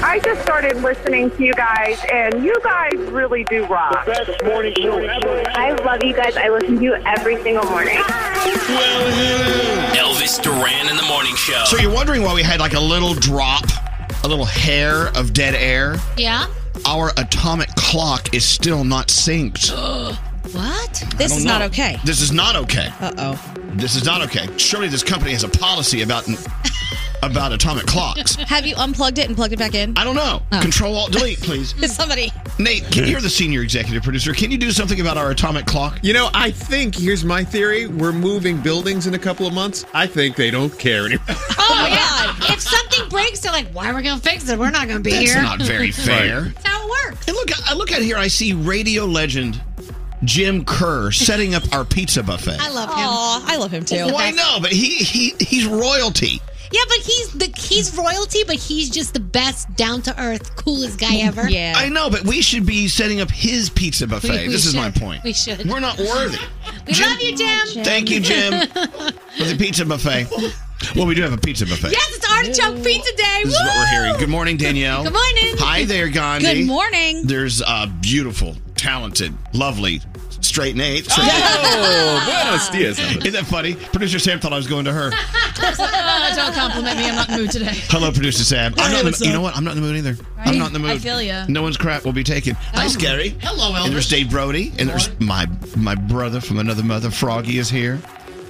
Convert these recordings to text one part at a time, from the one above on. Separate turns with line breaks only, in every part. I just started listening to you guys, and you guys really do rock.
Best morning show ever.
I love you guys. I listen to you every single morning.
Elvis Duran in the morning show.
So you're wondering why we had like a little drop, a little hair of dead air?
Yeah?
Our atomic clock is still not synced.
What?
This
I
is
don't
not
know.
okay.
This is not okay.
Uh oh.
This is not okay. Surely this company has a policy about about atomic clocks.
Have you unplugged it and plugged it back in?
I don't know.
Oh.
Control Alt Delete, please.
Somebody.
Nate, can, you're the senior executive producer. Can you do something about our atomic clock?
You know, I think here's my theory: we're moving buildings in a couple of months. I think they don't care anymore.
Oh my god. If something breaks, they're like, why are we gonna fix it? We're not gonna be
That's
here.
not very fair.
That's how it works.
And look, I look out here. I see radio legend Jim Kerr setting up our pizza buffet.
I love him.
Aw, I love him too.
well, I know, but he he he's royalty.
Yeah, but he's the he's royalty, but he's just the best, down to earth, coolest guy ever.
Yeah.
I know, but we should be setting up his pizza buffet.
We- we
this is my
should.
point.
We should.
We're not worthy.
We love you, Jim.
Thank you, Jim, for the pizza buffet. Well, we do have a pizza buffet.
Yes, it's artichoke pizza day.
This is what we're
Woo!
hearing. Good morning, Danielle.
Good morning.
Hi there, Gandhi.
Good morning.
There's a beautiful, talented, lovely straight Nate.
oh, buenos dias.
Isn't that funny? Producer Sam thought I was going to her.
Don't compliment me. I'm not in the mood today.
Hello, producer Sam. I'm not. in
what's
the, you
up?
know what? I'm not in the mood either. I'm not in the mood.
I feel ya.
No one's crap will be taken.
Oh.
Hi, Scary.
Hello,
And Oh, there's
Elvis.
Dave Brody, and there's my my brother from another mother, Froggy, is here,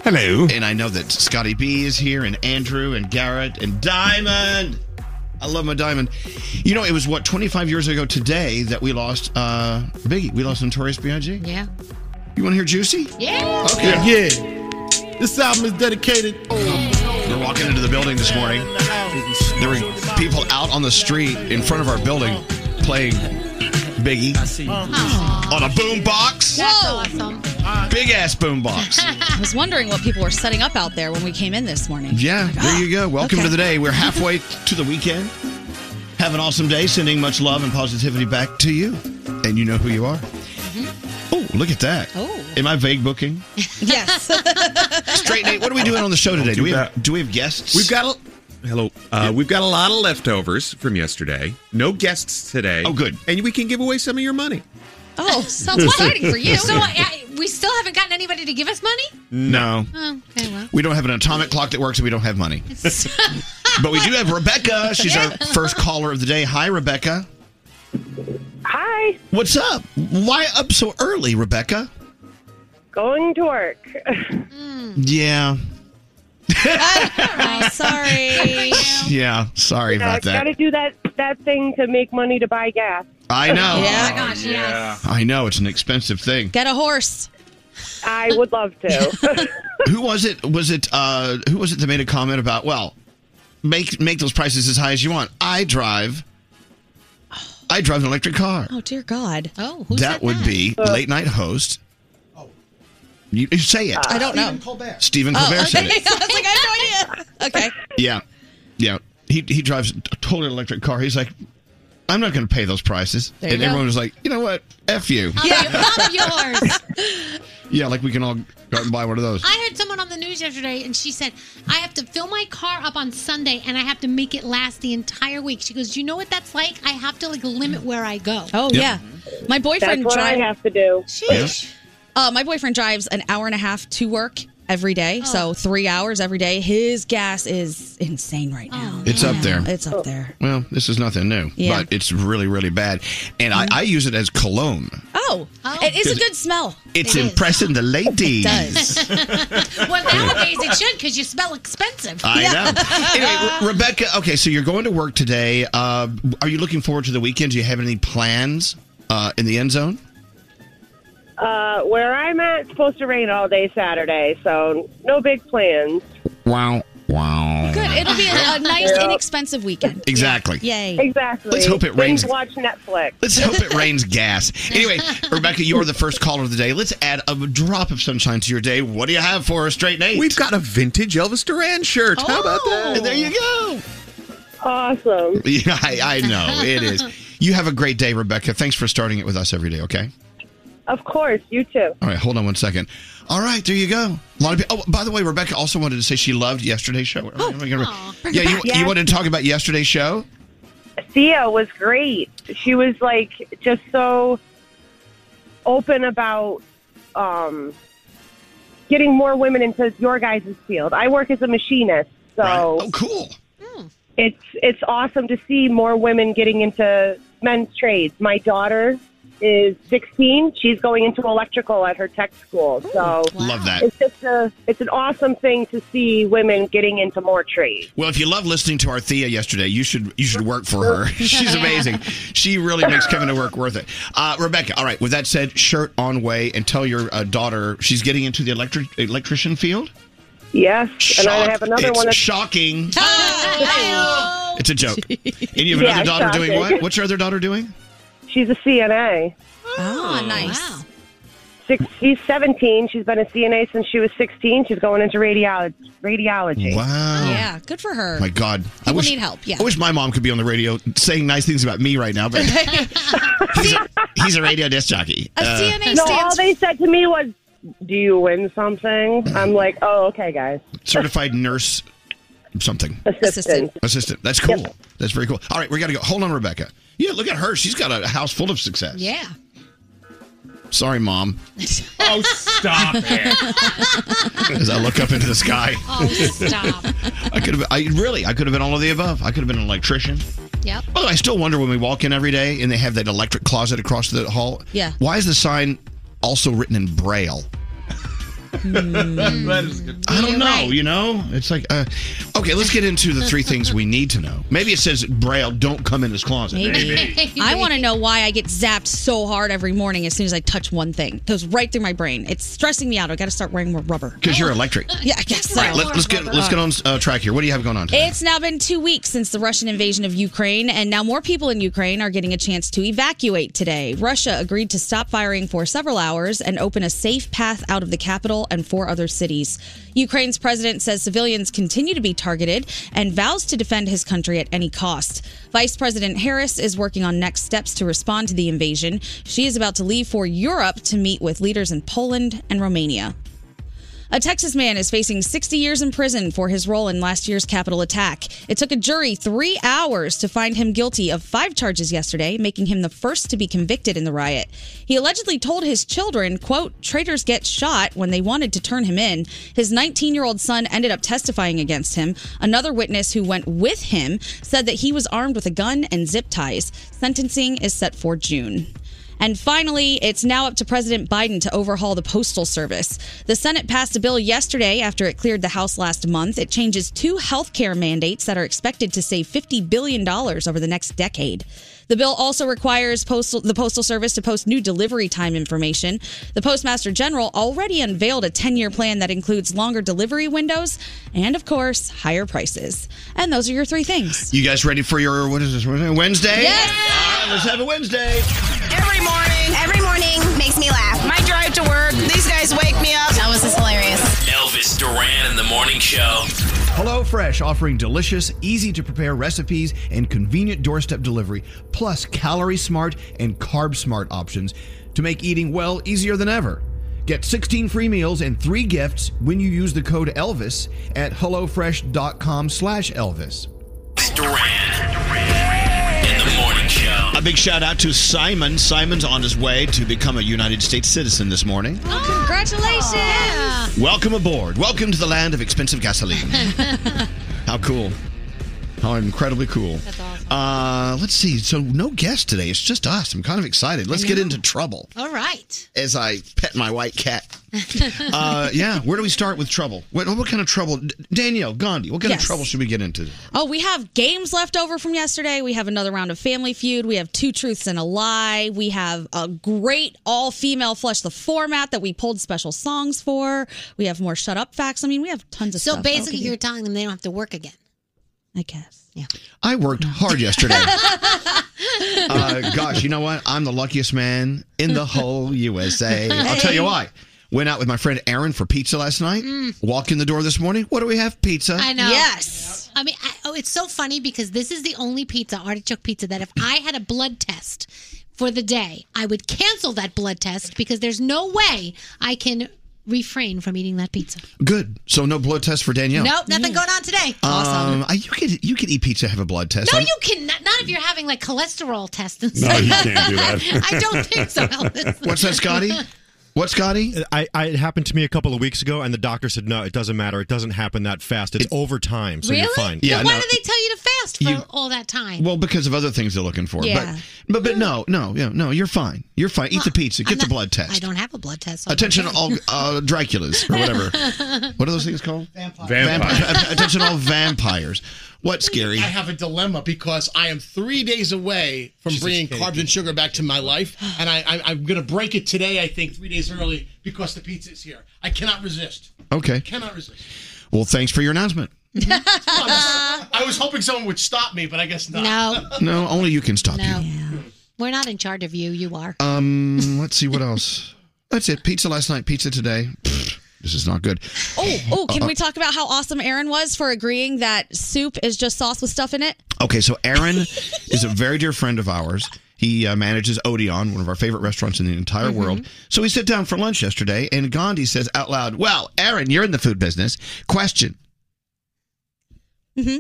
Hello.
and I know that Scotty B is here, and Andrew, and Garrett, and Diamond. I love my Diamond. You know, it was what 25 years ago today that we lost uh Biggie. We lost Notorious B.I.G.
Yeah.
You want to hear Juicy?
Yeah.
Okay.
Yeah. This album is dedicated.
Oh,
We're walking into the building this morning. There were people out on the street in front of our building playing Biggie on a boom box,
Oh. That's awesome.
big ass boom box.
I was wondering what people were setting up out there when we came in this morning.
Yeah, there you go. Welcome to
ah, Okay.
the day. We're halfway to the weekend. Have an awesome day. Sending much love and positivity back to you, and you know who you are. Oh, look at that!
Mm-hmm. Oh.
Am I vague booking?
Yes.
Straight Nate, what are we doing on the show today? Do
do
we have,
that.
do we have guests?
We've got a hello. Uh, we've got a lot of leftovers from yesterday. No guests today.
Oh, good.
And we can give away some of your money.
oh,
Sounds exciting for you. So
uh,
I, I, we still haven't gotten anybody to give us money.
no.
Oh, okay, well.
We don't have an atomic clock that works, and we don't have money. but we do have Rebecca. She's our first caller of the day. Hi, Rebecca.
Hi,
What's up? Why up so early, Rebecca?
going to work.
Yeah,
I'm sorry.
yeah. Sorry about that.
Gotta do that that thing to make money to buy gas.
I know.
Yeah.
Oh Gosh, yes.
I know. It's an expensive thing.
Get a horse.
I would love to.
Who was it? Was it? uh Who was it that made a comment about? Well, make make those prices as high as you want. I drive. I drive an electric car.
Oh dear God.
Oh, who
that
said
would be
Uh,
late night host. You, you say it.
I don't know. Oh,
Stephen Colbert said it.
I was like, I have no idea. Okay.
Yeah, yeah. He he drives a total electric car. He's like, I'm not going to pay those prices.
you
and
go.
everyone was like, you know what? F you.
Not yours.
Yeah, like we can all go out and buy one of those.
I heard someone on the news yesterday, and she said, I have to fill my car up on Sunday, and I have to make it last the entire week. She goes, you know what that's like? I have to, like, limit where I go.
Oh yeah. My
That's
boyfriend
what I
drives.
have to do.
Sheesh.
Uh, my boyfriend drives an hour and a half to work every day,
Oh.
so three hours every day. His gas is insane right
Oh,
now.
It's up there.
It's
Oh.
up there.
Well, this is nothing new,
Yeah.
but it's really, really bad. And I, I use it as cologne.
Oh, it is a good smell.
It's
It is.
impressing the ladies.
does.
Well, nowadays it should because you smell expensive.
I know. anyway, Re- Rebecca, okay, so you're going to work today. Uh, are you looking forward to the weekend? Do you have any plans uh, in the end zone?
Uh, where I'm at, it's supposed to rain all day Saturday, so no big plans.
Wow. Wow.
Good. It'll be a, a nice, inexpensive weekend.
Exactly.
Yay.
Exactly.
Let's hope it
Binge
rains.
Watch Netflix.
Let's hope it rains gas. Anyway, Rebecca, you're the first caller of the day. Let's add a drop of sunshine to your day. What do you have for us, straight Nate?
We've got a vintage Elvis Duran shirt. How about that?
Oh.
And there you go.
Oh. Awesome.
Yeah, I, I know it is. You have a great day, Rebecca. Thanks for starting it with us every day. Okay.
Of course, you too.
All right, hold on one second. All right, there you go. A lot of people. Oh, by the way, Rebecca also wanted to say she loved yesterday's show. Oh, yeah, you, you wanted to talk about yesterday's show?
Thea was great. She was like just so open about um, getting more women into your guys' field. I work as a machinist, so
oh, cool.
It's it's awesome to see more women getting into men's trades. My daughter is 16. She's going into electrical at her tech school. So
Love that.
It's just a it's an awesome thing to see women getting into more trades.
Well, if you love listening to our Thea yesterday, you should you should work for her. She's amazing. She really makes coming to work worth it. Uh, Rebecca, all right. With that said, shirt on way, and tell your uh, daughter she's getting into the electric electrician field.
Yes, and I
Shock-
have another
it's
one that's
shocking. It's a joke. And you have
Yeah,
another daughter
shocking.
doing what? What's your other daughter doing?
She's a CNA.
Ah,
Oh, nice.
Six, she's 17. She's been a CNA since she was 16. She's going into radiolo- radiology.
Wow.
Yeah, good for her.
Oh My God, I
People
wish,
need help, yeah.
I wish my mom could be on the radio saying nice things about me right now, but he's, a, he's a radio disc jockey.
A
Uh,
CNA
No, all
stands
they said to me was, "Do you win something?" I'm like, "Oh, okay, guys."
certified nurse, something
Assistant.
assistant. That's cool. That's very cool. All right, we got to go. Hold on, Rebecca. Yeah, look at her. She's got a house full of success.
Yeah.
Sorry, mom,
Oh, stop it.
as I look up into the sky.
Oh, stop.
I could have. I really. I could have been all of the above. I could have been an electrician.
Yep.
By the way, I still wonder when we walk in every day and they have that electric closet across the hall.
Yeah.
Why is the sign also written in braille?
that is good.
I don't know.
right.
You know, it's like. Uh, okay, let's get into the three things we need to know. Maybe it says braille. Don't come in this closet.
Maybe. I want to know why I get zapped so hard every morning as soon as I touch one thing. It goes right through my brain. It's stressing me out. I got to start wearing more rubber.
Because you're electric.
Yeah, I guess so.
All right, let, us get let's get on uh, track here. What do you have going on today?
It's now been two weeks since the Russian invasion of Ukraine, and now more people in Ukraine are getting a chance to evacuate today. Russia agreed to stop firing for several hours and open a safe path out of the capital and four other cities. Ukraine's president says civilians continue to be targeted and vows to defend his country at any cost. Vice President Harris is working on next steps to respond to the invasion. She is about to leave for Europe to meet with leaders in Poland and Romania. A Texas man is facing 60 years in prison for his role in last year's Capitol attack. It took a jury three hours to find him guilty of five charges yesterday, making him the first to be convicted in the riot. He allegedly told his children, quote, traitors get shot when they wanted to turn him in. His 19 year old son ended up testifying against him. Another witness who went with him said that he was armed with a gun and zip ties. Sentencing is set for June. And finally, it's now up to President Biden to overhaul the Postal Service. The Senate passed a bill yesterday after it cleared the House last month. It changes two health care mandates that are expected to save $50 billion over the next decade. The bill also requires postal, the Postal Service to post new delivery time information. The Postmaster General already unveiled a 10 year plan that includes longer delivery windows and, of course, higher prices. And those are your three things.
you guys ready for your what is this Wednesday? Yes. All right, let's have a Wednesday.
Every morning. Every morning makes me laugh. My drive to work. These guys wake me up. That was just hilarious.
Elvis Duran in the morning show.
HelloFresh offering delicious, easy to prepare recipes and convenient doorstep delivery, plus calorie smart and carb smart options to make eating well easier than ever. Get 16 free meals and 3 gifts when you use the code ELVIS at hellofresh.com/elvis. slash Elvis.
Elvis Duran in the morning show.
A big shout out to Simon. Simon's on his way to become a United States citizen this morning.
Congratulations!
Welcome aboard. Welcome to the land of expensive gasoline. How cool. How incredibly cool. That's awesome. Uh, let's see. So, no guest today. It's just us. I'm kind of excited. Let's get into trouble
All right.
as I pet my white cat. uh, yeah. Where do we start with trouble? What, what kind of trouble? D- Danielle, Gandhi, what kind
Yes.
of trouble should we get into?
Oh, we have games left over from yesterday. We have another round of Family Feud. We have Two Truths and a Lie. We have a great all female Flush the Format that we pulled special songs for. We have more Shut Up Facts. I mean, we have tons of
So
stuff.
basically,
Okay.
you're telling them they don't have to work again.
I guess. Yeah.
I worked hard yesterday. uh, gosh, you know what? I'm the luckiest man in the whole USA. I'll tell you why. Went out with my friend Aaron for pizza last night. Walked in the door this morning. What do we have? Pizza.
I know.
Yes.
I mean, I, oh, it's so funny because this is the only pizza, artichoke pizza, that if I had a blood test for the day. I would cancel that blood test because there's no way I can refrain from eating that pizza.
Good. So no blood test for Danielle.
Nope, nothing going on today.
Um, I- you could you could eat pizza, have a blood test.
No,
I'm-
you cannot. Not if you're having like cholesterol tests and
No,
stuff.
you can't do that.
I don't think so, Elvis.
What's that, Scotty? What, Scotty?
I, I, it happened to me a couple of weeks ago, and the doctor said, no, it doesn't matter. It doesn't happen that fast. It's over time, so
really?
you're fine.
Then why do they tell you to fast for
You-
all that time?
Well, because of other things they're looking for.
Yeah.
But but but no no yeah no you're fine you're fine. Eat the pizza. Get the blood test.
I don't have a blood test. so I don't
Attention,
care.
all uh, Draculas or whatever. What are those things called? Vampires. Attention, all vampires. What scary?
I have a dilemma because I am three days away from bringing
Katie.
carbs and sugar back to my life, and I, I, I'm going to break it today. I think three days early because the pizza is here. I cannot resist.
Okay.
Cannot resist.
Well, thanks for your announcement.
I was hoping someone would stop me, but I guess not.
No.
No, only you can stop
No. We're not in charge of you. You are.
you. Um, let's see what else. That's it. Pizza last night. Pizza today. Pfft, this is not good.
Oh, oh, can
Uh,
we talk about how awesome Aaron was for agreeing that soup is just sauce with stuff in it?
Okay, so Aaron is a very dear friend of ours. He uh, manages Odeon, one of our favorite restaurants in the entire
Mhm.
Mm-hmm.
world. So we sit down for lunch yesterday, and Gandhi says out loud, "Well, Aaron, you're in the food business. Question:
hmm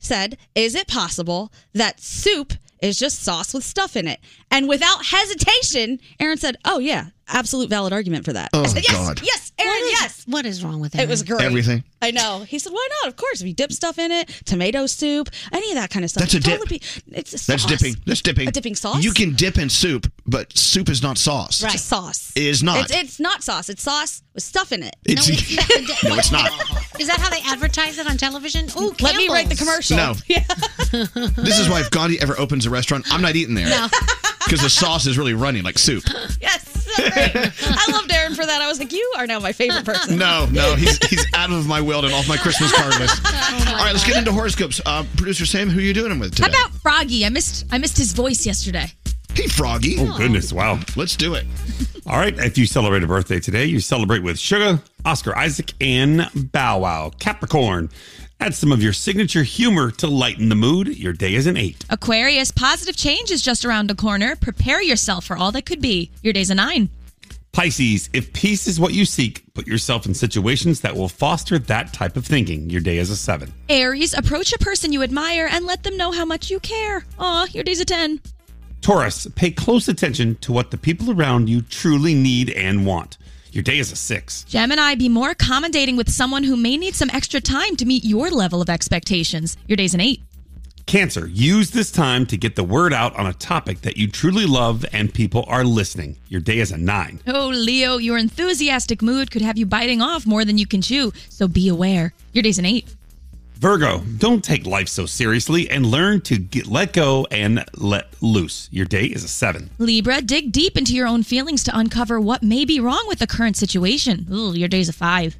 Said, is it possible that soup is just sauce with stuff in it? And without hesitation, Aaron said, oh, yeah, absolute valid argument for that. I
Oh,
said, yes,
God.
yes, Aaron, yes.
What is wrong with
It was great.
Everything.
I know. He said, why not? Of course, if you dip stuff in it, tomato soup, any of that kind of stuff.
That's a
it'd
dip.
totally be- it's a
That's
sauce.
dipping. That's dipping.
A dipping sauce?
You can dip in soup, but soup is not sauce.
Right. sauce.
It is not.
It's, it's not sauce. It's sauce with stuff in it.
It's- no, it's not.
Is that how they advertise it on television? Ooh,
Let me write the
Campbell's.
commercial.
No. This is why if Gandhi ever opens a restaurant, I'm not eating there.
No.
Because the sauce is really running like soup.
Yes. so great. I loved Aaron for that. I was like, you are now my favorite person.
No, no, he's he's out of my world and off my Christmas card list. All right, let's get into horoscopes. Uh, Producer Sam, who are you doing them with
How
today?
about Froggy? I missed I missed his voice yesterday.
Hey, Froggy.
Oh, goodness. Wow.
Let's do it.
All right. If you celebrate a birthday today, you celebrate with Sugar, Oscar Isaac, and Bow Wow. Capricorn, add some of your signature humor to lighten the mood. Your day is an eight.
Aquarius, positive change is just around the corner. Prepare yourself for all that could be. Your day's a nine.
Pisces, if peace is what you seek, put yourself in situations that will foster that type of thinking. Your day is a seven.
Aries, approach a person you admire and let them know how much you care. Aw, your day's a 10.
Taurus, pay close attention to what the people around you truly need and want. Your day is a six.
Gemini, be more accommodating with someone who may need some extra time to meet your level of expectations. Your day's an 8.
Cancer, use this time to get the word out on a topic that you truly love and people are listening. Your day is a nine.
Oh, Leo, your enthusiastic mood could have you biting off more than you can chew, so be aware. Your day's an 8.
Virgo, don't take life so seriously and learn to get, let go and let loose. Your day is a seven.
Libra, dig deep into your own feelings to uncover what may be wrong with the current situation. Ooh, your day's a 5.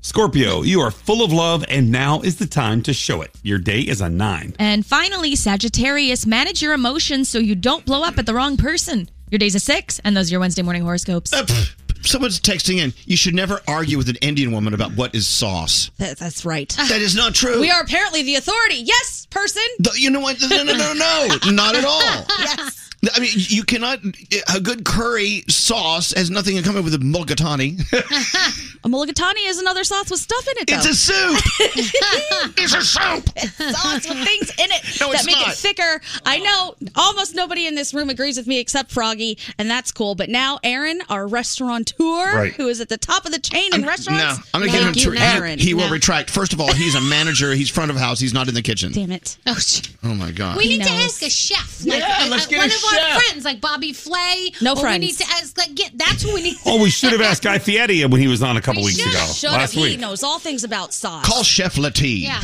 Scorpio, you are full of love and now is the time to show it. Your day is a nine.
And finally, Sagittarius, manage your emotions so you don't blow up at the wrong person. Your day's a six, and those are your Wednesday morning horoscopes.
Someone's texting in. You should never argue with an Indian woman about what is sauce.
That- that's right.
That is not true.
We are apparently the authority. Yes, person.
The- you know what? No, no, no, no, no. not at all.
Yes.
I mean, you cannot. A good curry sauce has nothing in common with a mulligatawny.
A mulligatawny is another sauce with stuff in it, though.
It's a soup.
it's
a soup.
sauce with things in it
No,
that
it's
make
not.
it thicker. I know almost nobody in this room agrees with me except Froggy, and that's cool. But now Aaron, our restaurateur,
Right.
who is at the top of the chain in
No,
restaurants.
I'm gonna give him
Thank you,
two.
Aaron.
He, he will
No.
retract. First of all, he's a manager. He's front of house. He's not in the kitchen.
Damn it.
Oh,
Oh my god.
we need to ask a chef. Like,
Yeah,
uh,
let's get
one
a
of
chef.
our friends, like Bobby Flay.
No
or
friends.
We need to ask. Like, get that's who we need.
Oh, we should have asked Guy Fieri when he was on a couple weeks ago.
Shut up.
last
He
week.
knows all things about sauce.
Call Chef Latif.
Yeah.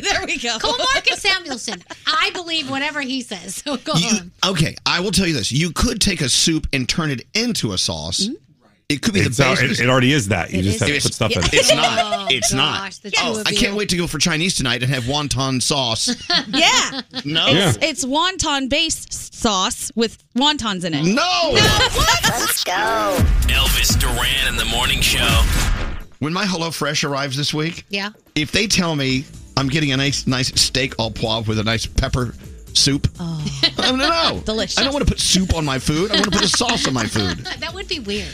there we go.
Call Marcus Samuelson. I believe whatever he says. So go
You-
on.
okay, I will tell you this. You could take a soup and turn it into a sauce.
Mm-hmm.
It could be
It's
the
al- it-
base.
it already is that. You It just is. have to
It's-
put stuff in it.
It's
Oh,
not. It's
gosh,
not.
the two
Oh,
of
I
you.
can't wait to go for Chinese tonight and have wonton sauce.
Yeah.
No.
It's, it's wonton based sauce with wontons in it.
No.
Let's go. Elvis Duran in the morning show.
When my HelloFresh arrives this week,
Yeah.
if they tell me I'm getting a nice, nice steak au poivre with a nice pepper soup. I don't know.
Oh, Delicious.
I don't want to put soup on my food. I want to put a sauce on my food.
That would be weird.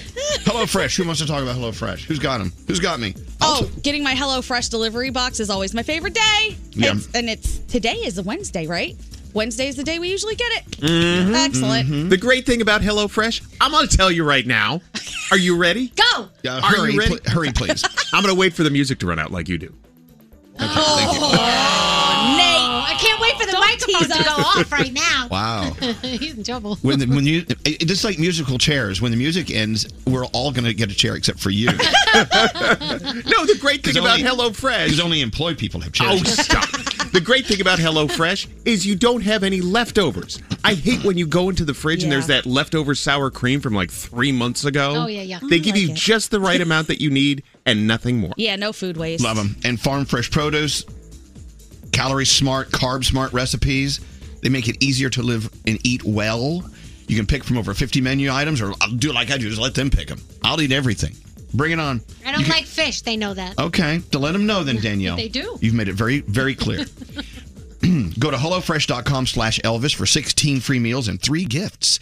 Hello Fresh. Who wants to talk about Hello Fresh? Who's got him? Who's got me?
Oh, getting my HelloFresh delivery box is always my favorite day.
Yeah.
It's- and it's today is a Wednesday, right? Wednesday is the day we usually get it. Excellent.
Mm-hmm.
Mm-hmm.
The great thing about HelloFresh, I'm going to tell you right now. Are you ready?
Go.
Oh.
Yeah,
Are
hurry,
you ready?
pl- hurry, please.
I'm going to wait for the music to run out like you do.
Oh,
Nate, I can't wait for the microphone to go off right now.
Wow.
He's in trouble.
Oh. When the, when you it, it's like musical chairs. When the music ends, we're all going to get a chair except for you. no, the
great thing about HelloFresh-
because only employed people have chairs.
Oh, stop. the great thing about HelloFresh is you don't have any leftovers. I hate when you go into the fridge and
Yeah.
there's that leftover sour cream from like three months ago.
Oh, yeah, yeah.
They
I
give
like
you
it.
just the right amount that you need and nothing more.
Yeah, no food waste.
Love them. And farm fresh produce, calorie smart, carb smart recipes. They make it easier to live and eat well. You can pick from over 50 menu items, or I'll do like I do, just let them pick them. I'll eat everything. Bring it on.
I don't like fish. They know that.
Okay, to let them know then, Danielle.
They do.
You've made it very, very clear. Go to HelloFresh.com slash Elvis for 16 free meals and three gifts.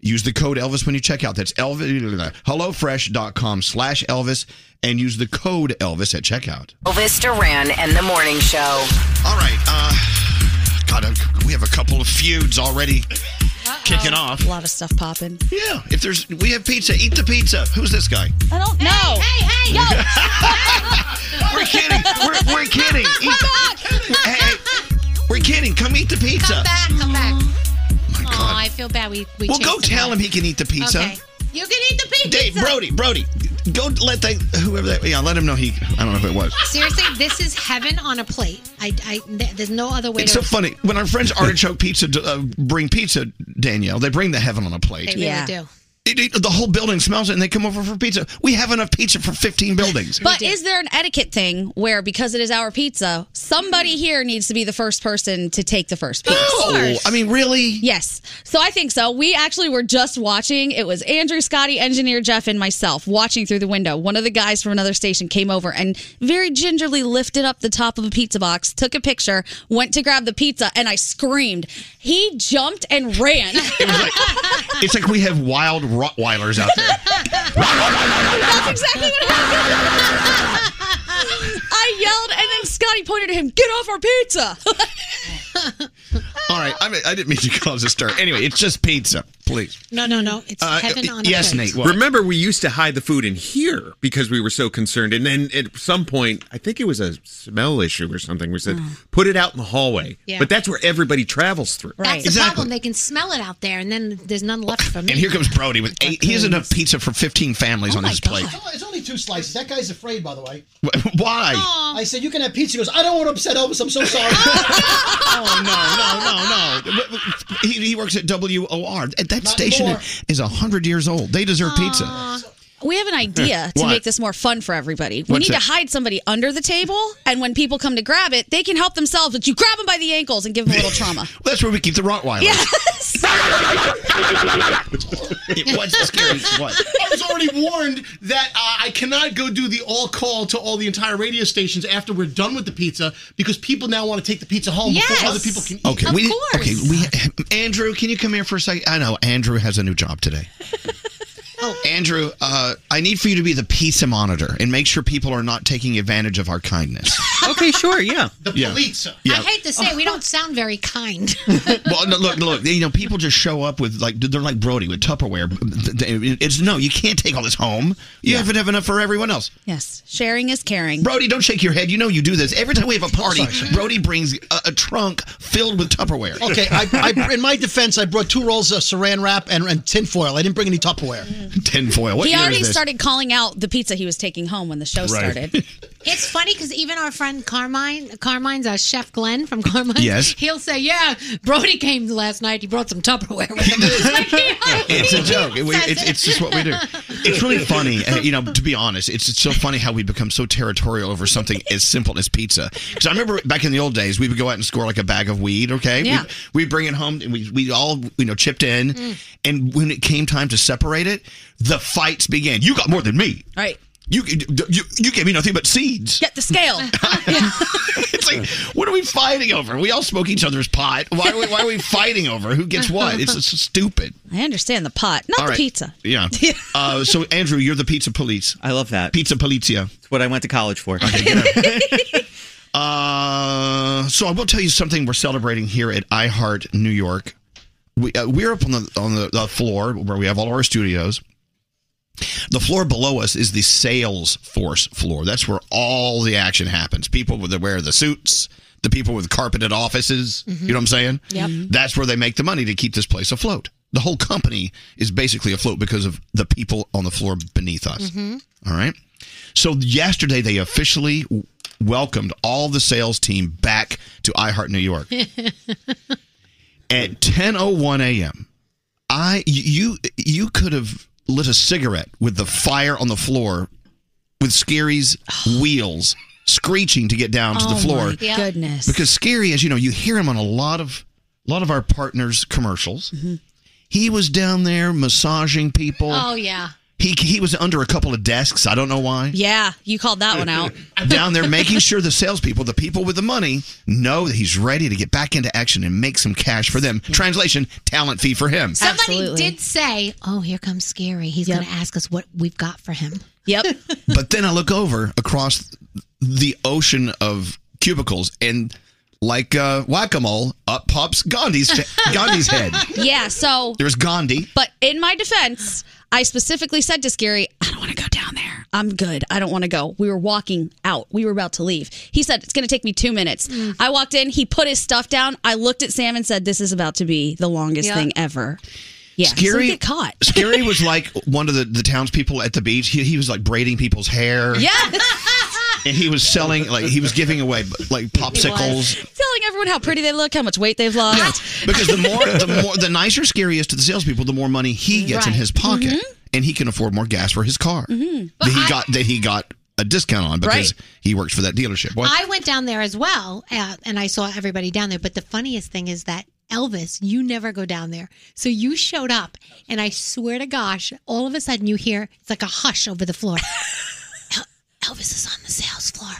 Use the code Elvis when you check out. That's Elvis, HelloFresh.com slash Elvis and use the code Elvis at checkout.
Elvis Duran and the Morning Show.
All right. Uh, God, I've- we have a couple of feuds already kicking
Oh,
off.
A lot of stuff popping.
Yeah. If there's, we have pizza. Eat the pizza. Who's this guy?
I don't know. Hey,
hey, yo.
We're kidding. We're, we're kidding. Eat, Hey, hey, we're kidding. Come eat the pizza.
Come back, come back.
God.
Aw, I feel bad. We, we
well, go
chased
tell him
away.
he can eat the pizza.
Okay. You can eat the pizza.
Dave, Brody, Brody, go let that whoever that yeah, let him know he. I don't know if it was.
Seriously, this is heaven on a plate. I, I th- there's no other way
It's
to
so funny when our friends Artichoke Pizza uh, bring pizza, Danielle. They bring the heaven on a
They
plate.
really do.
It- it- the whole building smells it, and they come over for pizza. We have enough pizza for 15 buildings.
But is there an etiquette thing where because it is our pizza, somebody here needs to be the first person to take the first piece?
No, Oh, I mean really?
Yes. So I think so. We actually were just watching. It was Andrew, Scotty, engineer Jeff, and myself watching through the window. One of the guys from another station came over and very gingerly lifted up the top of a pizza box, took a picture, went to grab the pizza, and I screamed. He jumped and ran.
it's like we have wild Rottweilers out there.
That's exactly what happened. I yelled, and then Scotty pointed at him, "Get off our pizza!"
All right, I, mean, I didn't mean to cause a stir. Anyway, it's just pizza, please.
No, no, no. It's
Uh,
heaven on a plate.
Remember, we used to hide the food in here because we were so concerned. And then at some point, I think it was a smell issue or something. We said, put it out in the hallway.
Yeah.
But that's where everybody travels through.
That's the problem. They can smell it out there, and then there's none left for me.
And here comes Brody with eight. He has enough pizza for 15 families
Oh
on his plate.
It's only- It's only two slices. That guy's afraid, by the way.
Why?
Oh.
I said, you can have pizza. He goes, I don't want to upset Elvis. I'm so sorry.
oh, no, no, no, no. He, he works at WOR. That station
anymore.
is 100 years old. They deserve pizza.
Aw. Uh-huh. We have an idea to
What?
make this more fun for everybody. We
What's
need
it?
to hide somebody under the table, and when people come to grab it, they can help themselves. But you grab them by the ankles and give them a little trauma.
That's where we keep the Rottweilers.
Yes.
it was scary. What?
I was already warned that uh, I cannot go do the all call to all the entire radio stations after we're done with the pizza because people now want to take the pizza home
Yes.
before other people can eat.
Okay, we, Okay, we, Andrew, can you come here for a second? I know Andrew has a new job today. Andrew, uh, I need for you to be the pizza monitor and make sure people are not taking advantage of our kindness.
Okay, sure, yeah.
The
yeah.
I
Yeah.
hate to say, it, we don't sound very kind.
well, no, look, look. You know, people just show up with like they're like Brody with Tupperware. It's no, you can't take all this home. You have to have enough for everyone else.
yes, sharing is caring.
Brody, don't shake your head. You know you do this every time we have a party. Brody brings a, a trunk filled with Tupperware.
Okay, I, I, in my defense, I brought two rolls of saran wrap and, and tinfoil. I didn't bring any Tupperware.
Tinfoil.
he already started calling out the pizza he was taking home when the show
Right.
started.
It's funny because even our friend Carmine, Carmine's our chef Glenn from Carmine.
Yes.
He'll say, "Yeah, Brody came last night. He brought some Tupperware with him."
It's a joke. It- we- it's, it's just what we do. It's really funny. uh, You know, to be honest, it's, it's so funny how we become so territorial over something as simple as pizza. Because I remember back in the old days, we would go out and score like a bag of weed. Okay,
Yeah.
we bring it home and we we all you know chipped in,
Mm.
and when it came time to separate it, the fights began. You got more than me.
Right.
You, you you gave me nothing but seeds.
Get the scale.
it's like, what are we fighting over? We all smoke each other's pot. Why are we, why are we fighting over who gets what? It's, it's stupid.
I understand the pot, not
All
the
right.
pizza.
Yeah. Uh, so Andrew, you're the pizza police. I love that. Pizza polizia. It's what I went to college for. Okay, good. uh, so I will tell you something we're celebrating here at iHeart New York. We, uh, we're up on the on the, the floor where we have all our studios. The floor below us is the sales force floor. That's where all the action happens. People with that wear the suits, the people with carpeted offices.
Mhm.
You know what I'm saying?
Yep.
That's where they make the money to keep this place afloat. The whole company is basically afloat because of the people on the floor beneath us.
Mhm.
All right. So yesterday they officially w- welcomed all the sales team back to iHeart New York at 10:01 a.m. I you you could have lit a cigarette with the fire on the floor with Scary's wheels screeching to get down to
Oh,
the floor.
my goodness.
Because Scary as you know, you hear him on a lot of a lot of our partners commercials.
Mm-hmm.
He was down there massaging people.
Oh yeah.
He he was under a couple of desks. I don't know why.
Yeah, you called that one out.
down there making sure the salespeople, the people with the money, know that he's ready to get back into action and make some cash for them. Translation: talent fee for him.
Somebody did say, "Oh, here comes Scary. He's going to ask us what we've got for him."
Yep.
But then I look over across the ocean of cubicles and. Like uh, whack-a-mole, up pops Gandhi's Gandhi's head.
yeah, so
There's Gandhi.
But in my defense, I specifically said to Scary, I don't want to go down there. I'm good. I don't want to go. We were walking out. We were about to leave. He said, It's going to take me two minutes.
Mm.
I walked in. He put his stuff down. I looked at Sam and said, This is about to be the longest
Yeah.
thing ever. Yeah. so we
Scary
get caught.
Scary was like one of the, the townspeople at the beach. He, he was like braiding people's hair.
Yeah.
And he was selling, like, he was giving away, like,
He
popsicles.
was. Telling everyone how pretty they look, how much weight they've lost.
Because the more, the more, the nicer Scary is to the salespeople, the more money he gets in
Right.
his pocket,
Mm-hmm.
Mhm.
and he can afford more gas for his car.
Mm-hmm.
Mhm.
That he got that he got a discount on because
Right.
he works for that dealership. What?
I went down there as well, uh, and I saw everybody down there. But the funniest thing is that Elvis, you never go down there, so you showed up, and I swear to gosh, all of a sudden you hear it's like a hush over the floor. El- Elvis is on the sales floor.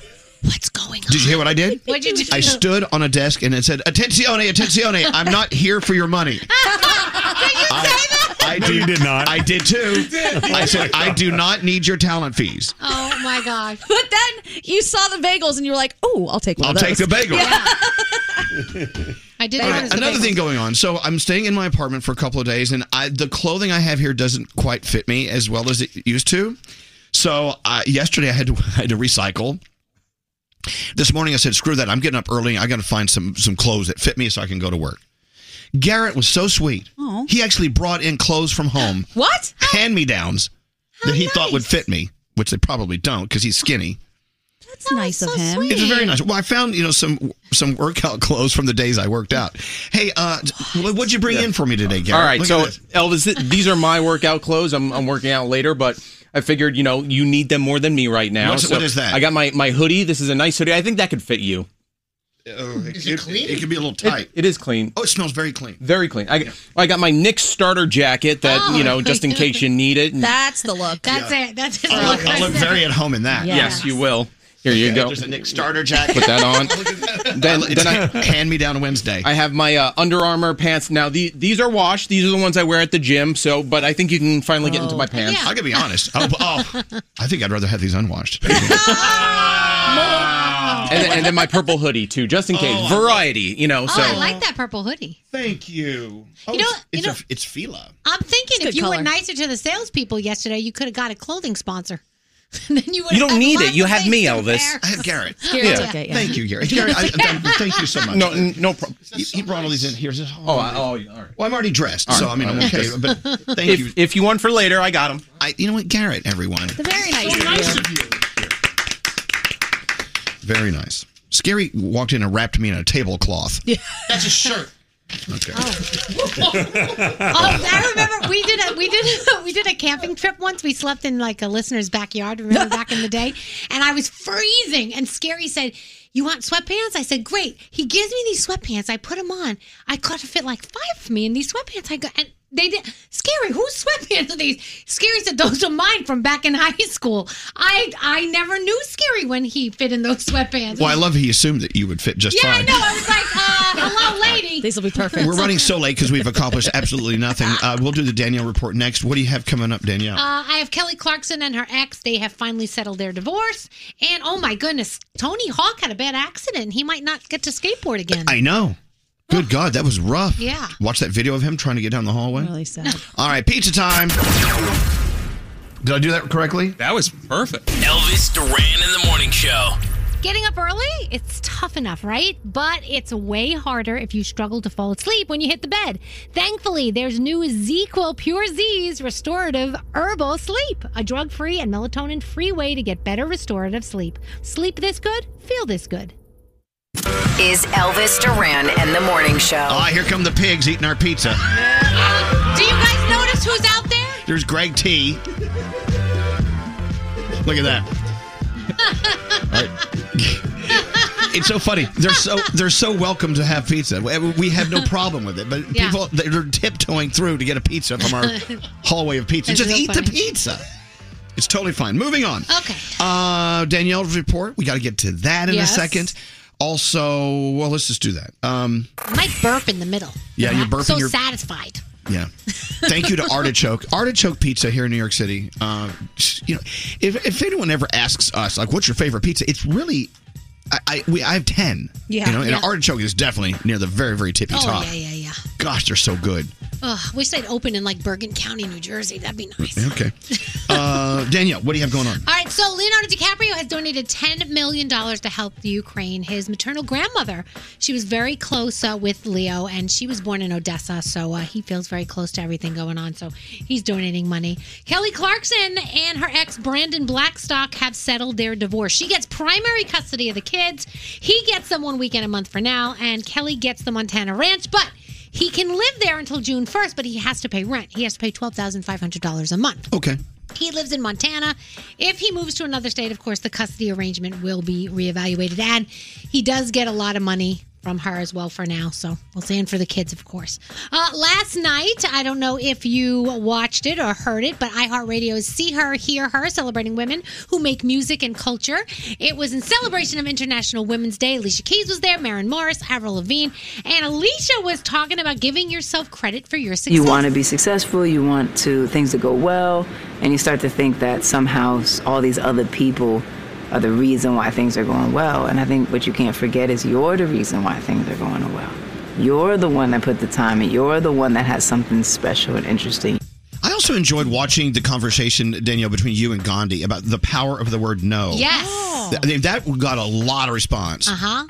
What's going on?
did you hear what I did?
What'd you do?
I stood on a desk and it said, "Attenzione, attenzione! I'm not here for your money." I, I do, you did not. I did too. I said, "I do not need your talent fees."
Oh my gosh.
But then you saw the bagels and you were like, Oh, I'll take one
I'll
of those.
take the bagel.
I did.
All
notice
right,
the
another
bagels.
thing going on. So I'm staying in my apartment for a couple of days, and I, the clothing I have here doesn't quite fit me as well as it used to. So uh, yesterday I had to I had to recycle. This morning I said, "Screw that! I'm getting up early. I got to find some some clothes that fit me so I can go to work." Garrett was so sweet.
Oh.
He actually brought in clothes from home.
What?
Hand me downs that he thought would fit me, which they probably don't because he's skinny.
That's nice of him.
It's very nice. Well, I found you know some some workout clothes from the days I worked out. Hey, uh, what? what'd you bring in for me today, Garrett?
All right,
Look
so
at this.
Elvis, th- these are my workout clothes. I'm, I'm working out later, but I figured you know you need them more than me right now.
What's-
so
what is that?
I got my my hoodie. This is a nice hoodie. I think that could fit you.
is Oh, it, clean? It can be a little
It-
tight.
it is clean.
oh, it smells very clean.
Very clean. I, I got my Knicks starter jacket that
Oh,
you know just in case you need
Mm.
it. and-
That's the look.
That's it. That's his
I'll
look.
Oh, look, I'll look very at home in that.
Yes, you will. Here you go.
There's a Nick starter jacket.
Put that on. then,
It's
then I
hand me down Wednesday.
I have my uh, Under Armour pants. Now the, these are washed. These are the ones I wear at the gym. So, but I think you can finally get into
Oh,
my pants.
I gotta be honest. Oh, oh, I think I'd rather have these unwashed.
and, then, and then my purple hoodie too, just in case.
Oh, I-
Variety, you know.
Oh,
So
I like that purple hoodie.
Thank you.
You know, you know,
Oh, it's Fila.
I'm thinking
good
if you
color.
were nicer to the salespeople yesterday, you could have got a clothing sponsor. then you would.
you don't
have
need
lots
it. You
of
have
things
me,
to
Elvis.
wear.
I have Garrett.
Garrett took it, yeah.
Thank you, Garrett. Garrett, I, I- thank you so much.
No, no problem.
He, he brought all these in here. He says,
Oh, I- oh, all right.
Well, I'm already dressed,
All right,
so I mean, I'm
all right.
okay.
Yes.
But thank
If-
you.
If you want for later, I got them.
I, you know what, Garrett, everyone.
Very nice.
So nice of
Very nice. Scary walked in and wrapped me in a tablecloth.
Yeah. That's a shirt.
Okay.
Oh, I remember we did a we did a, we did a camping trip once. We slept in like a listener's backyard. Remember back in the day, and I was freezing. And Scary said, "You want sweatpants?" I said, "Great." He gives me these sweatpants. I put them on. I caught to fit like five of me in these sweatpants. I go and They did. Scary. Whose sweatpants are these? Scary said those are mine from back in high school. I I never knew Scary when he fit in those sweatpants.
Well, I love he assumed that you would fit just
yeah,
fine.
I know. I was like, uh, hello, lady. These
will be
We're running so late because we've accomplished absolutely nothing. Uh, we'll do the Danielle report next. What do you have coming up, Danielle?
Uh, I have Kelly Clarkson and her ex. They have finally settled their divorce. And oh my goodness, Tony Hawk had a bad accident. He might not get to skateboard again.
I know. Good God, that was rough.
Yeah.
Watch that video of him trying to get down the hallway.
Really
sad.
All right, pizza time. Did I do that correctly?
That was perfect.
Elvis Duran in the morning show.
Getting up early, it's tough enough, right? But it's way harder if you struggle to fall asleep when you hit the bed. Thankfully, there's new ZQL Pure Z's restorative herbal sleep, a drug free and melatonin free way to get better restorative sleep. Sleep this good, feel this good.
Is Elvis Duran and the Morning Show.
Ah, here come the pigs eating our pizza.
Do you guys notice who's out there?
There's Greg T. Look at that. All right. It's so funny. They're so they're so welcome to have pizza. We- We have no problem with it, but
Yeah.
people they're tiptoeing through to get a pizza from our hallway of pizza.
That's
Just
real
eat the
funny.
pizza. It's totally fine. Moving on.
Okay.
Uh, Danielle's report. We got to get to that in
Yes.
a second. Also, well, let's just do that. Um,
Mike burp in the middle.
Yeah, you're burping
So
your-
satisfied.
yeah. Thank you to Artichoke. Artichoke Pizza here in New York City. Uh, you know, if, if anyone ever asks us, like, what's your favorite pizza? It's really, I I, we, I have 10.
Yeah.
You know, and
Yeah.
Artichoke is definitely near the very, very tippy
Oh
top.
yeah, yeah, yeah.
Gosh, they're so good.
Oh, wish they'd open in like Bergen County, New Jersey. That'd be nice.
Okay. Uh, Danielle, what do you have going on?
All right, so Leonardo DiCaprio has donated $10 million to help the Ukraine. His maternal grandmother, she was very close uh, with Leo, and she was born in Odessa, so uh, he feels very close to everything going on, so he's donating money. Kelly Clarkson and her ex, Brandon Blackstock, have settled their divorce. She gets primary custody of the kids. He gets them one weekend a month for now, and Kelly gets the Montana ranch, but he can live there until June 1st, but he has to pay rent. He has to pay $12,500 a month.
Okay.
He lives in Montana. If he moves to another state, of course, the custody arrangement will be reevaluated. And he does get a lot of money from her as well for now. So we'll see. And for the kids, of course. Uh, last night, I don't know if you watched it or heard it, but iHeartRadio's See Her, Hear Her, celebrating women who make music and culture. It was in celebration of International Women's Day. Alicia Keys was there, Maren Morris, Avril Lavigne. And Alicia was talking about giving yourself credit for your success.
You want to be successful, you want to things to go well, and you start to think that somehow s- all these other people are the reason why things are going well. And I think what you can't forget is you're the reason why things are going well. You're the one that put the time in. You're the one that has something special and interesting.
I also enjoyed watching the conversation, Danielle, between you and Gandhi about the power of the word no.
Yes. Uh-huh.
Th- I mean, Oh. that got a lot of response.
huh.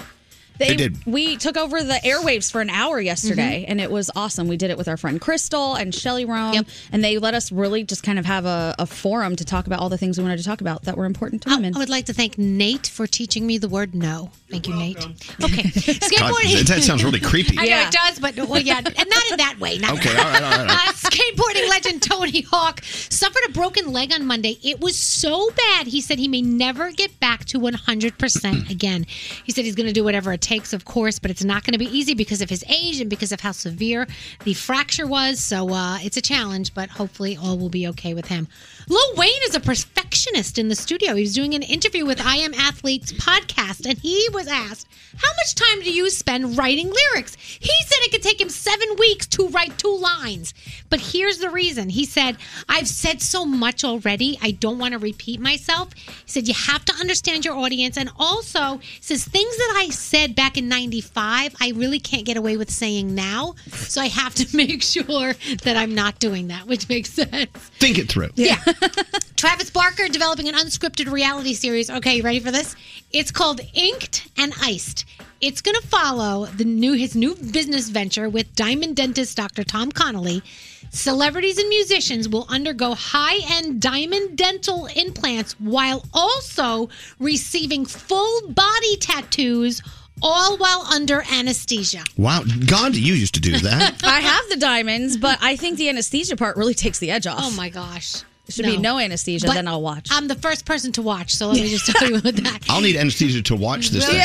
They did.
Uh-huh.
Mm-hmm.
We took over the airwaves for an hour yesterday, and it was awesome. We did it with our friend Crystal and Shelly Rome, and they let us really just kind of have a, a forum to talk about all the things we wanted to talk about that were important to women.
I would like to thank Nate for teaching me the word no. Thank you, Nate. Okay.
God,
Skateboarding.
that sounds really creepy.
I know
Yeah.
it does, but well, yeah, and not in that way. Not
Okay, all right, all right, all right.
Uh, skateboarding legend Tony Hawk suffered a broken leg on Monday. It was so bad, he said he may never get back to 100% again. He said he's going to do whatever it takes, of course, but it's not going to be easy because of his age and because of how severe the fracture was. So uh, it's a challenge, but hopefully all will be okay with him. Lil Wayne is a perfectionist in the studio. He was doing an interview with I Am Athletes podcast, and he was asked, How much time do you spend writing lyrics? He said it could take him seven weeks to write two lines. But here's the reason. He said, I've said so much already. I don't want to repeat myself. He said, You have to understand your audience. And also, he says, Things that I said back in 95, I really can't get away with saying now. So I have to make sure that I'm not doing that, which makes sense.
Think it through.
Yeah. Travis Barker developing an unscripted reality series. Okay, you ready for this? It's called Inked and Iced. It's going to follow the new his new business venture with diamond dentist Dr. Tom Connolly. Celebrities and musicians will undergo high-end diamond dental implants while also receiving full body tattoos all while under anesthesia.
Wow. Gandhi, you used to do that.
I have the diamonds, but I think the anesthesia part really takes the edge off. Oh
my gosh.
should be no anesthesia, then I'll watch.
I'm the first person to watch, so let me just tell you about that.
I'll need anesthesia to watch this thing.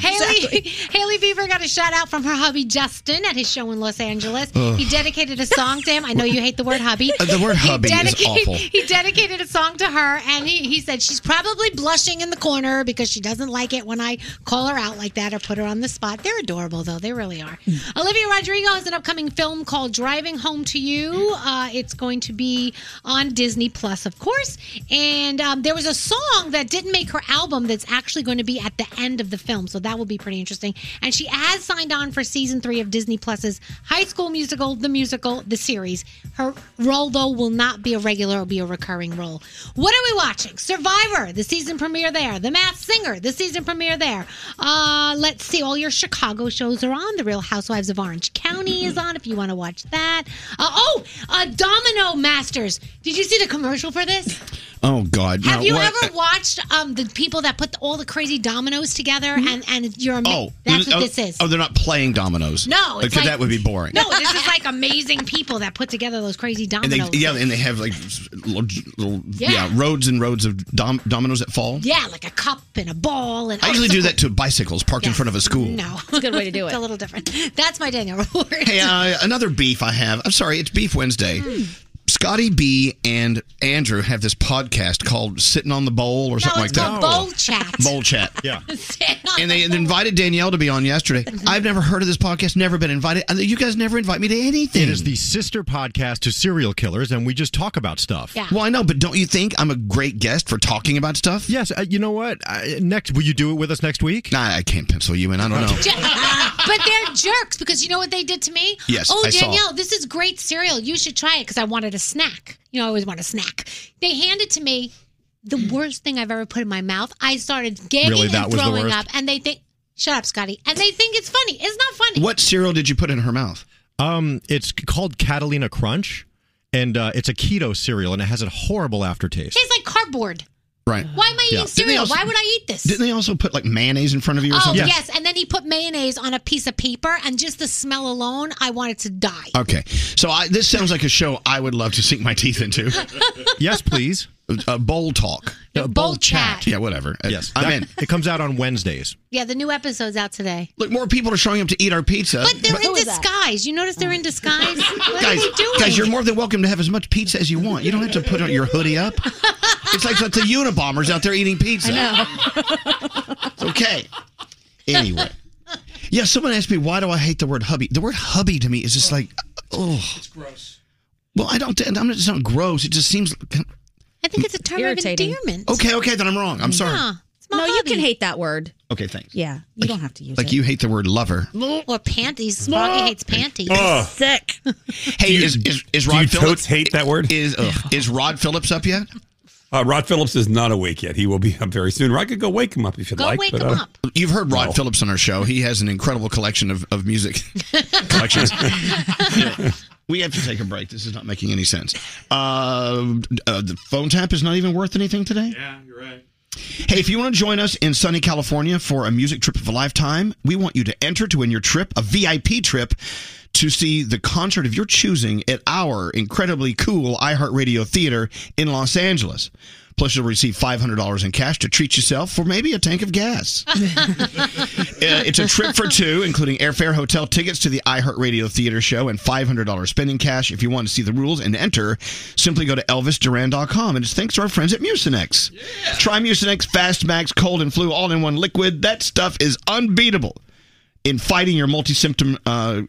Haley Haley Bieber got a shout out from her hubby Justin at his show in Los Angeles.
Ugh.
He dedicated a song to him. I know you hate the word hubby.
Uh, the word
He
hubby is
dedicated-
awful.
He dedicated a song to her, and he, he said she's probably blushing in the corner because she doesn't like it when I call her out like that or put her on the spot. They're adorable though; they really are. Olivia Rodrigo has an upcoming film called Driving Home to You. Uh, it's going to be on Disney Plus, of course. And um, there was a song that didn't make her album that's actually going to be at the end of the film, so that will be pretty interesting. And she has signed on for season three of Disney Plus's High School Musical, the musical, the series. Her role, though, will not be a regular; it'll be a recurring role. What are we watching? Survivor, the season premiere there. The Masked Singer, the season premiere there. Uh, let's see, all your Chicago shows are on. The Real Housewives of Orange County is on if you want to watch that. Uh, oh, uh, Domino Masters. Did you see the commercial for this?
Oh God!
Have
Now,
you
what-
ever watched um, the people that put all the crazy dominoes together and, and you're a ma-
Mm-hmm. Oh,
That's what
oh,
this is.
Oh, they're not playing dominoes.
No, it's
because
like-
that would be boring.
No, this is like amazing people that put together those crazy
And
dominoes.
they, yeah, and they have like little, little yeah.
Yeah.
roads and roads of dom- dominoes that fall.
Yeah, like a cup and a ball. And
I
oh,
usually
it's so
do that to bicycles parked in front of a school.
No, it's a good way to do it. it's a little different. That's my Daniel Reward.
Hey, uh, another beef I have. I'm sorry, it's Beef Wednesday. Scotty B and Andrew have this podcast called "Sitting on the Bowl" or something
it's
like
called
that.
Bowl Chat.
Bowl chat. Yeah.
Stand up.
And they they invited Danielle to be on yesterday.
Mm-hmm.
I've never heard of this podcast. Never been invited. And You guys never invite me to anything.
It is the sister podcast to Serial Killers, and we just talk about stuff.
Yeah.
Well, I know, but don't you think I'm a great guest for talking about stuff?
Yes. Uh, you know what? I, next, will you do it with us next week?
Nah, I can't pencil you in. I don't know.
Jer- but they're jerks because you know what they did to me?
Yes,
Oh,
I saw.
Danielle, this is great cereal. You should try it because I wanted a snack. You know, I always want a snack. They handed to me the worst thing I've ever put in my mouth. I started gagging
Mm. Really, that
and
was the
throwing
worst?
up, and they think, shut up, Scotty. And they think it's funny. It's not funny.
What cereal did you put in her mouth?
Um, it's called Catalina Crunch, and uh, it's a keto cereal, and it has a horrible aftertaste.
Tastes like cardboard.
Right.
Why am I eating cereal? Why would I eat this?
Didn't they also put like mayonnaise in front of you or
Oh,
something?
yes. And then he put mayonnaise on a piece of paper, and just the smell alone, I wanted to die.
Okay. So I, this sounds like a show I would love to sink my teeth into.
yes, please.
Uh, bowl talk.
Uh, bowl chat.
Yeah, whatever. Yes. I'm in.
It comes out on Wednesdays.
Yeah, the new episode's out today.
Look, more people are showing up to eat our pizza.
But they're in disguise. You notice they're in disguise? What
guys,
are they doing?
guys, you're more than welcome to have as much pizza as you want. You don't have to put your hoodie up. It's like the Unabombers out there eating pizza. It's okay. Anyway. Yeah, someone asked me why do I hate the word hubby. The word hubby to me is just like, oh, it's gross. Well, I don't. I'm not. It's not gross. It just seems.
I think it's a term
Irritating.
of endearment.
Okay, okay, then I'm wrong. I'm sorry.
no, you can hate that word.
Okay, thanks.
Yeah, you don't have to use
Like you hate the word lover.
Or panties. Froggy hates panties.
Ugh.
Sick.
Hey, is, is is Rod
you
Phillips
totes hate that word?
Is ugh, is Rod Phillips up yet?
Uh, Rod Phillips is not awake yet. He will be up very soon. Or I could go wake him up if you'd like. but, uh,
You've heard Rod Phillips on our show. He has an incredible collection of, of music collections. Anyway, we have to take a break. This is not making any sense. Uh, uh, the phone tap is not even worth anything today.
Yeah, you're right.
Hey, if you want to join us in sunny California for a music trip of a lifetime, we want you to enter to win your trip, a VIP trip to see the concert of your choosing at our incredibly cool iHeartRadio Theater in Los Angeles. Plus, you'll receive $500 in cash to treat yourself for maybe a tank of gas. Uh, it's a trip for two, including airfare, hotel tickets to the iHeartRadio Theater Show, and $500 spending cash. If you want to see the rules and enter, simply go to ElvisDuran.com. And it's thanks to our friends at Mucinex. Try Mucinex Fast Max Cold and Flu all in one liquid. That stuff is unbeatable. In fighting your multi-symptom uh,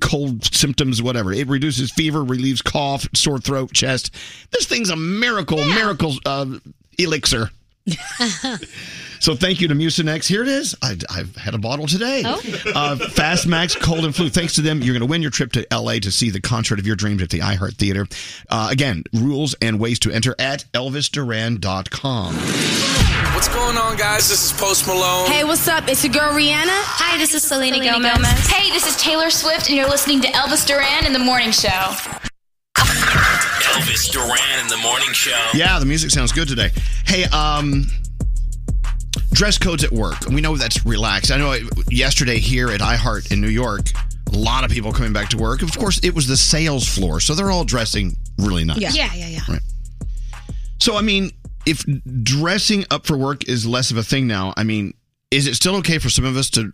cold symptoms, whatever, it reduces fever, relieves cough, sore throat, chest. This thing's a miracle, miracle uh, elixir. So thank you to Mucinex. Here it is. I, I've had a bottle today.
Oh.
Uh, Fast Max Cold and Flu. Thanks to them, you're going to win your trip to LA to see the concert of your dreams at the iHeart Theater. Uh, again, rules and ways to enter at elvisduran.com.
What's going on, guys? This is Post Malone.
Hey, what's up? It's your girl Rihanna. Hi, this is Selena, Gomez. Hey, this is Taylor Swift, and you're listening to Elvis Duran in the Morning Show.
Elvis Duran in the morning show.
Yeah, the music sounds good today. Hey, um, dress codes at work. We know that's relaxed. I know it, yesterday here at iHeart in New York, a lot of people coming back to work. Of course, it was the sales floor, so they're all dressing really nice.
Yeah, yeah, yeah.
Right. So, I mean, if dressing up for work is less of a thing now, I mean, is it still okay for some of us to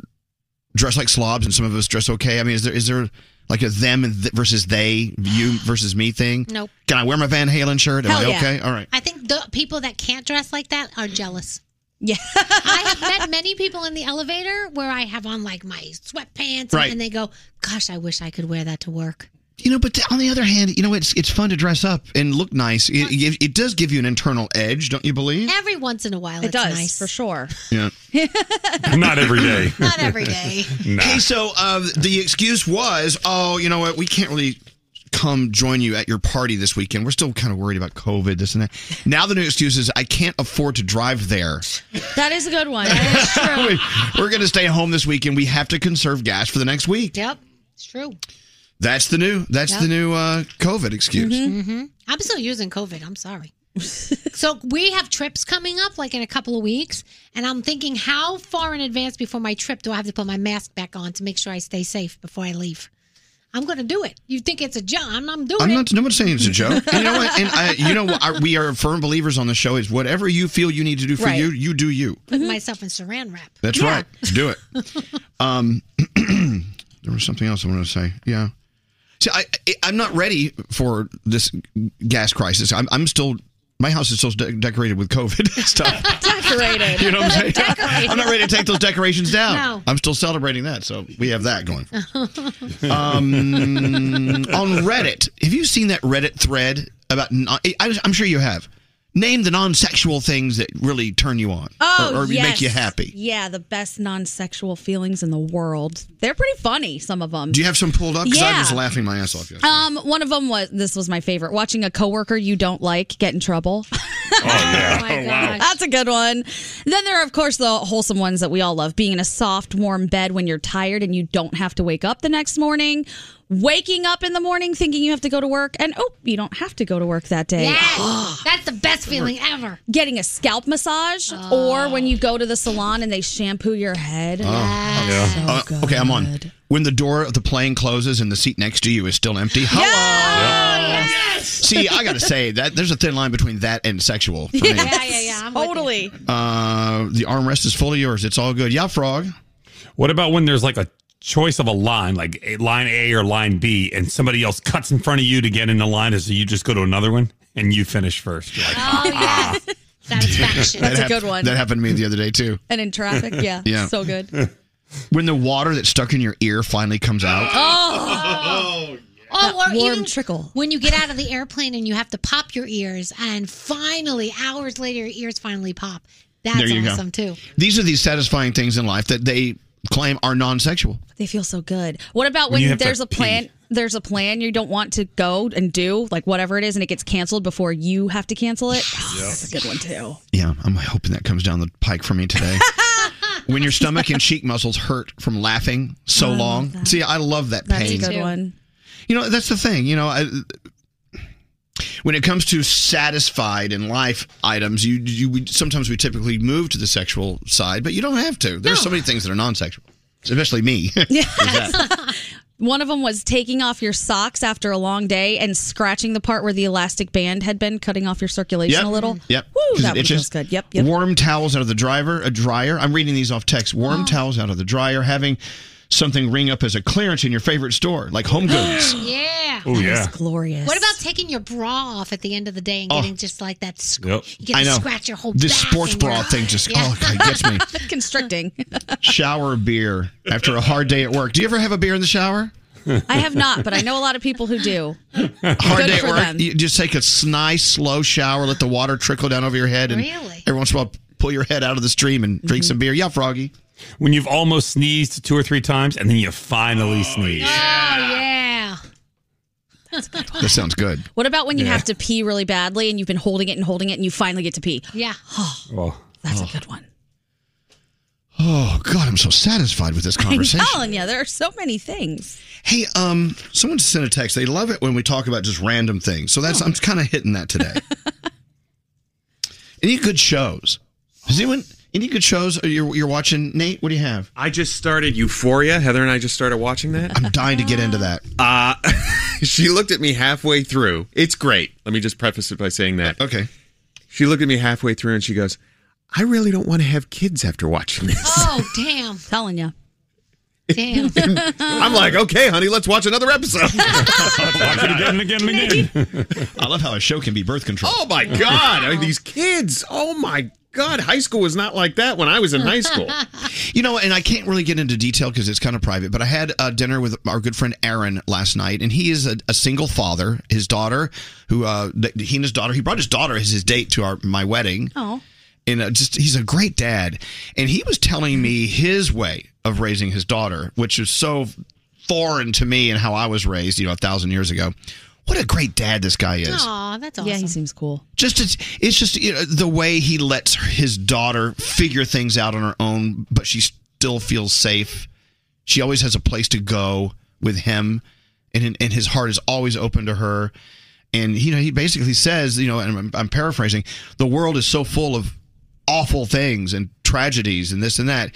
dress like slobs and some of us dress okay? I mean, is there is there like a them and th- versus they, you versus me thing?
Nope.
Can I wear my Van Halen shirt? Am
Hell
I
yeah.
okay? All right.
I think the people that can't dress like that are jealous.
Yeah.
I have met many people in the elevator where I have on like my sweatpants
Right.
and they go, gosh, I wish I could wear that to work.
You know, but on the other hand, you know, it's it's fun to dress up and look nice. It, it, it does give you an internal edge, don't you believe?
Every once in a while,
it
it's
does
nice.
for sure.
Yeah.
Not every day.
Not every day.
Hey, so uh, the excuse was, oh, you know what? We can't really come join you at your party this weekend. We're still kind of worried about COVID, this and that. Now the new excuse is, I can't afford to drive there.
That is a good one.
We- We're going to stay home this weekend. We have to conserve gas for the next week.
Yep, it's true.
That's the new. That's
Yep.
the new uh, COVID excuse.
Mm-hmm.
hmm I'm still using COVID. I'm sorry. so we have trips coming up like in a couple of weeks, and I'm thinking how far in advance before my trip do I have to put my mask back on to make sure I stay safe before I leave? I'm going to do it. You think it's a joke? I'm, I'm doing
I'm
it.
not. No one's saying it's a joke. And you know what? And I, you know, what? I, we are firm believers on the show. Is whatever you feel you need to do for
Right.
you, you do you.
Put
Mm-hmm.
myself in saran wrap.
That's
Yeah.
right. Do it. Um, there was something else I wanted to say. Yeah. See, I, I I'm not ready for this gas crisis. I'm I'm still. My house is still de- decorated with COVID stuff.
Decorated.
You know what I'm saying? I'm not ready to take those decorations down.
No.
I'm still celebrating that, so we have that going. For us. um, on Reddit, have you seen that Reddit thread about? Non- I, I'm sure you have. Name the non-sexual things that really turn you on
Oh,
or, or
yes.
make you happy.
Yeah, the best non-sexual feelings in the world. They're pretty funny. Some of them.
Do you have some pulled up? Because I was
Yeah.
laughing my ass off yesterday.
Um, one of them was this was my favorite. Watching a coworker you don't like get in trouble.
Oh,
Oh,
That's a good one. Then there are, of course, the wholesome ones that we all love being in a soft, warm bed when you're tired and you don't have to wake up the next morning, waking up in the morning thinking you have to go to work, and oh, you don't have to go to work that day.
Yes. That's the best feeling ever.
Getting a scalp massage, or when you go to the salon and they shampoo your head.
Oh, yeah. Uh, okay, I'm on. When the door of the plane closes and the seat next to you is still empty. Hello. See, I gotta say that there's a thin line between that and sexual. For me.
yeah, yeah. totally.
Uh, the armrest is fully yours. It's all good. Yeah, frog.
What about when there's like a choice of a line, like a line A or line B, and somebody else cuts in front of you to get in the line, and so you just go to another one and you finish first? You're like,
Oh,
Satisfaction.
That's a good one.
That happened to me the other day too.
And in traffic, yeah,
Yeah.
so good.
When the water that's stuck in your ear finally comes out.
Oh. Oh, or
warm
even
trickle.
When you get out of the airplane and you have to pop your ears, and finally, hours later, your ears finally pop. That's
there you
awesome,
go.
too.
These are these satisfying things in life that they claim are non-sexual.
They feel so good. What about
When
when,
you have to
there's a plan? There's a plan you don't want to go and do, like whatever it is, and it gets canceled before you have to cancel it. That's a good one too.
Yeah, I'm hoping that comes down the pike for me today. when your stomach and cheek muscles hurt from laughing so long. See, I love that
That's
pain.
a good one.
You know, that's the thing. You know, I, when it comes to satisfied in life items, you you we, sometimes we typically move to the sexual side, but you don't have to. There's so many things that are non-sexual, especially me.
One of them was taking off your socks after a long day and scratching the part where the elastic band had been cutting off your circulation
Yep.
a little.
Yep.
Woo,
'Cause
that
it
one
itches.
feels good. Yep. Yep.
Warm towels out of the driver, a dryer. I'm reading these off text. Warm towels out of the dryer. Having something ring up as a clearance in your favorite store, like Home Goods.
yeah.
Oh, That yeah. is
glorious.
What about taking your bra off at the end of the day and
Oh.
getting just like that? Sc-
Yep.
You get
I
to
know.
scratch your whole
This
back
sports
and your-
bra thing just- oh, God, it gets me.
Constricting.
Shower beer after a hard day at work. Do you ever have a beer in the shower?
I have not, but I know a lot of people who do.
Hard
Good
day at
for
work.
them.
You just take a s- nice, slow shower, let the water trickle down over your head, and
Really? Mm-hmm.
every once in a while, pull your head out of the stream and drink some beer. Yeah, Froggy.
when you've almost sneezed two or three times and then you finally sneeze.
Oh yeah.
That's a good one.
That sounds good.
What about when you
Yeah.
have to pee really badly and you've been holding it and holding it and you finally get to pee?
Yeah.
Oh,
that's a good one.
Oh God, I'm so satisfied with this conversation.
I'm telling you, there are so many things.
Hey, um, someone sent a text. They love it when we talk about just random things. So
Oh.
that's I'm kind of hitting that today. any good shows? Is anyone any good shows you're you're watching? Nate, what do you have?
I just started Euphoria. Heather and I just started watching that.
I'm dying to get into that.
Uh, she looked at me halfway through. It's great. Let me just preface it by saying that.
Okay.
She looked at me halfway through and she goes, I really don't want to have kids after watching this.
Oh, damn.
Telling you.
Damn.
I'm
"Oh,
like, okay, honey, let's watch another episode.
Watch it
and
again
again and again.
I love how a show can be birth control.
Oh my God! I mean, these kids. Oh my God! High school was not like that when I was in high school.
You know, and I can't really get into detail because it's kind of private, but I had uh, dinner with our good friend Aaron last night, and he is a, a single father. His daughter, who uh, th- he and his daughter, he brought his daughter as his date to our my wedding.
Oh.
And uh, just he's a great dad, and he was telling me his way of raising his daughter, which is so foreign to me and how I was raised, you know, a thousand years ago. What a great dad this guy is
Aw, that's awesome.
Yeah, he seems cool.
just it's, it's just you know, the way he lets his daughter figure things out on her own but she still feels safe she always has a place to go with him and and his heart is always open to her and you know he basically says you know and I'm, I'm paraphrasing the world is so full of awful things and tragedies and this and that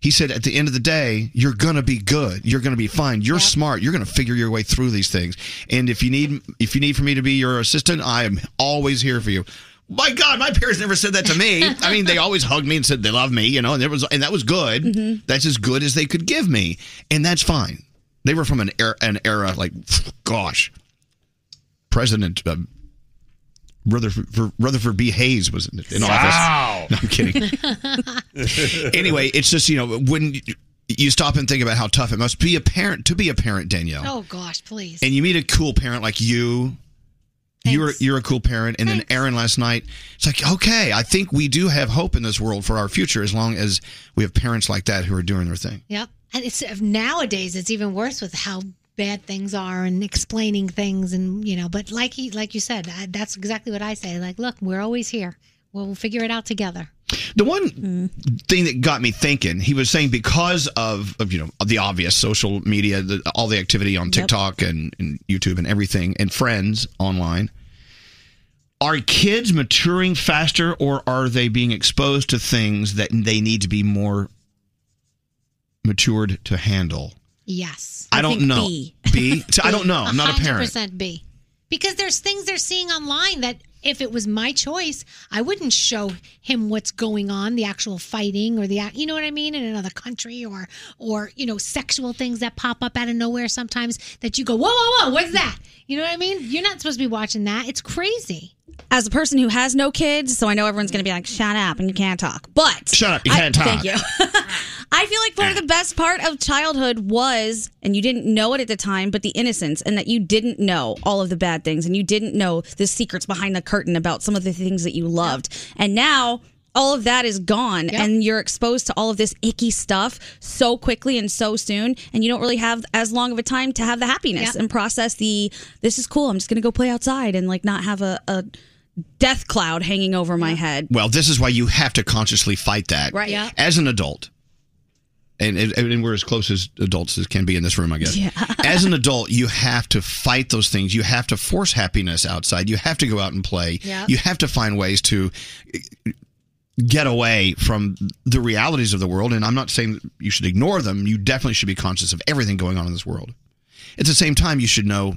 he said at the end of the day you're gonna be good you're gonna be fine you're smart you're gonna figure your way through these things and if you need if you need for me to be your assistant i am always here for you my god my parents never said that to me i mean they always hugged me and said they love me you know and, there was, and that was good
Mhm.
that's as good as they could give me and that's fine they were from an era, an era like gosh president um, Rutherford, Rutherford B. Hayes was in, in
Wow.
office. No, I'm kidding anyway, it's just you know when you, you stop and think about how tough it must be a parent to be a parent, Danielle,
Oh, gosh, please.
and you meet a cool parent like you. You're you're a cool parent, and then Aaron last night. It's like okay, I think we do have hope in this world for our future as long as we have parents like that who are doing their thing.
Yep. And it's uh, nowadays it's even worse with how bad things are and explaining things and you know. But like he, like you said, I, that's exactly what I say. Like, look, we're always here. We'll, we'll figure it out together.
The one thing that got me thinking, he was saying because of, of you know the obvious social media, the, all the activity on TikTok and, and YouTube and everything, and friends online. Are kids maturing faster, or are they being exposed to things that they need to be more matured to handle?
Yes.
I, don't know. B. So I don't know. I'm not a parent.
Percent B, because there's things they're seeing online that if it was my choice, I wouldn't show him what's going on, the actual fighting or the act- you know what I mean in another country or or you know sexual things that pop up out of nowhere sometimes that you go whoa whoa whoa what's that you know what I mean you're not supposed to be watching that it's crazy
As a person who has no kids, so I know everyone's going to be like, shut up and you can't talk. But
Shut up. You
I-
can't talk.
Thank you. I feel like part of the best part of childhood was, and you didn't know it at the time, but the innocence and that you didn't know all of the bad things and you didn't know the secrets behind the curtain about some of the things that you loved. And now all of that is gone and you're exposed to all of this icky stuff so quickly and so soon and you don't really have as long of a time to have the happiness
Yeah.
and process the this is cool i'm just going to go play outside and like not have a, a death cloud hanging over my head
Well, this is why you have to consciously fight that.
Right. Yeah.
As an adult, and, and and we're as close as adults as can be in this room, I guess. Yeah. as an adult, you have to fight those things. You have to force happiness outside. You have to go out and play.
Yeah.
You have to find ways to get away from the realities of the world. And I'm not saying that you should ignore them. You definitely should be conscious of everything going on in this world. At the same time, you should know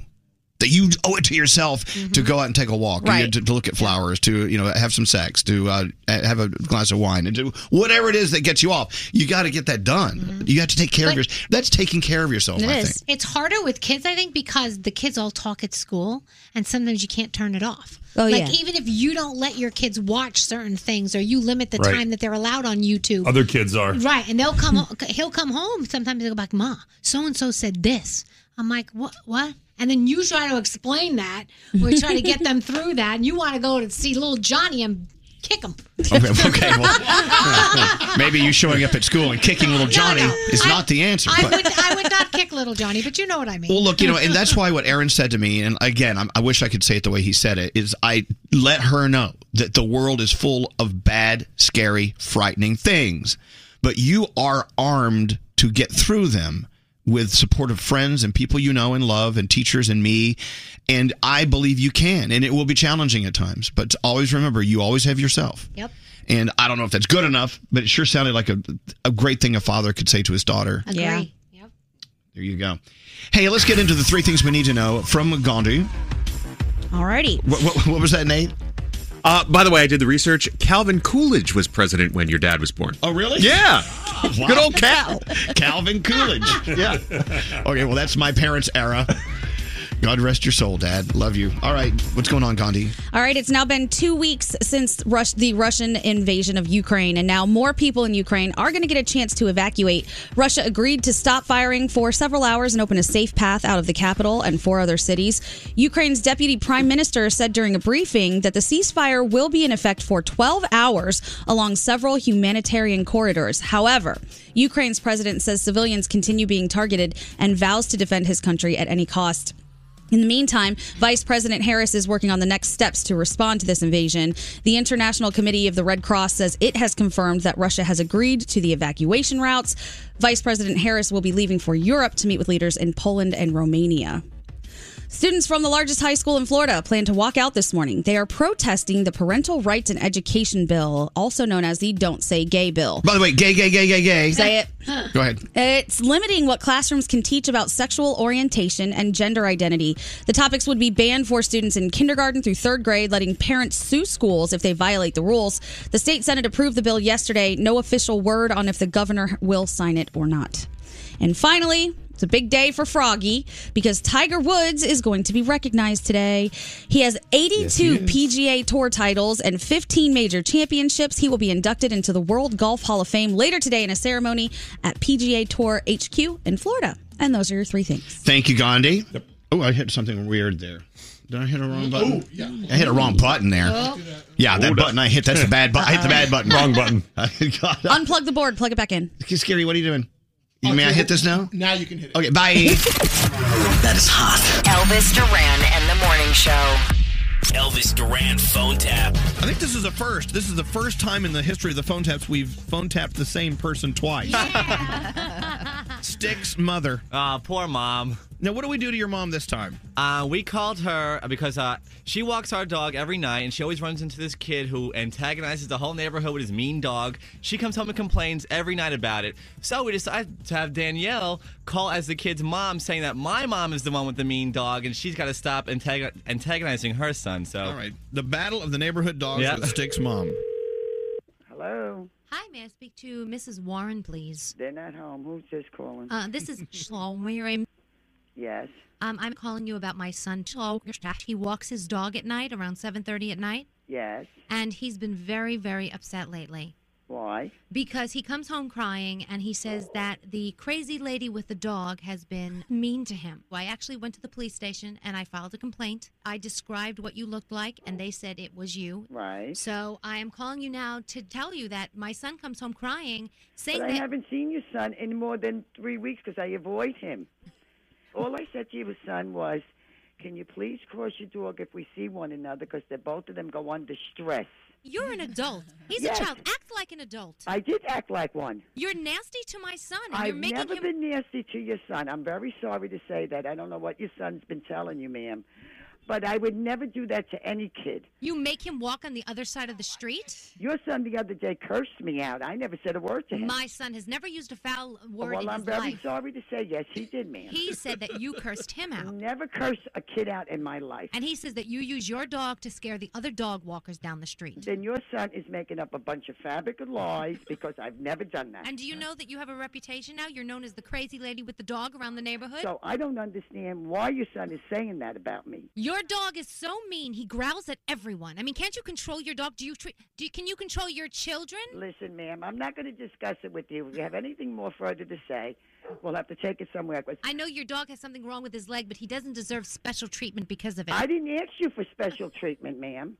that you owe it to yourself
Mm-hmm.
to go out and take a walk,
Right.
to, to look at flowers, to you know have some sex, to uh, have a glass of wine, and do whatever it is that gets you off. You got to get that done. You have to take care of
Mm-hmm. But-
yourself. That's taking care of
Oh,
yourself. I think.
It's harder with kids, I think, because the kids all talk at school, and sometimes you can't turn it off.
Oh,
like
yeah.
even if you don't let your kids watch certain things, or you limit the
Right.
time that they're allowed on YouTube,
Other kids are.
right, and they'll come. he'll come home sometimes. They'll go back, Ma. So and so said this. I'm like, what? What? And then you try to explain that, or you try to get them through that, and you want to go to see little Johnny and kick him.
Okay, okay, well, maybe you showing up at school and kicking little Johnny is not the answer.
I
but-
would, I would not kick little Johnny, but you know what I mean.
Well, look, you know, and that's why what Aaron said to me, and again, I'm, I wish I could say it the way he said it, is I let her know that the world is full of bad, scary, frightening things, but you are armed to get through them with supportive friends and people you know and love and teachers and me and I believe you can and it will be challenging at times but always remember you always have yourself
Yep.
and I don't know if that's good enough but it sure sounded like a a great thing a father could say to his daughter
Yeah.
there you go. Hey, let's get into the three things we need to know from Gandhi.
alrighty
What, what, what was that, Nate?
Uh, by the way, I did the research. Calvin Coolidge was president when your dad was born.
Oh, really?
Yeah.
Oh,
Wow.
Good old Cal.
Calvin Coolidge. Yeah. Okay, well, that's my parents' era. God rest your soul, Dad. Love you. All right, what's going on, Gandhi?
All right, it's now been two weeks since Rus- the Russian invasion of Ukraine, and now more people in Ukraine are going to get a chance to evacuate. Russia agreed to stop firing for several hours and open a safe path out of the capital and four other cities. Ukraine's deputy prime minister said during a briefing that the ceasefire will be in effect for 12 hours along several humanitarian corridors. However, Ukraine's president says civilians continue being targeted and vows to defend his country at any cost. In the meantime, Vice President Harris is working on the next steps to respond to this invasion. The International Committee of the Red Cross says it has confirmed that Russia has agreed to the evacuation routes. Vice President Harris will be leaving for Europe to meet with leaders in Poland and Romania. Students from the largest high school in Florida plan to walk out this morning. They are protesting the Parental Rights and Education Bill, also known as the Don't Say Gay Bill.
By the way, gay, gay, gay, gay, gay.
Say it.
Go ahead.
It's limiting what classrooms can teach about sexual orientation and gender identity. The topics would be banned for students in kindergarten through third grade, letting parents sue schools if they violate the rules. The state senate approved the bill yesterday. No official word on if the governor will sign it or not. And finally, it's a big day for Froggy because Tiger Woods is going to be recognized today. He has 82 PGA Tour titles and 15 major championships. He will be inducted into the World Golf Hall of Fame later today in a ceremony at PGA Tour HQ in Florida. And those are your three things.
Thank you, Gandhi. Oh, I hit something weird there. Did I hit a wrong button?
Oh, yeah.
I hit a wrong button there.
Oh.
Yeah, that
Oh,
button I hit, that's a bad button. I hit the bad button.
Wrong
button.
Unplug the board, plug it back in.
Scary, what are you doing? You may I hit this now?
Now Oh, you can hit it.
Okay, bye.
That is hot. Elvis Duran and the Morning Show.
Elvis Duran phone tap.
I think this is a first. This is the first time in the history of the phone taps we've phone tapped the same person twice. Sticks mother.
Ah, poor mom.
Now, what do we do to your mom this time?
Uh, we called her because uh, she walks our dog every night, and she always runs into this kid who antagonizes the whole neighborhood with his mean dog. She comes home and complains every night about it. So we decided to have Danielle call as the kid's mom, saying that my mom is the one with the mean dog, and she's got to stop antag- antagonizing her son. So,
All right. The battle of the neighborhood dogs
Yeah.
with Sticks mom.
Hello.
Hi, may I speak to Mrs. Warren, please?
They're not home. Who's this calling?
Uh, this is Schlauer.
yes.
Um, I'm calling you about my son Schlauer. He walks his dog at night around 7:30 at night,
Yes.
and he's been very, very upset lately
Why?
because he comes home crying and he says that the crazy lady with the dog has been mean to him. I actually went to the police station and I filed a complaint. I described what you looked like, and they said it was you.
Right.
So I am calling you now to tell you that my son comes home crying, saying
But I
that
haven't seen your son in more than three weeks because I avoid him. All I said to your son was, "Can you please cross your dog if we see one another? Because they both of them go under stress."
You're an adult. He's
Yes.
a child. Act like an adult.
I did act like one.
You're nasty to my son, and you're
I've
making
never
him.
been nasty to your son. I'm very sorry to say that. I don't know what your son's been telling you, ma'am, but I would never do that to any kid.
You make him walk on the other side of the street.
Your son the other day cursed me out. I never said a word to him.
My son has never used a foul word
well,
in
I'm
his
very
life.
sorry to say, yes, he did, ma'am.
He said that you cursed him out,
never cursed a kid out in my life.
and he says that you use your dog to scare the other dog walkers down the street.
Then your son is making up a bunch of fabric of lies because I've never done that.
And do you know that you have a reputation now? You're known as the crazy lady with the dog around the neighborhood.
so I don't understand why your son is saying that about me.
Your dog is so mean. He growls at everyone. I mean, can't you control your dog? Do you treat? Do you, can you control your children?
Listen, ma'am, I'm not going to discuss it with you. If you have anything more further to say, we'll have to take it somewhere. 'cause
I know your dog has something wrong with his leg, but he doesn't deserve special treatment because of it.
I didn't ask you for special treatment, ma'am.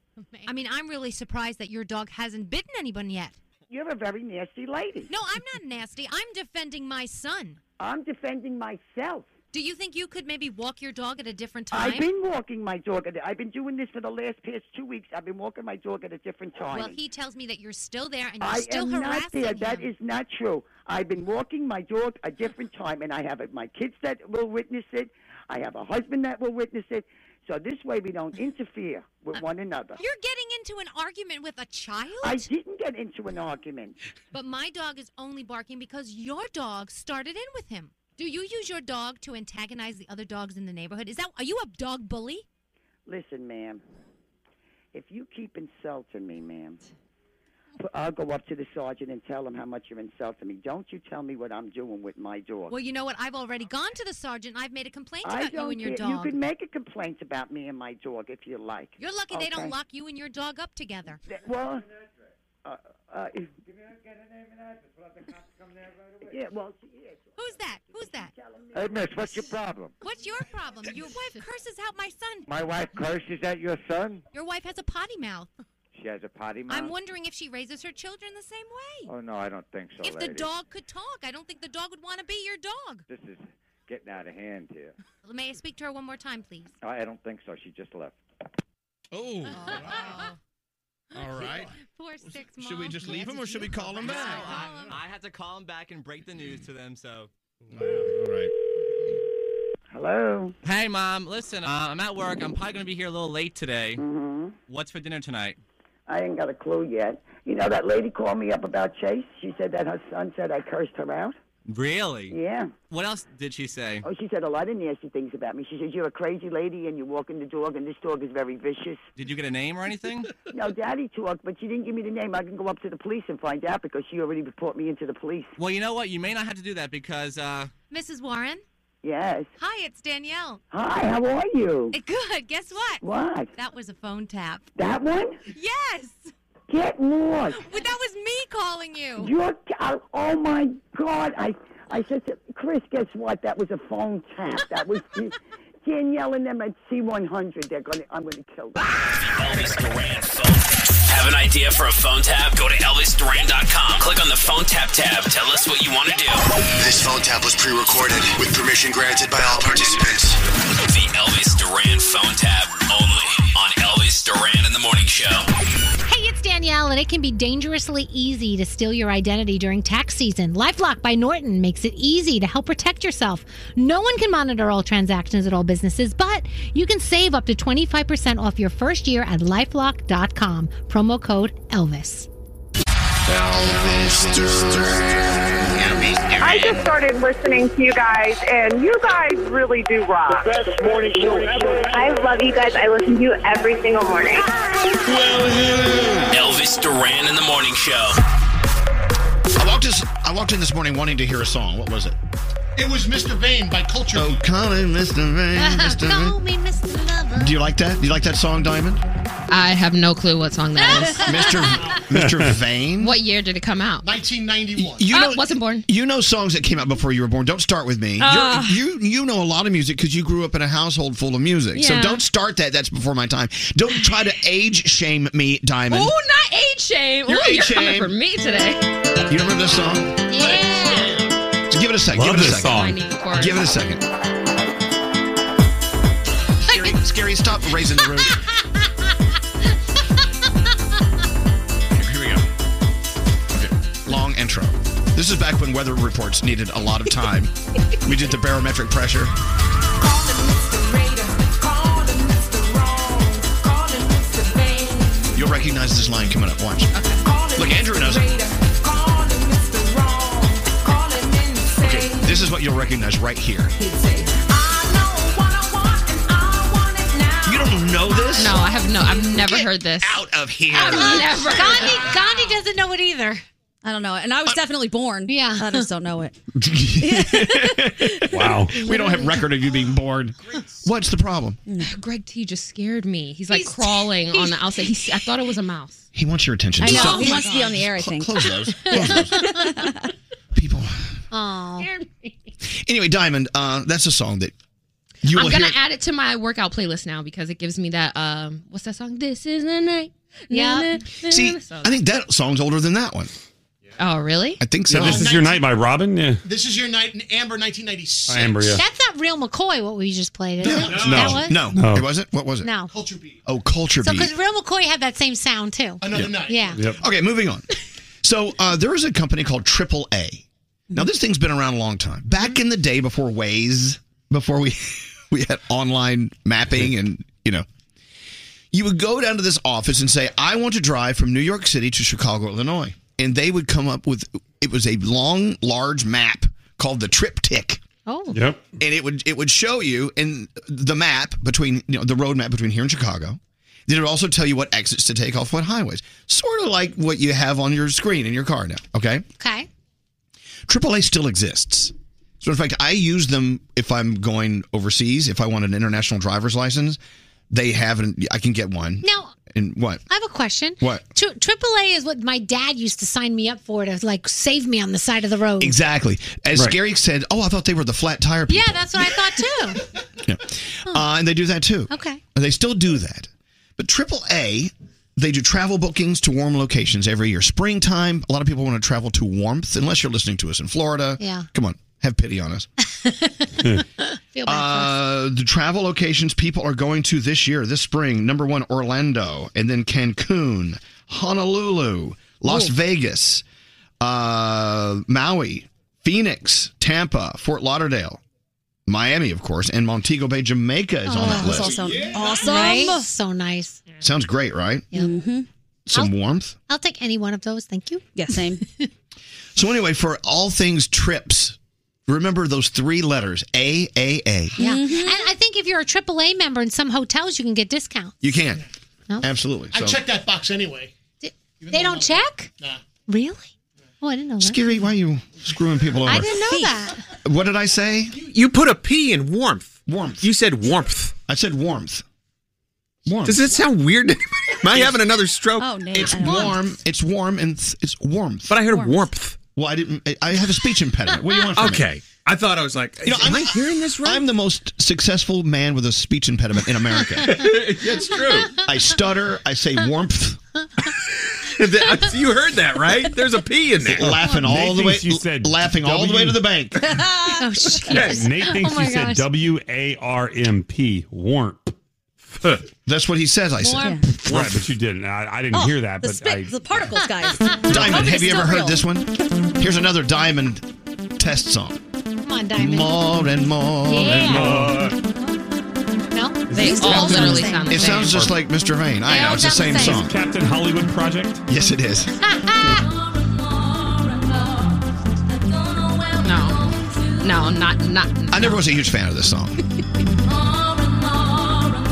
I mean, I'm really surprised that your dog hasn't bitten anyone yet.
You're a very nasty lady.
No, I'm not nasty. I'm defending my son.
I'm defending myself.
Do you think you could maybe walk your dog at a different time?
I've been walking my dog. At, I've been doing this for the last past two weeks. I've been walking my dog at a different time.
Well, he tells me that you're still there and you're
I
still
am not
harassing
there.
him.
That is not true. I've been walking my dog a different time, and I have my kids that will witness it. I have a husband that will witness it. So this way, we don't interfere with one another.
Uh, You're getting into an argument with a child?
I didn't get into an argument.
But my dog is only barking because your dog started in with him. Do you use your dog to antagonize the other dogs in the neighborhood? Is that are you a dog bully?
Listen, ma'am. If you keep insulting me, ma'am, I'll go up to the sergeant and tell him how much you're insulting me. Don't you tell me what I'm doing with my dog.
Well, you know what? I've already gone to the sergeant. I've made a complaint
I
about you
don't
and your
care.
dog.
You can make a complaint about me and my dog if you like.
You're lucky they
Okay?
don't lock you and your dog up together.
Well, uh, uh, yeah, well,
Who's that? Who's that?
Hey, miss, what's your problem?
What's your problem? Your wife curses out my son.
My wife curses at your son?
Your wife has a potty mouth.
She has a potty mouth?
I'm wondering if she raises her children the same way.
Oh, no, I don't think so,
If
lady.
the dog could talk, I don't think the dog would want to be your dog.
This is getting out of hand here.
May I speak to her one more time, please?
I I don't think so. She just left.
Oh. All right.
Four six.
Should we just leave him or should we call him back?
I, I had to call him back and break the news to them. So.
All right.
Hello.
Hey, mom. Listen, uh, I'm at work. I'm probably gonna be here a little late today.
Mm-hmm.
What's for dinner tonight?
I ain't got a clue yet. You know, that lady called me up about Chase. She said that her son said I cursed her out.
Really?
Yeah.
What else did she say?
Oh, she said a lot of nasty things about me. She said, You're a crazy lady and you're walking the dog, and this dog is very vicious.
Did you get a name or anything?
No, Daddy talked, but she didn't give me the name. I can go up to the police and find out because she already reported me into the police.
well, you know what? You may not have to do that because uh,
Mrs. Warren?
Yes.
Hi, it's Danielle.
Hi, how are you?
Eh, Good. Guess what?
What?
That was a phone tap.
That one?
Yes.
Get lost.
But that was me calling you.
You're, oh, oh my God. I, I said to Chris, guess what? That was a phone tap. That was Danielle and them at C100. They're gonna, I'm going to kill them.
Have an idea for a phone tap? Go to ElvisDuran.com. Click on the phone tap tab. Tell us what you want to do.
This phone tap was pre-recorded with permission granted by all participants.
The Elvis Duran phone tap only on Elvis Duran in the Morning Show.
Hey, it's Danielle, and it can be dangerously easy to steal your identity during tax season. Lifelock by Norton makes it easy to help protect yourself. No one can monitor all transactions at all businesses, but you can save up to 25% off your first year at lifelock.com. Promo code Elvis.
Elvis Duran.
I just started listening to you guys, and you guys really do rock. The best morning show ever. I love you guys. I listen to you every single morning.
Elvis Duran in the Morning Show.
I walked, this, I walked in this morning wanting to hear a song. What was it?
It was Mr. Vane by Culture.
Oh, calling Mr. Rain, Mr. Rain.
Call me Mr. Lover.
Do you like that? Do you like that song, Diamond?
I have no clue what song that is.
Mr. Mr. Vane?
What year did it come out?
1991.
You know,
wasn't born.
You know songs that came out before you were born. Don't start with me. You're-
Ah.
you you know a lot of music because you grew up in a household full of music. So
Yeah.
don't start that. That's before my time. Don't try to age shame me, Diamond.
Oh, not age shame.
You're
Ooh,
age
you're coming
shame.
for me today.
You remember this song? Yeah. Give it a second.
Love
give it a
this
second.
song. I
need the chorus.
Give it a second. Scary, scary stop raising the roof. Here we go. Okay, Long intro. This is back when weather reports needed a lot of time. we did the barometric pressure. You'll recognize this line coming up. Watch. Look, Andrew knows it. Okay, this is what you'll recognize right here. You don't know this?
No, I have no. I've never heard this.
Out of here.
I've never.
Gandhi, Gandhi doesn't know it either.
I don't know it. And I was definitely born. Yeah. I just don't know it.
Wow. we don't have record of you being bored. What's the problem?
Greg T just scared me. He's like crawling on the outside. He's, I thought it was a mouse.
He wants your attention.
I know.
Stop.
He wants to be on the air, I think.
Close those. Close those.
Oh.
Anyway, Diamond, uh, that's a song that you
I'm
will
gonna
hear.
add it to my workout playlist now because it gives me that. Um, what's that song? This is the night.
Yeah.
See,
I think that song's older than that one.
Oh, really?
I think so.
Yeah, this is your night by Robin. Yeah.
This is your night in Amber 1996.
I am, yeah.
That's not real McCoy, what we just played.
No,
Is it? That was?
no, it wasn't. What was it?
No.
Culture Beat.
Oh, culture
So,
beat.
because real McCoy had that same sound, too.
Another Yeah. night.
night. Yeah.
Okay, moving on. So uh, there is a company called AAA. Now this thing's been around a long time. Back in the day, before Waze, before we we had online mapping, and you know, you would go down to this office and say, "I want to drive from New York City to Chicago, Illinois," and they would come up with it was a long, large map called the triptych.
Oh.
Yep.
And it would it would show you in the map between you know the road map between here and Chicago. Did it also tell you what exits to take off what highways? Sort of like what you have on your screen in your car now. Okay.
Okay.
AAA still exists. So, in fact, I use them if I'm going overseas. If I want an international driver's license, they have an, I can get one.
Now,
And what?
I have a question.
What?
Tri- AAA is what my dad used to sign me up for to like save me on the side of the road.
Exactly. As Gary said, oh, I thought they were the flat tire people.
Yeah, that's what I thought too.
Uh, and they do that too.
Okay.
They still do that. But AAA, they do travel bookings to warm locations every year. Springtime, a lot of people want to travel to warmth, unless you're listening to us in Florida.
Yeah.
Come on, have pity on us.
Feel bad.
Uh, the travel locations people are going to this year, this spring, number one, Orlando, and then Cancun, Honolulu, Las Vegas, uh, Maui, Phoenix, Tampa, Fort Lauderdale, Miami, of course, and Montego Bay, Jamaica is on
Oh.
that list.
awesome.
Right? So Oh, nice.
Sounds great, right?
Mm-hmm.
Some warmth.
I'll take any one of those. Thank you.
Yeah, same.
So anyway, for all things trips, remember those three letters: A A A.
Yeah.
Mm-hmm.
And I think if you're a AAA member in some hotels, you can get discounts.
You can. Absolutely.
I
So-
check that box anyway.
They don't check?
Nah.
Really? Oh, I didn't know that.
Scary, why are you screwing people over?
I didn't know that.
What did I say?
You put a P in warmth.
Warmth.
You said warmth.
I said warmth. Warmth.
Does it sound weird? Am I having another stroke?
Oh, no. It's warm. It's warm and th- it's warmth.
But I heard warmth.
Well, I didn't. I- I have a speech impediment. What do you want from me?
Okay. I thought I was like,
You know, I'm, I hearing this right? I'm the most successful man with a speech impediment in America.
That's true.
I stutter. I say warmth.
uh, you heard that, right? There's a P in there.
Laughing all the way. laughing all the way to the bank.
oh,
Yeah, Nate thinks
oh my
you said
gosh.
W A R M P, warmp.
That's what he says. I
said.
Warmp.
Right, but you didn't. I, I didn't
Oh,
hear that.
the
But
spit-
I,
the particles, guys.
Diamond, have you
Still
ever heard
real.
this one? Here's another Diamond test song.
Come on, Diamond.
More and more
Yeah.
and more.
No?
It sounds- It sounds just like Mr. Vane. I
They
know
all
it's the
sound
same
the same.
song.
Captain Hollywood Project.
Yes, it is.
No. No, not not.
I never was a huge fan of this song.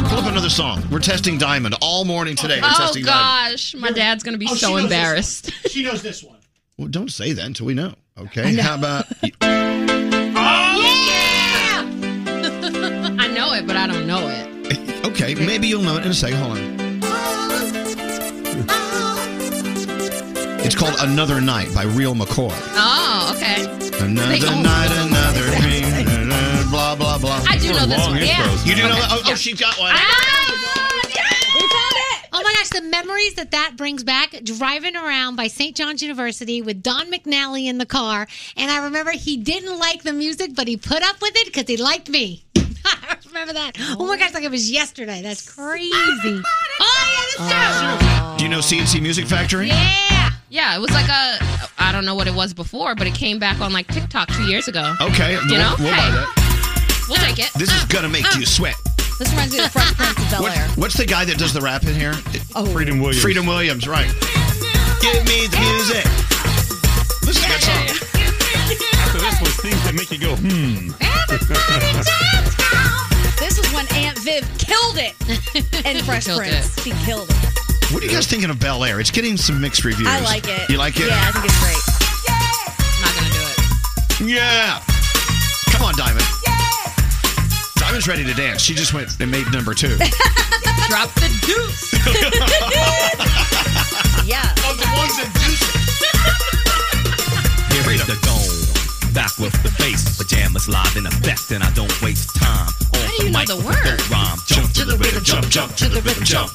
Pull up another song. We're testing Diamond all morning today. We're
Oh
testing Diamond.
gosh, my dad's gonna be
Oh, she
so
knows this
embarrassed.
one. She knows this one.
Well, don't say that until we know. Okay. How about
I know it, but I don't know it.
Okay, maybe you'll know it in a second. Hold on. It's called Another Night by Real McCoy.
Oh, okay.
Another
They all-
night, another dream, blah blah blah.
I do know this one. Yeah.
You do know
Okay.
that? Oh, oh, she's got one.
Oh my gosh, the memories that that brings back driving around by St. John's University with Don McNally in the car. And I remember he didn't like the music, but he put up with it because he liked me. I remember that. Oh my gosh, like it was yesterday. That's crazy. Oh, yeah, this
Do you know CNC Music Factory?
Yeah. Yeah, it was like a I don't know what it was before, but it came back on like TikTok two years ago.
Okay,
You know?
we'll, we'll buy
Hey.
that.
We'll take it. Uh,
This is gonna make you sweat.
This reminds me of Fresh Prince of Bel Air.
What's the guy that does the rap in here?
Oh. Freedom Williams.
Freedom Williams, right? Give me the music. This is a good song.
After this was things that make you go hmm.
This was when Aunt Viv killed it in Fresh
Killed
Prince. She killed it.
What are you guys thinking of Bel Air? It's getting some mixed reviews.
I like it.
You like it?
Yeah, I think it's great.
Yeah. Come on, Diamond. Diamond's ready to dance. She just went and made number two.
Drop the deuce.
yeah.
Of the ones that Here
is the goal. Back with the bass. Pajamas live in effect, and I don't waste time. On
How do you know the
with
word?
no rhyme. Jump to the rhythm, jump, jump to the rhythm, jump.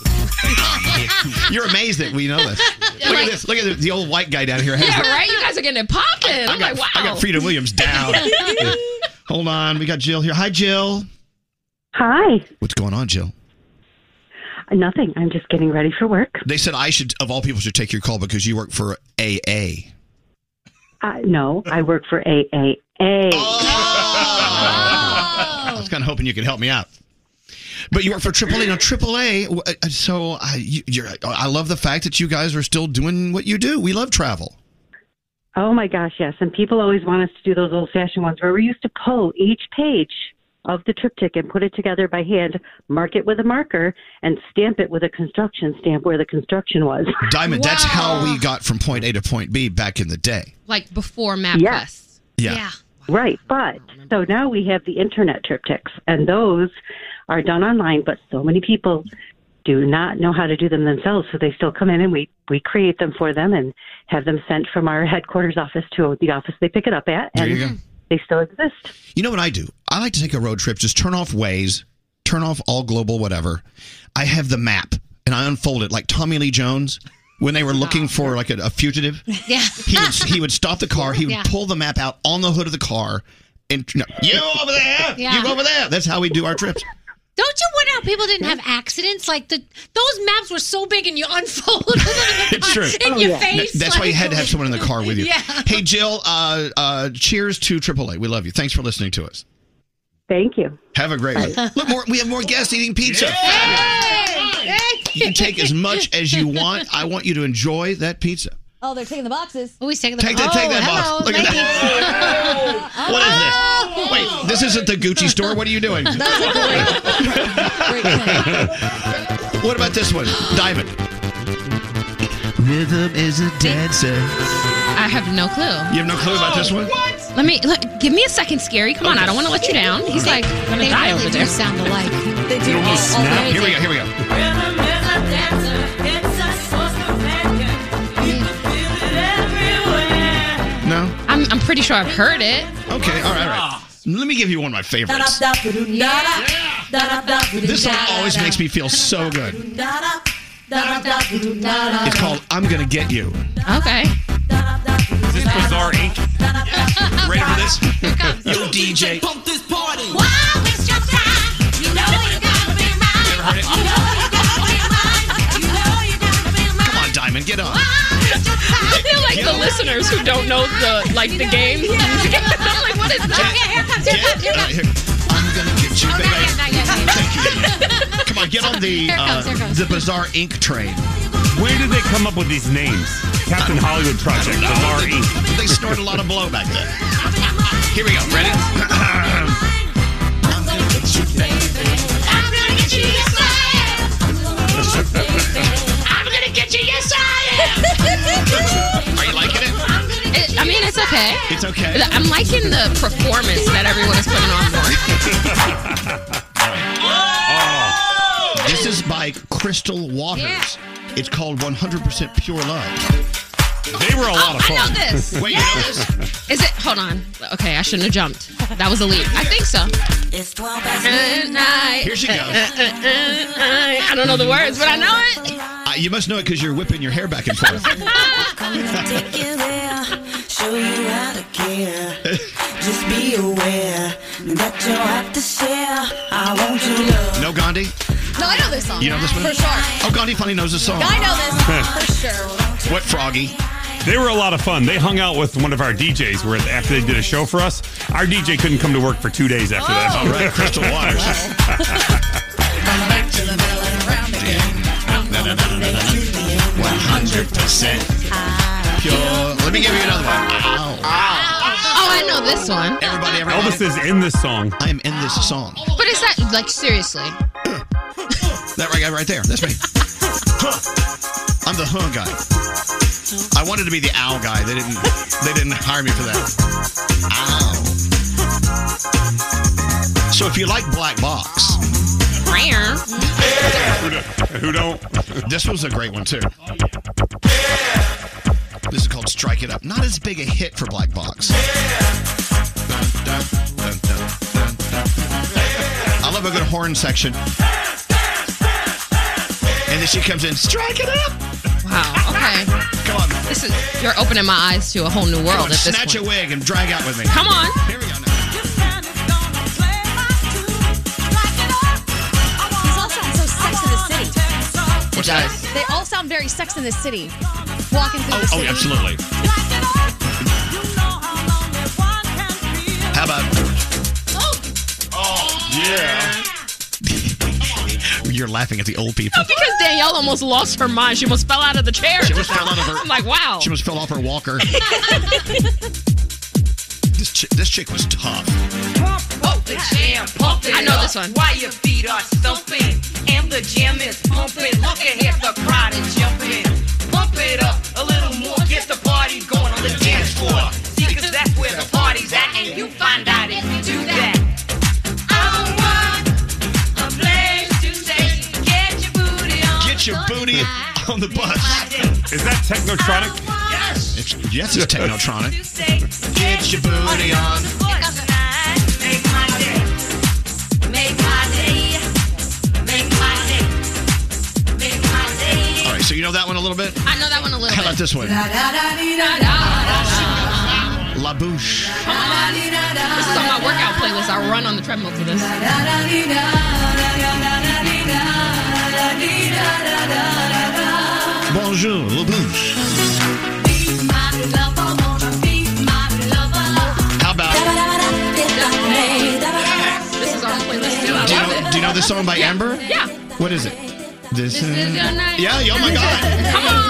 You're amazed that we know this.
Yeah,
Look
like-
at this. Look at the, the old white guy down here. has
Yeah,
it.
right? You guys are getting it popping. I'm like, wow.
I got Frida Williams down. Hold on. We got Jill here. Hi, Jill.
Hi.
What's going on, Jill?
Nothing. I'm just getting ready for work.
They said I should, of all people, should take your call because you work for AA.
Uh, no, I work for AAA.
I was kind of hoping you could help me out. But you work for AAA. Now, AAA, w- uh, so I, you- you're, I love the fact that you guys are still doing what you do. We love travel.
Oh my gosh, yes. And people always want us to do those old fashioned ones where we used to pull each page of the triptych and put it together by hand, mark it with a marker, and stamp it with a construction stamp where the construction was.
Diamond, that's how we got from point A to point B back in the day.
Like before MapQuest.
Yeah.
Right, but so now we have the internet triptychs, and those are done online. But so many people do not know how to do them themselves, so they still come in and we we create them for them and have them sent from our headquarters office to the office they pick it up at,
There
and
you go.
they still exist.
You know what I do? I like to take a road trip, just turn off Waze, turn off all global whatever. I have the map and I unfold it like Tommy Lee Jones when they were
Oh,
looking for like a, a fugitive.
Yeah.
He would, he would stop the car, he would
Yeah.
pull the map out on the hood of the car and no, you over there,
Yeah.
you go over there. That's how we do our trips.
Don't you wonder how people didn't have accidents? Like the those maps were so big, and you unfolded
It's true.
in
Oh,
Oh,
your face.
That's why you
like-
had to have someone in the car with you.
Yeah.
Hey, Jill, uh, uh, cheers to AAA. We love you. Thanks for listening to us.
Thank you.
Have a great one. Look, more, we have more guests eating pizza. You can take as much as you want. I want you to enjoy that pizza.
Oh, they're taking the boxes.
Oh, he's taking the
Take that, take that box. Look at that. What is this? Wait, this isn't the Gucci store. What are you doing? what about this one? Diamond. Rhythm is a dancer.
I have no clue.
You have no clue about this one?
Let me look, give me a second, Scary. Come on, I don't want to let you down. He's like, I'm gonna
They
die
really
over
do
there.
sound alike. They
You don't want to snap? Here we go, here we go. No?
I'm, I'm pretty sure I've heard it.
Okay, all right, all right. Let me give you one of my favorites. This song always makes me feel so good.
Uh-huh.
It's called I'm Gonna Get You.
Okay.
Is this Bizarre Inc.? Ready for this? Yo, DJ. Come on, Diamond, get up.
I feel like the listeners who don't know the like the game. I'm like, what is that?
All right, here. I'm gonna get
Oh,
you, baby. Come on, get on the
Here comes,
uh,
here comes.
the Bizarre Inc. train.
Where did they come up with these names? Captain Hollywood Project, E.
know.
Bizarre
They-
Inc.
They snorted a lot of blow back then. Here we go. Ready?
I'm gonna get you. Yes, I am.
Are you liking it?
I mean, it's okay.
It's okay.
I'm liking the performance that everyone is putting on for. it.
This is by Crystal Waters. It's called 100% Pure Love. They were a lot
of I know fun. this.
Wait, you know this?
Is it? Hold on. Okay, I shouldn't have jumped. That was a leap. I think so. It's 12 past midnight.
Here she goes.
I don't know the words, but I know it.
Uh, you must know it because you're whipping your hair back and forth.
Just be aware that you'll have to share. I want your love.
No Gandhi?
No, I know this
You know this one?
For sure.
Oh, Gandhi funny knows the song.
I know this
What Froggy?
They were a lot of fun. They hung out with one of our DJs where after they did a show for us, our DJ couldn't come to work for two days after that.
Oh, All right, Crystal Waters. One hundred percent pure. Let me give you another one. Uh,
Oh, I know this one.
Ah. Everybody,
Elvis is in this song.
I am in this song.
But is that like seriously?
That right guy right there. That's me. I'm the huh guy. I wanted to be the owl guy. They didn't. They didn't hire me for that. Ow. So if you like Black Box,
who don't?
This was a great one too. This is called Strike It Up. Not as big a hit for Black Box. I love a good horn section. And then she comes in, strike it up.
Wow. Okay.
Come on.
This is you're opening my eyes to a whole new
Come
world
on,
at this
snatch
point.
a wig and drag out with me.
Come on.
Here we go.
These all sound so Sex in the City.
What's that?
They all sound very Sex in the City. Walking through the
Oh,
city.
absolutely. How about
Oh.
Oh, yeah? You're laughing at the old people.
Oh, because Danielle almost lost her mind. She almost fell out of the chair.
She almost fell out of her-
I'm like, wow.
She almost fell off her walker. this chick, this chick was tough.
Pump the jam, pump this one.
Why your feet are stumping and the jam is pumping. Look ahead, the crowd is jumping. Pump it up a little more. Get the party going on the dance floor. See, cause that's where the party's at, and you find out if you do that. I want a place to stay. Get your booty on.
Get your booty on the bus.
Is that Technotronic?
Yes.
It's, yes, it's Technotronic.
Get your booty on. Make my day. Make my day. Make my day. Make my day.
All right, so you know that one a little bit?
I know that one a little
How
bit.
about this one?
Da da da dee da da.
La Bouche.
This is on my workout playlist. I run on the treadmill to this.
Bonjour, La Bouche. How about,
This is on the playlist too. I
do you
love
know,
it.
do you know this song by Amber?
Yeah.
What is it? This,
is your night.
Yeah, yeah, oh my God.
Come on.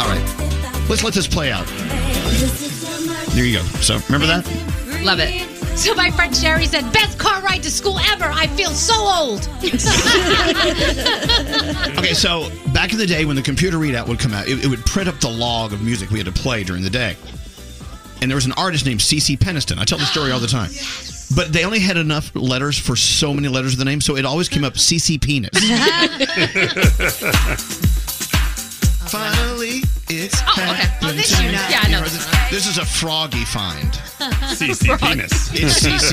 All right, let's let this play out. There you go. So, remember that?
Love it.
So my friend Sherry said, "Best car ride to school ever. I feel so old."
Okay, so back in the day when the computer readout would come out, it, it would print up the log of music we had to play during the day. And there was an artist named CC Peniston. I tell the story all the time. But they only had enough letters for so many letters of the name, so it always came up CC Penis.
Oh,
Finally, it's
Oh, okay. Oh, this you know. Yeah, I know this one.
This is a froggy find.
CC Penis.
It's
Of
CC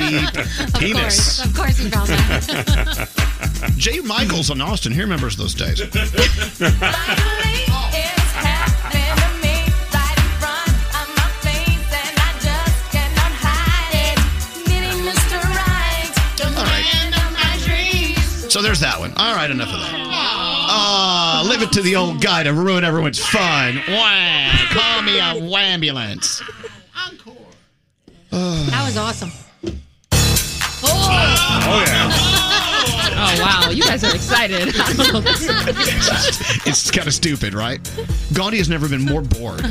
Penis.
course, of course, he found that.
Jay Michaels in Austin, he remembers those days. So there's that one. All right, enough of that. Ah, leave it to the old guy to ruin everyone's fun. Wah, call me a wambulance. Ah,
That was awesome.
Oh, yeah.
Oh wow, you guys are excited.
It's kind of stupid, right? Gandhi has never been more bored.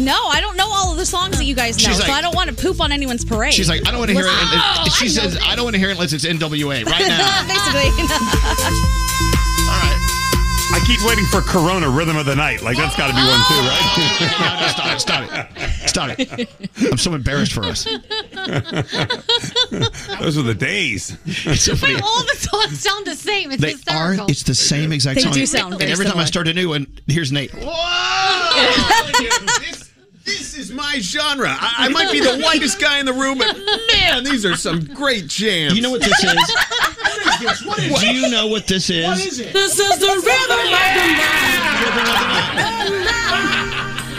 No, I don't know all of the songs that you guys know,
She's
so
like-
I don't want to poop on anyone's parade.
She's like, I don't want to hear it.
Listen- Oh,
and- and she says, I don't want to hear it unless it's NWA right now.
Basically.
I keep waiting for Corona Rhythm of the Night. Like, that's got to be one, too, right?
No, no, stop it, stop it, stop it. I'm so embarrassed for us.
Those were the days.
It's so funny.
Wait, all the songs sound the same. It's
They are.
hysterical.
It's the same exact
They
song.
do sound
and
very
every time I
similar.
start a new one, here's Nate.
this, this is my genre. I, I might be the whitest guy in the room, but man, these are some great jams.
You know what this is?
What is this? What is
Do you know what this is?
What is it?
this is the rhythm.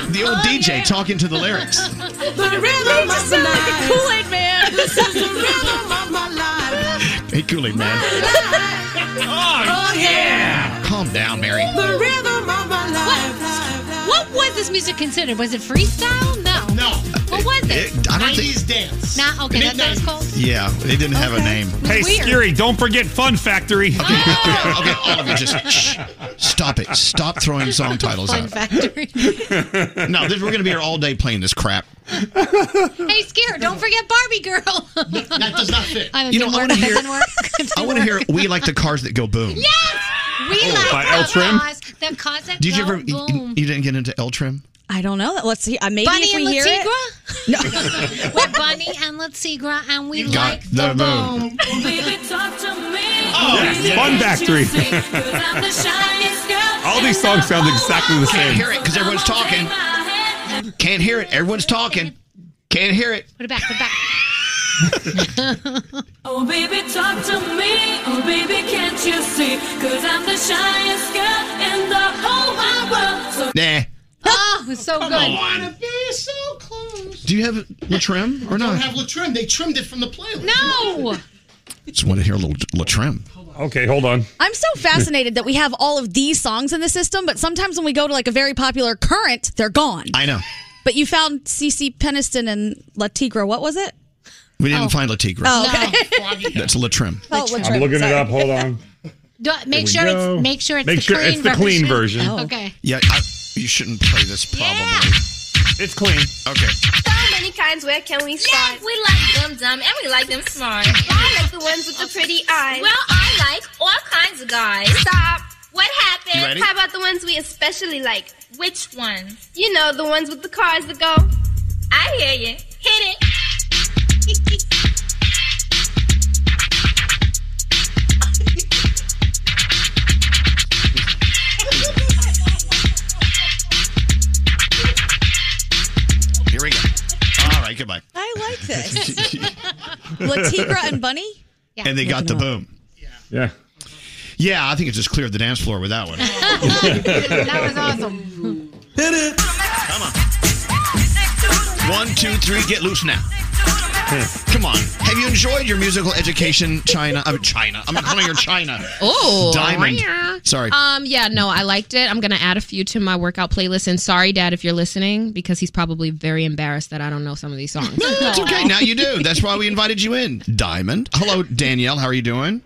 The old DJ talking to the lyrics.
Kool-Aid man. This is the
Hey, Kool Aid Man,
Oh yeah.
calm down, Mary.
What was this music considered? Was it freestyle? No.
No.
What was it?
It- I don't think.
90s dance.
Not okay. That's what it's
Mid-nineties.
called.
Yeah, they didn't have a name.
Hey,
Weird.
Scary, don't forget Fun Factory.
Oh, Okay, okay, all of you just shh, stop it. Stop throwing song titles
Fun
out.
factory.
No, this, we're going to be here all day playing this crap.
hey, Scare, don't forget Barbie Girl.
That does not fit.
I don't
You know, I
work.
want to
That
hear.
didn't work.
I want to hear. We like the cars that go boom.
Yes! We
Oh,
like
by
the
L Trim?
cause, the cause that
Did you
go
ever? You,
boom.
you didn't get into L trim.
I don't know. Let's see. Uh, maybe
Bunny
if we
and
hear it.
Latigra? No. We're Bunny and Latigra, and we
You got
like the,
the
boom.
boom.
Yes, Fun Factory. All these songs sound exactly the
Can't
same.
hear it because everyone's talking. Can't hear it. Everyone's talking. Can't hear it.
Put it back, put it back.
Oh baby, talk to me. Oh baby, can't you see? Cause I'm the shyest girl in the whole wide world. So
Nah.
Oh, it's so good.
Wanna be so close.
Do you have La Trim or
Don't
not?
have Latrim. They trimmed it from the playlist.
No!
Just want to hear a little La Trim.
Okay, hold on.
I'm so fascinated that we have all of these songs in the system, but sometimes when we go to like a very popular current, they're gone.
I know.
But you found CC Peniston and Latigra. What was it?
We didn't find La Tigra.
Oh, okay.
That's La Trim.
Oh,
I'm
Latriga,
looking it
sorry.
up. Hold on.
e-
Do- make
we
sure
go.
it's make sure it's
Make
the
sure
clean
it's the clean version.
Okay.
Yeah, I, you shouldn't play this probably.
It's clean.
Okay.
many kinds, where can we find? we like them dumb and we like them smart. I like the ones with the pretty eyes. Well, I like all kinds of guys. Stop. What happened?
You ready?
How about the ones we especially like? Which ones? You know, the ones with the cars that go. I hear you. Hit it.
Here we go. All right, goodbye.
I like this.
Latigra
Latigra and Bunny?
and they got the boom.
Yeah.
Yeah, I think it just cleared the dance floor with that one.
That
was awesome.
Hit it. Come on. One, two, three, get loose now. Come on. Have you enjoyed your musical education, China? I'm China. I'm calling her China.
Oh,
Diamond.
yeah.
Sorry.
Uh,
Um, yeah, no, I liked it. I'm gonna add a few to my workout playlist. And sorry, Dad, if you're listening, because he's probably very embarrassed that I don't know some of these songs.
No, that's okay. Now you do. That's why we invited you in. Diamond. Hello, Danielle. How are you doing?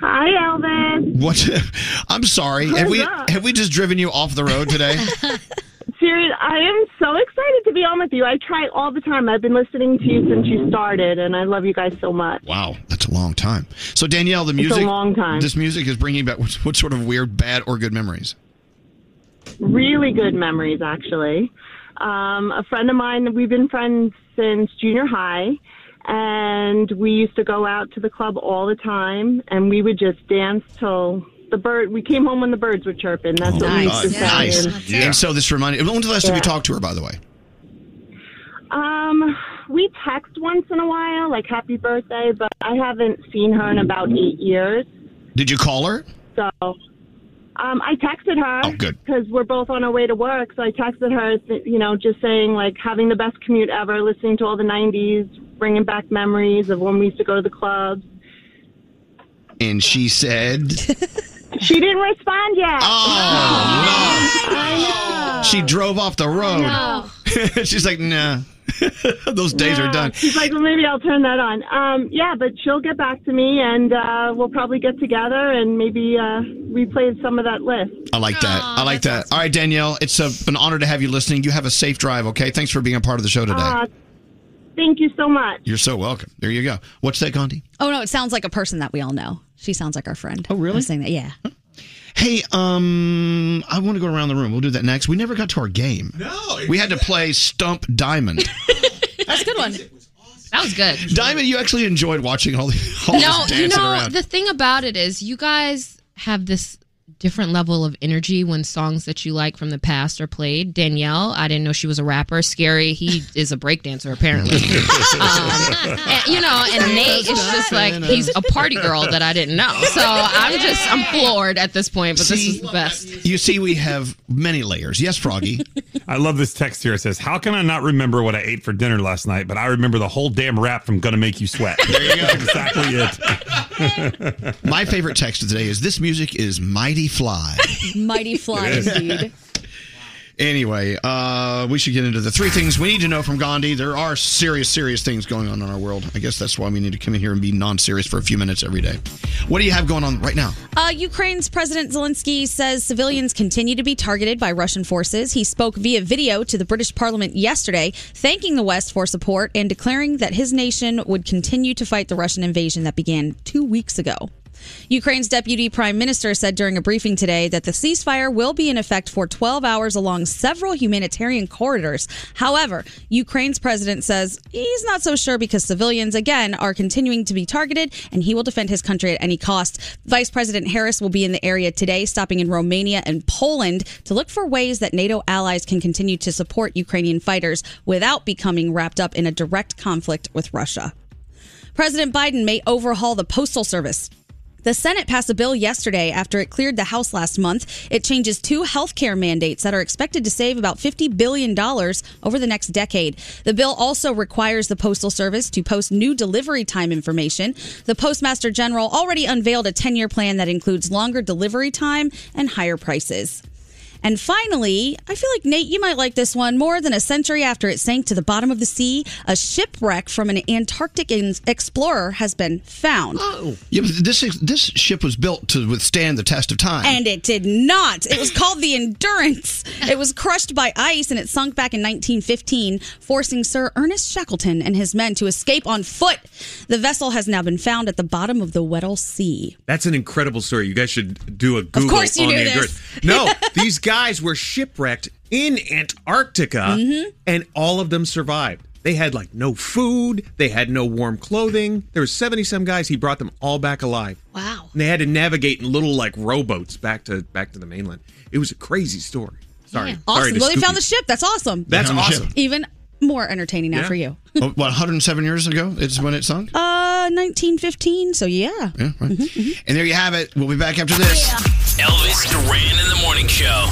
Hi, Elvis.
What? I'm sorry. Have
What's
we
up?
have we just driven you off the road today?
Seriously, I am so excited to be on with you. I try all the time. I've been listening to you since you started, and I love you guys so much.
Wow, that's a long time. So Danielle, the
It's a
music.
long time.
This music is bringing back what, what sort of weird, bad, or good memories?
Really good memories, actually. Um, a friend of mine, we've been friends since junior high, and we used to go out to the club all the time, and we would just dance till the bird. We came home when the birds were chirping. That's what we used to say. And-
nice. And so this reminded. When was the last time you
Yeah.
talked to her, by the way?
Um, we text once in a while, like happy birthday, but I haven't seen her in about eight years.
Did you call her?
So, um, I texted her.
Oh, good.
Because we're both on our way to work, so I texted her, th- you know, just saying like having the best commute ever, listening to all the '90s, bringing back memories of when we used to go to the clubs.
And she said
She didn't respond yet.
Oh, she drove off the road.
No.
She's like, nah. Those days are done.
She's like, well, maybe I'll turn that on. Um, yeah, but she'll get back to me, and uh, we'll probably get together and maybe uh, replay some of that list.
I like that. I like that. All right, Danielle, it's a, an honor to have you listening. You have a safe drive, okay? Thanks for being a part of the show today.
Uh, thank you so much.
You're so welcome. There you go. What's that, Gandhi?
Oh, no, it sounds like a person that we all know. She sounds like our friend. Oh, really? saying that, yeah.
Hey, um, I want to go around the room. We'll do that next. We never got to our game. No, we had to play Stump Diamond.
That's a good one. That was good.
Diamond, you actually enjoyed watching all, the, all
No,
this
you
dancing around.
know, the- Wow. Wow. Wow. The thing about it is, you guys have this different level of energy when songs that you like from the past are played. Danielle, I didn't know she was a rapper. Scary, he is a breakdancer apparently. um, and, you know, and Nate is just like he's a party girl that I didn't know. So I'm just I'm floored at this point. But this is the best.
You see, we have many layers. Yes, Froggy.
I love this text here. It says, How can I not remember what I ate for dinner last night, but I remember the whole damn rap from Gonna Make You Sweat? There you go. exactly it.
My favorite text of today is this music is mighty fly.
Mighty fly,
It is.
indeed.
Anyway, uh, we should get into the three things we need to know from Gandhi. There are serious, serious things going on in our world. I guess that's why we need to come in here and be non serious for a few minutes every day. What do you have going on right now?
Uh, Ukraine's President Zelensky says civilians continue to be targeted by Russian forces. He spoke via video to the British Parliament yesterday, thanking the West for support and declaring that his nation would continue to fight the Russian invasion that began two weeks ago. Ukraine's deputy prime minister said during a briefing today that the ceasefire will be in effect for 12 hours along several humanitarian corridors. However, Ukraine's president says he's not so sure because civilians, again, are continuing to be targeted and he will defend his country at any cost. Vice President Harris will be in the area today, stopping in Romania and Poland to look for ways that NATO allies can continue to support Ukrainian fighters without becoming wrapped up in a direct conflict with Russia. President Biden may overhaul the Postal Service. The Senate passed a bill yesterday after it cleared the House last month. It changes two health care mandates that are expected to save about $50 billion over the next decade. The bill also requires the Postal Service to post new delivery time information. The Postmaster General already unveiled a 10 year plan that includes longer delivery time and higher prices. And finally, I feel like Nate, you might like this one. More than a century after it sank to the bottom of the sea, a shipwreck from an Antarctic in- explorer has been found.
Yeah, but this is- this ship was built to withstand the test of time.
And it did not. It was called the Endurance. It was crushed by ice and it sunk back in 1915, forcing Sir Ernest Shackleton and his men to escape on foot. The vessel has now been found at the bottom of the Weddell Sea.
That's an incredible story. You guys should do a Google
course you
on
knew
the
this.
Endurance. No, these guys were shipwrecked in Antarctica,
Mm-hmm.
and all of them survived. They had like no food. They had no warm clothing. There were seventy some guys. He brought them all back alive.
Wow.
And they had to navigate in little like rowboats back to back to the mainland. It was a crazy story. Sorry. Sorry
Awesome.
to
Well, they
scoop
found
you.
the ship. That's awesome.
That's They found the awesome. ship.
Even more entertaining now for you.
Oh, what, 107 years ago is when it sunk?
Uh, 1915. So yeah.
Yeah, right. And there you have it. We'll be back after this.
Elvis Duran in the morning show.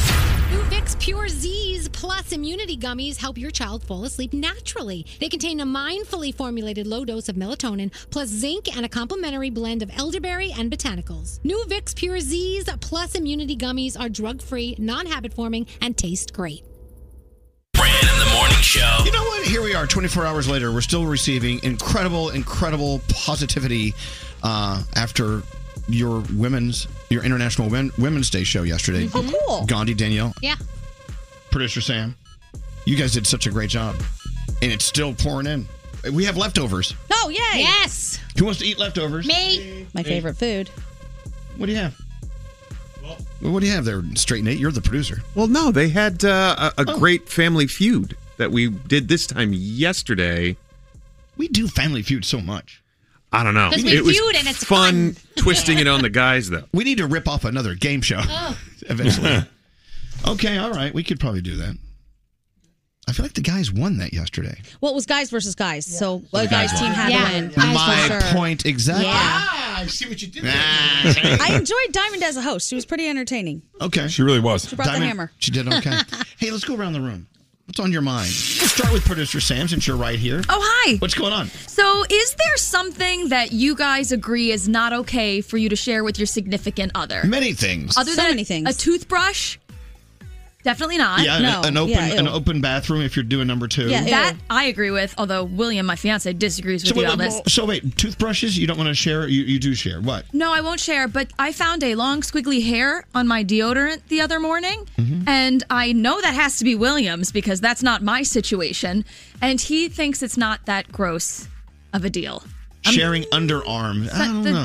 New Vicks Pure Z's Plus Immunity Gummies help your child fall asleep naturally. They contain a mindfully formulated low dose of melatonin, plus zinc and a complementary blend of elderberry and botanicals. New Vicks Pure Z's Plus Immunity Gummies are drug free, non habit forming, and taste great.
Morning show.
You know what? Here we are, 24 hours later. We're still receiving incredible, incredible positivity uh, after your women's, your International Wom- Women's Day show yesterday.
Oh, cool.
Gandhi, Danielle,
Yeah.
producer Sam, you guys did such a great job, and it's still pouring in. We have leftovers.
Oh, yay.
Yes.
Who wants to eat leftovers?
Me.
My favorite food.
What do you have? Well, what do you have there, Straight Nate? You're the producer.
Well, no, they had uh, a, a great family feud that we did this time yesterday.
We do family feud so much.
I don't
Oh.
know.
'Cause we
it was
feud and it's
fun, twisting it on the guys though.
We need to rip off another game show
Oh,
Oh.
eventually. okay, all right. We could probably do that. I feel like the guys won that yesterday.
Well, it was guys versus guys. So the
the guys
guys, team
won.
had
Yeah.
to win.
My
for sure.
point exactly. Ah.
Ah, I see what you did there.
I enjoyed Diamond as a host. She was pretty entertaining.
Okay.
She really was.
She brought the hammer.
She did okay. hey, let's go around the room. What's on your mind? Let's start with producer Sam since you're right here.
Oh, hi.
What's going on?
So, is there something that you guys agree is not okay for you to share with your significant other?
Many things.
Other than a- a toothbrush? Definitely not.
yeah, an- an open an open bathroom if you're doing number two.
Yeah, that I agree with, although William, my fiance, disagrees with
So
you
wait,
on this.
wait, so wait, toothbrushes you don't want to share? You, you do share what?
No, I won't share, but I found a long squiggly hair on my deodorant the other morning.
Mm-hmm.
And I know that has to be Williams because that's not my situation. And he thinks it's not that gross of a deal.
Sharing underarm. I don't know.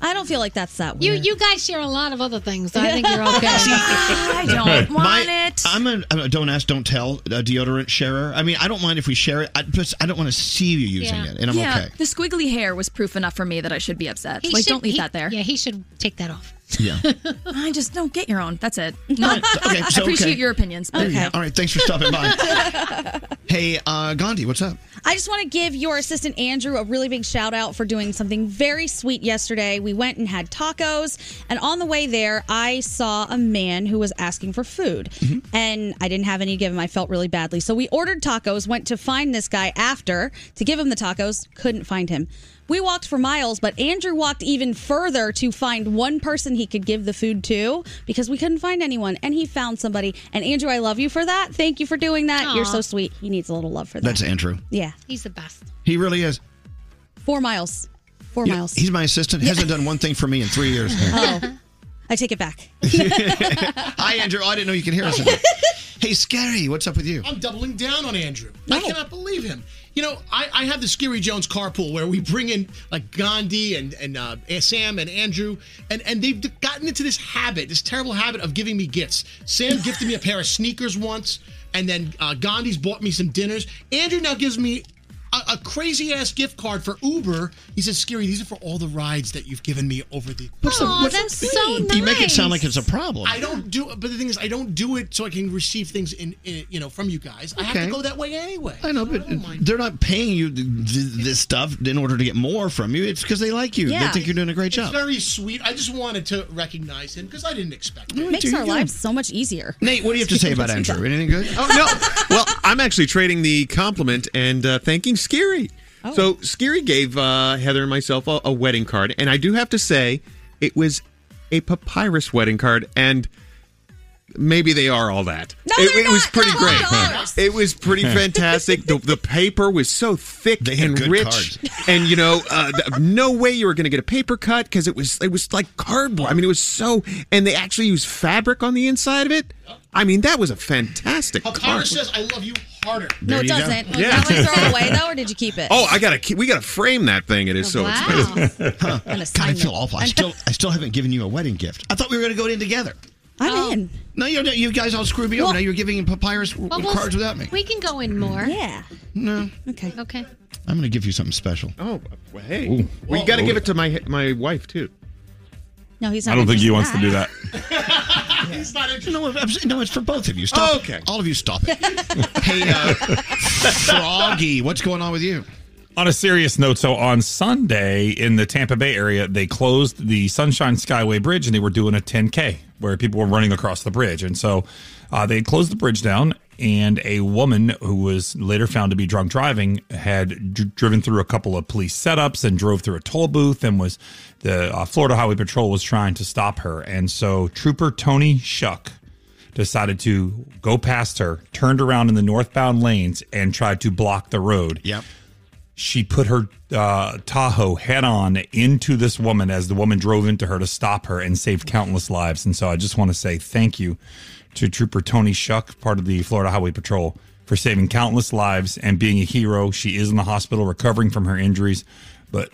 I don't feel like that's that
You you guys share a lot of other things, so I think you're okay.
I
My- I'm a, I'm a don't ask, don't tell a deodorant sharer. I mean, I don't mind if we share it. I just I don't want to see you using it, and I'm
yeah,
okay.
The squiggly hair was proof enough for me that I should be upset.
He
like,
should-
don't leave
he-
that there.
Yeah, he should take that off.
Yeah.
I just don't get your own. That's it. No,
okay,
I
so,
appreciate
okay.
your opinions. But
There you go. All right. Thanks for stopping by. hey, uh, Gandhi, what's up?
I just want to give your assistant Andrew a really big shout out for doing something very sweet yesterday. We went and had tacos, and on the way there, I saw a man who was asking for food, and I didn't have any to give him. I felt really badly, so we ordered tacos. Went to find this guy after to give him the tacos. Couldn't find him. We walked for miles, but Andrew walked even further to find one person he could give the food to because we couldn't find anyone, and he found somebody. And Andrew, I love you for that. Thank you for doing that. You're
Aw.
so sweet. He needs a little love for that.
That's Andrew.
Yeah.
He's the best.
He really is.
Four miles. Four
Yeah,
miles.
He's my assistant. Hasn't done one thing for me in three years.
Oh. I take it back.
Hi, Andrew. Oh, I didn't know you could hear us. hey, Scary, what's up with you?
I'm doubling down on Andrew. I cannot believe him. You know, I, I have the Scary Jones carpool where we bring in like Gandhi and and uh, Sam and Andrew, and and they've gotten into this habit, this terrible habit of giving me gifts. Sam gifted me a pair of sneakers once, and then uh, Gandhi's bought me some dinners. Andrew now gives me. A, a crazy ass gift card for Uber. He says, "Scary, these are for all the rides that you've given me over the."
What's the- Aw, what's the- that's so You make it sound like it's a problem.
I don't do, but the thing is, I don't do it so I can receive things in, in you know, from you guys. I have
Okay.
to go that way anyway. Oh.
I know, but they're not paying you th- th- this stuff in order to get more from you. It's because they like you. They think you're doing a great
It's
job.
very sweet. I just wanted to recognize him because I didn't expect it.
It makes our lives so much easier.
Nate, what do you have to say about Andrew? Anything good?
Oh no! well, I'm actually trading the compliment and uh, thanking Scary.
Oh.
So Scary gave uh, Heather and myself a, a wedding card, and I do have to say it was a papyrus wedding card, and maybe they are all that.
No,
it,
they're
it was
not.
pretty
Not
great.
all dollars.
It was pretty fantastic. The, the paper was so thick and
good
rich,
cards.
and you know, uh, th- no way you were going to get a paper cut because it was it was like cardboard. I mean, it was so, and they actually used fabric on the inside of it. I mean, that was a fantastic.
Connor
card.
says, "I love you harder."
no,
There
it
you go.
doesn't. Was
Yeah.
that one thrown away though, or did you keep it?
Oh, I gotta keep, we gotta frame that thing. It
Oh,
is so
Wow.
expensive.
God, I feel awful. I still, I still haven't given you a wedding gift. I thought we were going to go in together.
I'm
Oh.
in.
No, you don't. You guys all screwed me up. Now you're giving papyrus
Well, we'll-
cards without me.
We can go in more.
Yeah.
No.
Okay.
Okay.
I'm going to give you something special.
Oh, well, hey, we got to give it to my my wife too.
No, he's
I don't think he wants to do that.
He's not interested.
No, it's- no, it's for both of you. Stop.
okay.
All of you, stop it. hey, uh, Froggy, what's going on with you?
On a serious note, so on Sunday in the Tampa Bay area, they closed the Sunshine Skyway Bridge and they were doing a 10K where people were running across the bridge. And so uh, they had closed the bridge down, and a woman who was later found to be drunk driving had dr- driven through a couple of police setups and drove through a toll booth and was the uh, Florida Highway Patrol was trying to stop her. And so Trooper Tony Shuck decided to go past her, turned around in the northbound lanes, and tried to block the road.
Yep.
She put her uh, Tahoe head on into this woman as the woman drove into her to stop her and save countless lives. And so I just want to say thank you to Trooper Tony Shuck, part of the Florida Highway Patrol, for saving countless lives and being a hero. She is in the hospital recovering from her injuries, but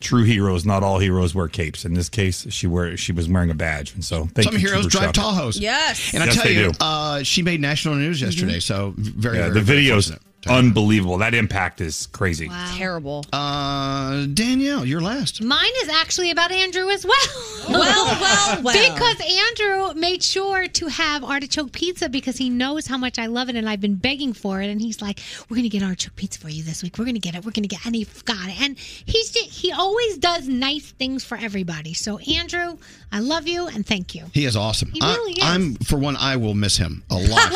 true heroes, not all heroes wear capes. In this case, she wear, she was wearing a badge. And so thank
Some
you.
heroes
Trooper
drive
Shuck.
Tahoes.
Yes.
And I
Yes, Mm-hmm.
tell
they
you,
do.
uh, she made national news yesterday. So very,
yeah,
very
the
very
video's
fortunate.
unbelievable. That impact is crazy.
Terrible.
Uh, Danielle, you're last.
Mine is actually about Andrew as well.
Well, well, well.
Because Andrew made sure to have artichoke pizza because he knows how much I love it and I've been begging for it. And he's like, "We're gonna get artichoke pizza for you this week. We're gonna get it. We're gonna get." It. And he got it. And he's ju- he always does nice things for everybody. So Andrew, I love you and thank you.
He is awesome.
He
I-
really is.
I'm for one. I will miss him a lot.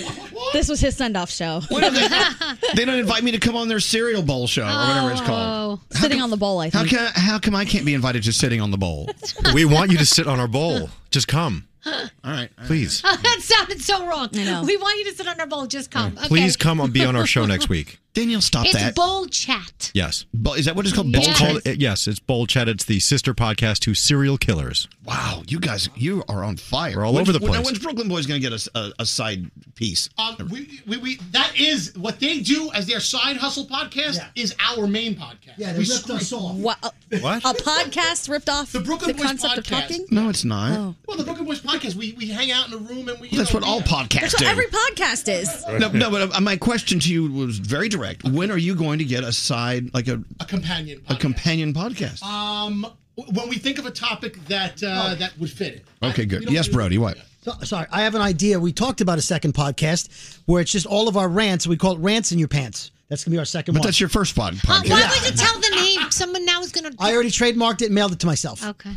This was his send off show.
they don't invite me to come on their cereal bowl
Oh,
show or whatever it's called.
Oh. Sitting on the bowl, I
How
think.
can I, how come I can't be invited to sitting on the bowl?
We want you to sit on our bowl. Just come,
All right,
please.
Oh, that sounded so wrong.
know.
We want you to sit on our bowl. Just come. Okay.
Please come and be on our show next week.
Danielle, stop
It's
that.
bowl chat.
Yes.
Bo- is that what it's called?
Yes.
Bowl
It's called- it- yes, it's Bowl Chat. It's the sister podcast to Serial Killers.
Wow, you guys, you are on fire.
We're all over the
Now,
place.
when's Brooklyn Boys going to get us a, a side piece?
Uh,
Um, we, we, we, that is what they do as their side hustle podcast is our main podcast. Yeah, we ripped us off.
What?
What?
A podcast ripped off the,
Brooklyn Boys
concept of
podcast.
talking? Oh.
No, it's not.
Well, the Brooklyn Boys podcast, we, we hang out in a room and we. you
That's
know,
what all
yeah.
podcasts
That's
do.
what every podcast is.
no, no, but uh, my question to you was very direct. When are you going to get a side, like a,
A companion.
a companion podcast?
Um, w- when we think of a topic that uh,
Oh.
that would fit it.
okay, good. Yes, Brody, what?
So, sorry, I have an idea. We talked about a second podcast where it's just all of our rants. We call it "Rants in Your Pants." That's gonna be our second
But
one.
that's your first pod,
Uh,
podcast.
why would you tell the name? Someone now is gonna.
I already trademarked it, and mailed it to myself.
Okay.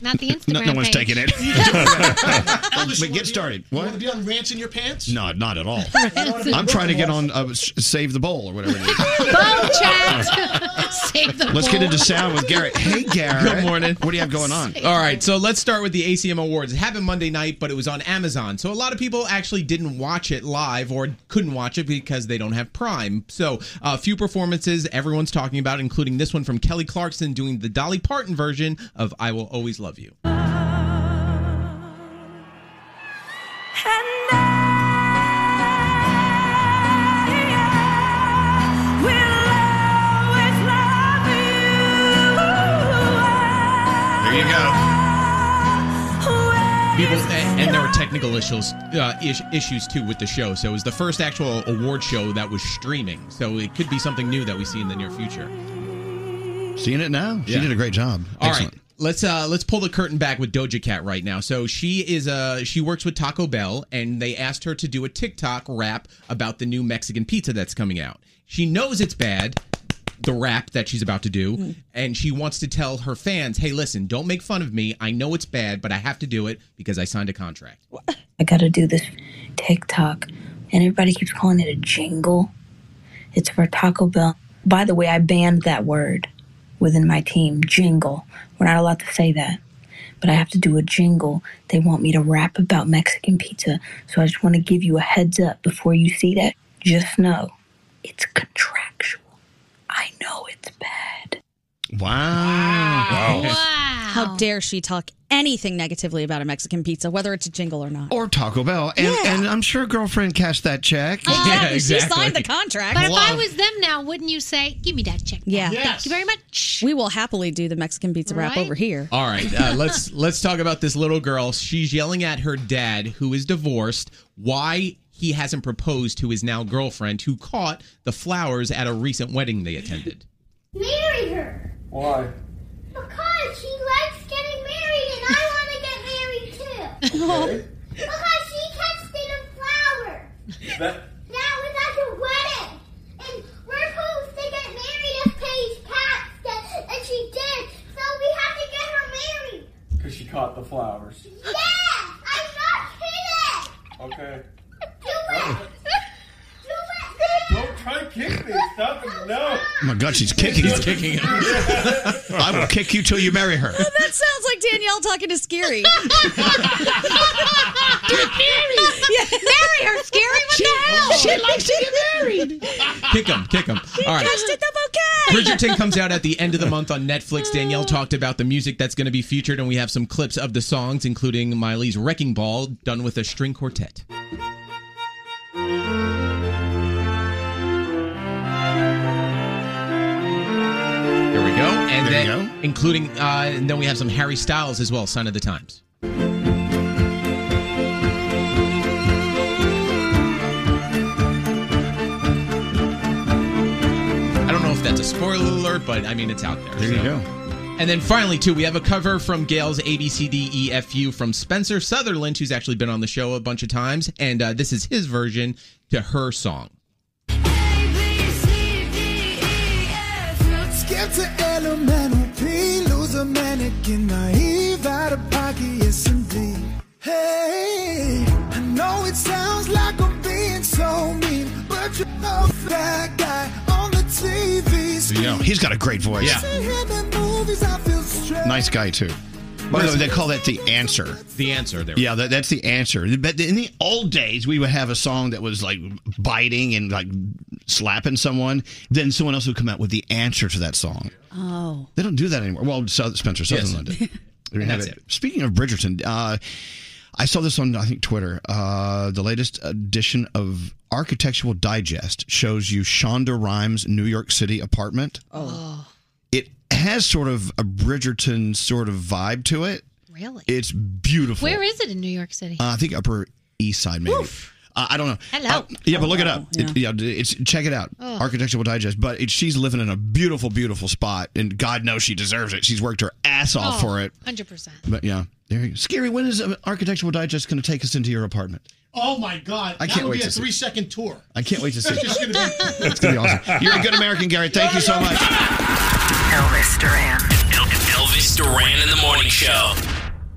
Not the Instagram.
No, no one's
page.
taking it. but get started.
You want
What?
to be on rants in your pants?
No, not at all. I'm trying to get on uh, s- Save the Bowl or whatever it is.
Bowl chat. Save the
Let's get
bowl.
into sound with Garrett. Hey, Garrett.
Good morning.
What do you have going on?
All right, so let's start with the ACM Awards. It happened Monday night, but it was on Amazon. So a lot of people actually didn't watch it live or couldn't watch it because they don't have Prime. So uh, a few performances everyone's talking about, including this one from Kelly Clarkson doing the Dolly Parton version of I Will Always Love You.
There you go.
People, and and there were technical issues uh, ish, issues too with the show. So it was the first actual award show that was streaming. So it could be something new that we see in the near future.
Seeing it now. She
Yeah.
did a great job.
All
Excellent.
right, Let's uh let's pull the curtain back with Doja Cat right now. So she is uh she works with Taco Bell and they asked her to do a TikTok rap about the new Mexican pizza that's coming out. She knows it's bad, the rap that she's about to do, and she wants to tell her fans, "Hey, listen, don't make fun of me. I know it's bad, but I have to do it because I signed a contract."
I gotta do this TikTok. And everybody keeps calling it a jingle. It's for Taco Bell. By the way, I banned that word within my team jingle. We're not allowed to say that but I have to do a jingle. They want me to rap about Mexican pizza. So I just want to give you a heads up before you see that. Just know it's contractual. I know it's bad.
Wow.
How dare she talk anything negatively about a Mexican pizza, whether it's a jingle or not?
Or Taco Bell. And, and I'm sure girlfriend cashed that check.
Oh,
Exactly. Ah, She signed the contract.
But if I was them now, wouldn't you say, "Give me that check"?
Yeah.
Thank you very much.
We will happily do the Mexican pizza wrap
Right?
over here.
All right, uh, let's let's talk about this little girl. She's yelling at her dad, who is divorced, why he hasn't proposed to his now girlfriend, who caught the flowers at a recent wedding they attended.
Marry her
Why?
because she likes getting married and I want to get married too.
Okay.
Because she kept getting flowers. Now we're at the wedding, and we're supposed to get married if Paige passed, it, and she did. So we have to get her married.
Because she caught the flowers.
Yeah, I'm not kidding.
Okay.
Do it.
Don't try to kick me. Stop it. No.
Oh my God, she's kicking
She's kicking him.
I will kick you till you marry her.
Oh, that sounds like Danielle talking to Scary. Marry
her, Scary. What the
hell?
she likes
to get married.
Kick him, kick him. All right. Bridgerton comes out at the end of the month on Netflix. Danielle talked about the music that's going to be featured, and we have some clips of the songs, including Miley's Wrecking Ball, done with a string quartet. There we go. And
There you
then, including, uh, and then we have some Harry Styles as well, Sign of the Times. I don't know if that's a spoiler alert, but I mean, it's out there. There
you go.
And then finally, too, we have a cover from Gail's ABCDEFU E from Spencer Sutherland, who's actually been on the show a bunch of times. And uh, this is his version to her song.
Scared to elemental P, loser manic and naive, out of pocket, yes indeed. Hey, I know it sounds like I'm being so mean, but you know that guy on the TV.
You know, he's got a great voice.
See him in movies, I feel strange.
Nice guy, too. By the way, they call that the answer.
The answer there.
Yeah, that, that's the answer. But in the old days, we would have a song that was like biting and like slapping someone. Then someone else would come out with the answer to that song.
Oh.
They don't do that anymore. Well, South, Spencer
Yes.
Sutherland did. There you have
That's
it. Speaking of Bridgerton, uh, I saw this on I think Twitter. Uh, the latest edition of Architectural Digest shows you Shonda Rhimes' New York City apartment.
Oh.
It has sort of a Bridgerton sort of vibe to it.
Really?
It's beautiful.
Where is it in New York City?
Uh, I think Upper East Side, maybe. Uh, I don't know.
Hello. Oh,
Uh, yeah, but look it up. It- yeah, it's check it out.
Ugh.
Architectural Digest. But it, she's living in a beautiful, beautiful spot, and God knows she deserves it. She's worked her ass off for it.
Oh, Hundred percent.
But yeah, there you go. Scary. When is uh, Architectural Digest going to take us into your apartment?
Oh my God!
I
that
can't
would
wait
be
to
a
see.
three-second tour.
I can't wait to see.
It's just gonna be-
It's going to be awesome. You're a good American, Gary. Thank you so much.
Elvis Duran. Elvis Duran in the morning show.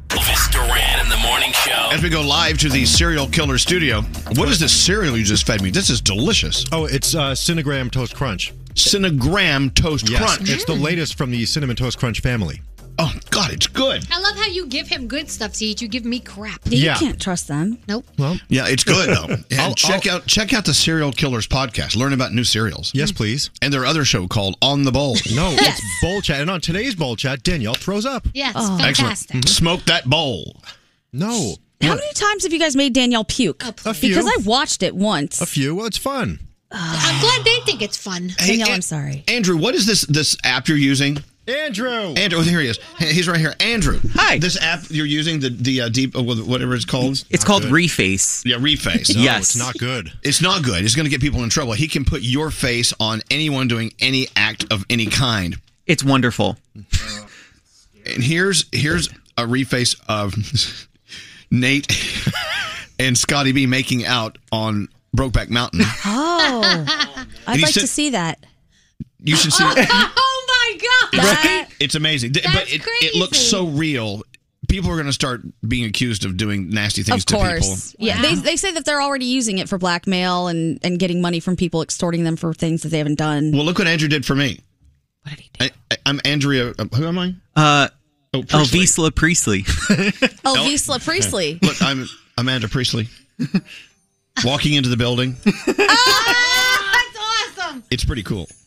Elvis Duran in the morning show.
As we go live to the serial killer studio, what is this cereal you just fed me? This is delicious.
Oh, it's uh, Cinegram Toast Crunch.
Cinegram Toast
Yes,
Crunch.
It's the latest from the Cinnamon Toast Crunch family.
Oh, God, it's good.
I love how you give him good stuff to eat. You give me crap.
You Yeah. can't
trust them.
Nope.
Well,
Yeah, it's good though. And
I'll-
check out check out the Serial Killers podcast. Learn about new cereals.
Yes, please.
And their other show called On the Bowl.
Mm. No, it's bowl chat. And on today's bowl chat, Danielle throws up.
Yes,
Excellent. Smoke that bowl.
No.
How many times have you guys made Danielle puke?
A few.
Because I watched it once. A
few. Well, it's fun.
I'm glad they think it's fun.
Danielle, I'm sorry.
Andrew, what is this this app you're using?
Andrew.
Andrew, oh, here he is. Hey, He's right here. Andrew. Hi. This app you're using the the uh, deep uh, whatever it's called.
It's called Reface.
Yeah, Reface.
No, Yes. it's not
good.
It's not good. It's going to get people in trouble. He can put your face on anyone doing any act of any kind.
It's wonderful.
And here's here's a reface of Nate and Scotty B making out on Brokeback Mountain.
Oh. I'd
he
like
said-
to see that.
You should see.
Oh my God.
It's amazing. Th- but it, it looks so real. People are going to start being accused of doing nasty things
Of course.
to people.
Yeah. They, they say that they're already using it for blackmail and, and getting money from people, extorting them for things that they haven't done.
Well, look what Andrew did for me. What did he do? I, I, I'm Andrea. Who uh, am I?
Uh,
Oh,
Elvisla Priestley.
Oh, Visla Priestley.
Look, I'm Amanda Priestley. Walking into the building.
Ah, That's awesome.
It's pretty cool.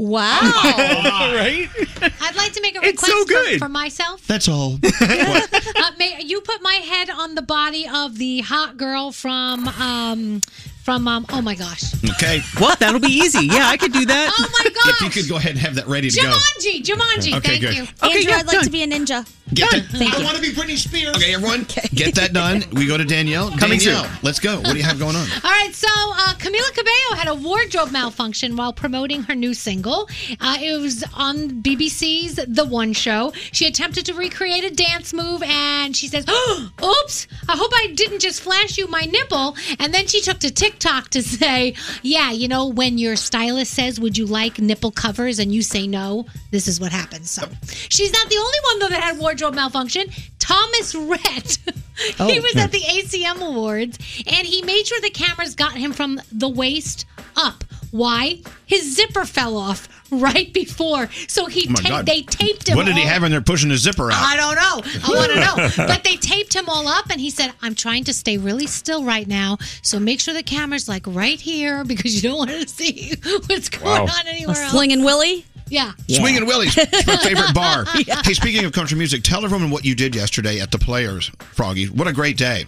Wow.
right? I'd like to make a request
It's so
for-
good.
For, myself.
That's all.
Uh, may, you put my head on the body of the hot girl from um from um oh my gosh.
Okay.
Well, that'll be easy. Yeah, I could do that.
Oh my god.
If you could go ahead and have that ready to go.
Jumanji, Jumanji,
Okay,
thank
good.
you.
Okay, Andrew, yeah, I'd like done. to
be a ninja.
Get that-
I want to be Britney Spears.
Okay, everyone, get that done. We go to Danielle.
Coming soon.
Danielle, let's go. What do you have going on?
All right, so uh, Camila Cabello had a wardrobe malfunction while promoting her new single. Uh, it was on BBC's The One Show. She attempted to recreate a dance move, and she says, oh, "Oops! I hope I didn't just flash you my nipple." And then she took to TikTok to say, "Yeah, you know, when your stylist says, would you like nipple covers?' and you say no, this is what happens." So she's not the only one though that had wardrobe malfunction. Thomas Rhett. he
Oh.
was at the ACM Awards and he made sure the cameras got him from the waist up. Why? His zipper fell off right before. So he
Oh my
ta-
God.
they taped him.
What did he
all-
have in there pushing his zipper out?
I don't know. I want to know. But they taped him all up, and he said, "I'm trying to stay really still right now, so make sure the camera's like right here because you don't want to see what's going
Wow.
on anywhere
A
else."
slinging Willie.
Yeah.
Swinging Willie's, it's my favorite bar. Hey, speaking of country music, tell everyone what you did yesterday at the Players, Froggy. What a great day.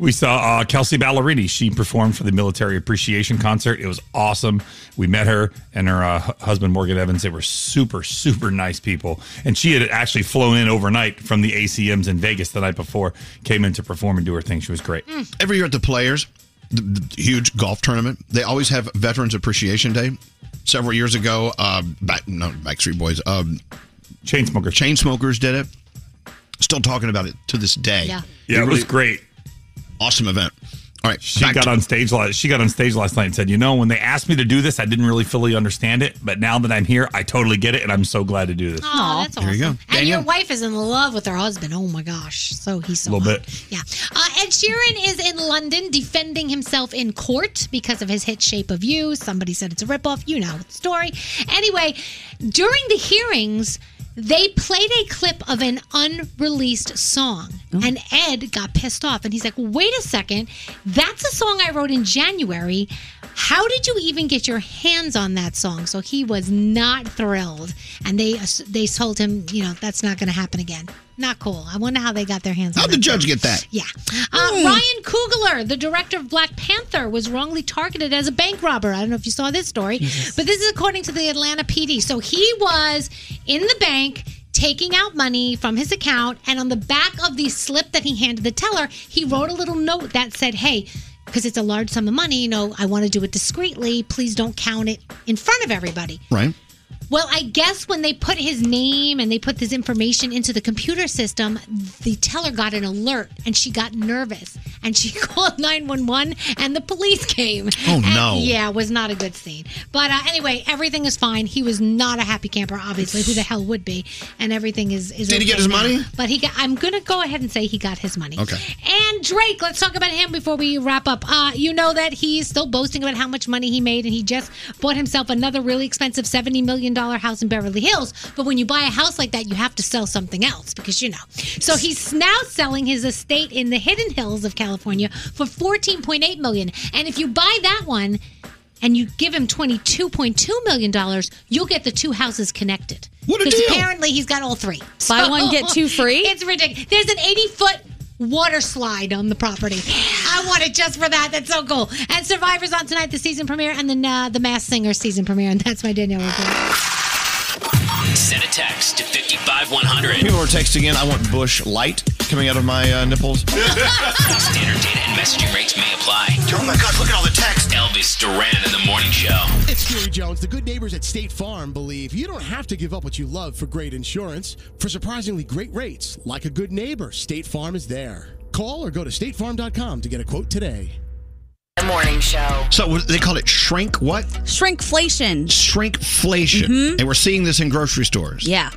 We saw uh, Kelsey Ballerini. She performed for the Military Appreciation Concert. It was awesome. We met her and her uh, hu- husband, Morgan Evans. They were super, super nice people. And she had actually flown in overnight from the ACMs in Vegas the night before, came in to perform and do her thing. She was great.
Every year at the Players, the, the huge golf tournament, they always have Veterans Appreciation Day. Several years ago, uh, back, no, Backstreet Boys, um,
Chainsmokers.
Chainsmokers did it. Still talking about it to this day.
Yeah. Yeah, it was great.
Awesome event. All right.
She got on stage last. She got on stage last night and said, "You know, when they asked me to do this, I didn't really fully understand it, but now that I'm here, I totally get it, and I'm so glad to do this."
Oh, that's awesome.
There you go.
And
Danielle.
your wife is in love with her husband. Oh my gosh, so he's
A
so
little
hot.
bit.
Yeah. Uh, Ed Sheeran is in London defending himself in court because of his hit Shape of You. Somebody said it's a ripoff. You know the story. Anyway, during the hearings, they played a clip of an unreleased song. And Ed got pissed off and he's like, wait a second. That's a song I wrote in January. How did you even get your hands on that song? So he was not thrilled. And they they told him, you know, that's not going to happen again. Not cool. I wonder how they got their hands on
How'd the
that
judge
song.
get that?
Yeah. Uh, Ryan Coogler, the director of Black Panther, was wrongly targeted as a bank robber. I don't know if you saw this story, but this is according to the Atlanta PD. So he was in the bank taking out money from his account, and on the back of the slip that he handed the teller, he wrote a little note that said, Hey, because it's a large sum of money, you know, I want to do it discreetly. Please don't count it in front of everybody.
Right.
Well, I guess when they put his name and they put this information into the computer system, the teller got an alert and she got nervous and she called 911 and the police came.
Oh,
And,
no.
yeah, it was not a good scene. But uh, anyway, everything is fine. He was not a happy camper, obviously. Who the hell would be? And everything is. is
Did he
okay
get his
now.
money?
But he got, I'm going to go ahead and say he got his money.
Okay.
And Drake, let's talk about him before we wrap up. Uh, you know that he's still boasting about how much money he made, and he just bought himself another really expensive $70 million house in Beverly Hills. But when you buy a house like that, you have to sell something else because you know. So he's now selling his estate in the Hidden Hills of California for $14.8 million. And if you buy that one, and you give him $22.2 million, you'll get the two houses connected.
What a
'Cause
deal.
apparently he's got all three.
Buy one, get two free?
It's ridiculous. There's an 80 foot water slide on the property. I want it just for that. That's so cool. And Survivor's on tonight, the season premiere, and then uh, the Mass Singer season premiere. And that's my Danielle report.
Send a text to 55100.
People are texting in, I want Bush light coming out of my uh, nipples.
Standard data and messaging rates may apply. Oh my God, look at all the text. Elvis Duran in the morning show.
It's Gary Jones. The good neighbors at State Farm believe you don't have to give up what you love for great insurance. For surprisingly great rates, like a good neighbor, State Farm is there. Call or go to statefarm.com to get a quote today.
The morning show.
So they call it shrink what?
Shrinkflation.
Shrinkflation.
Mhm.
Mm-hmm. And we're seeing this in grocery stores.
Yeah.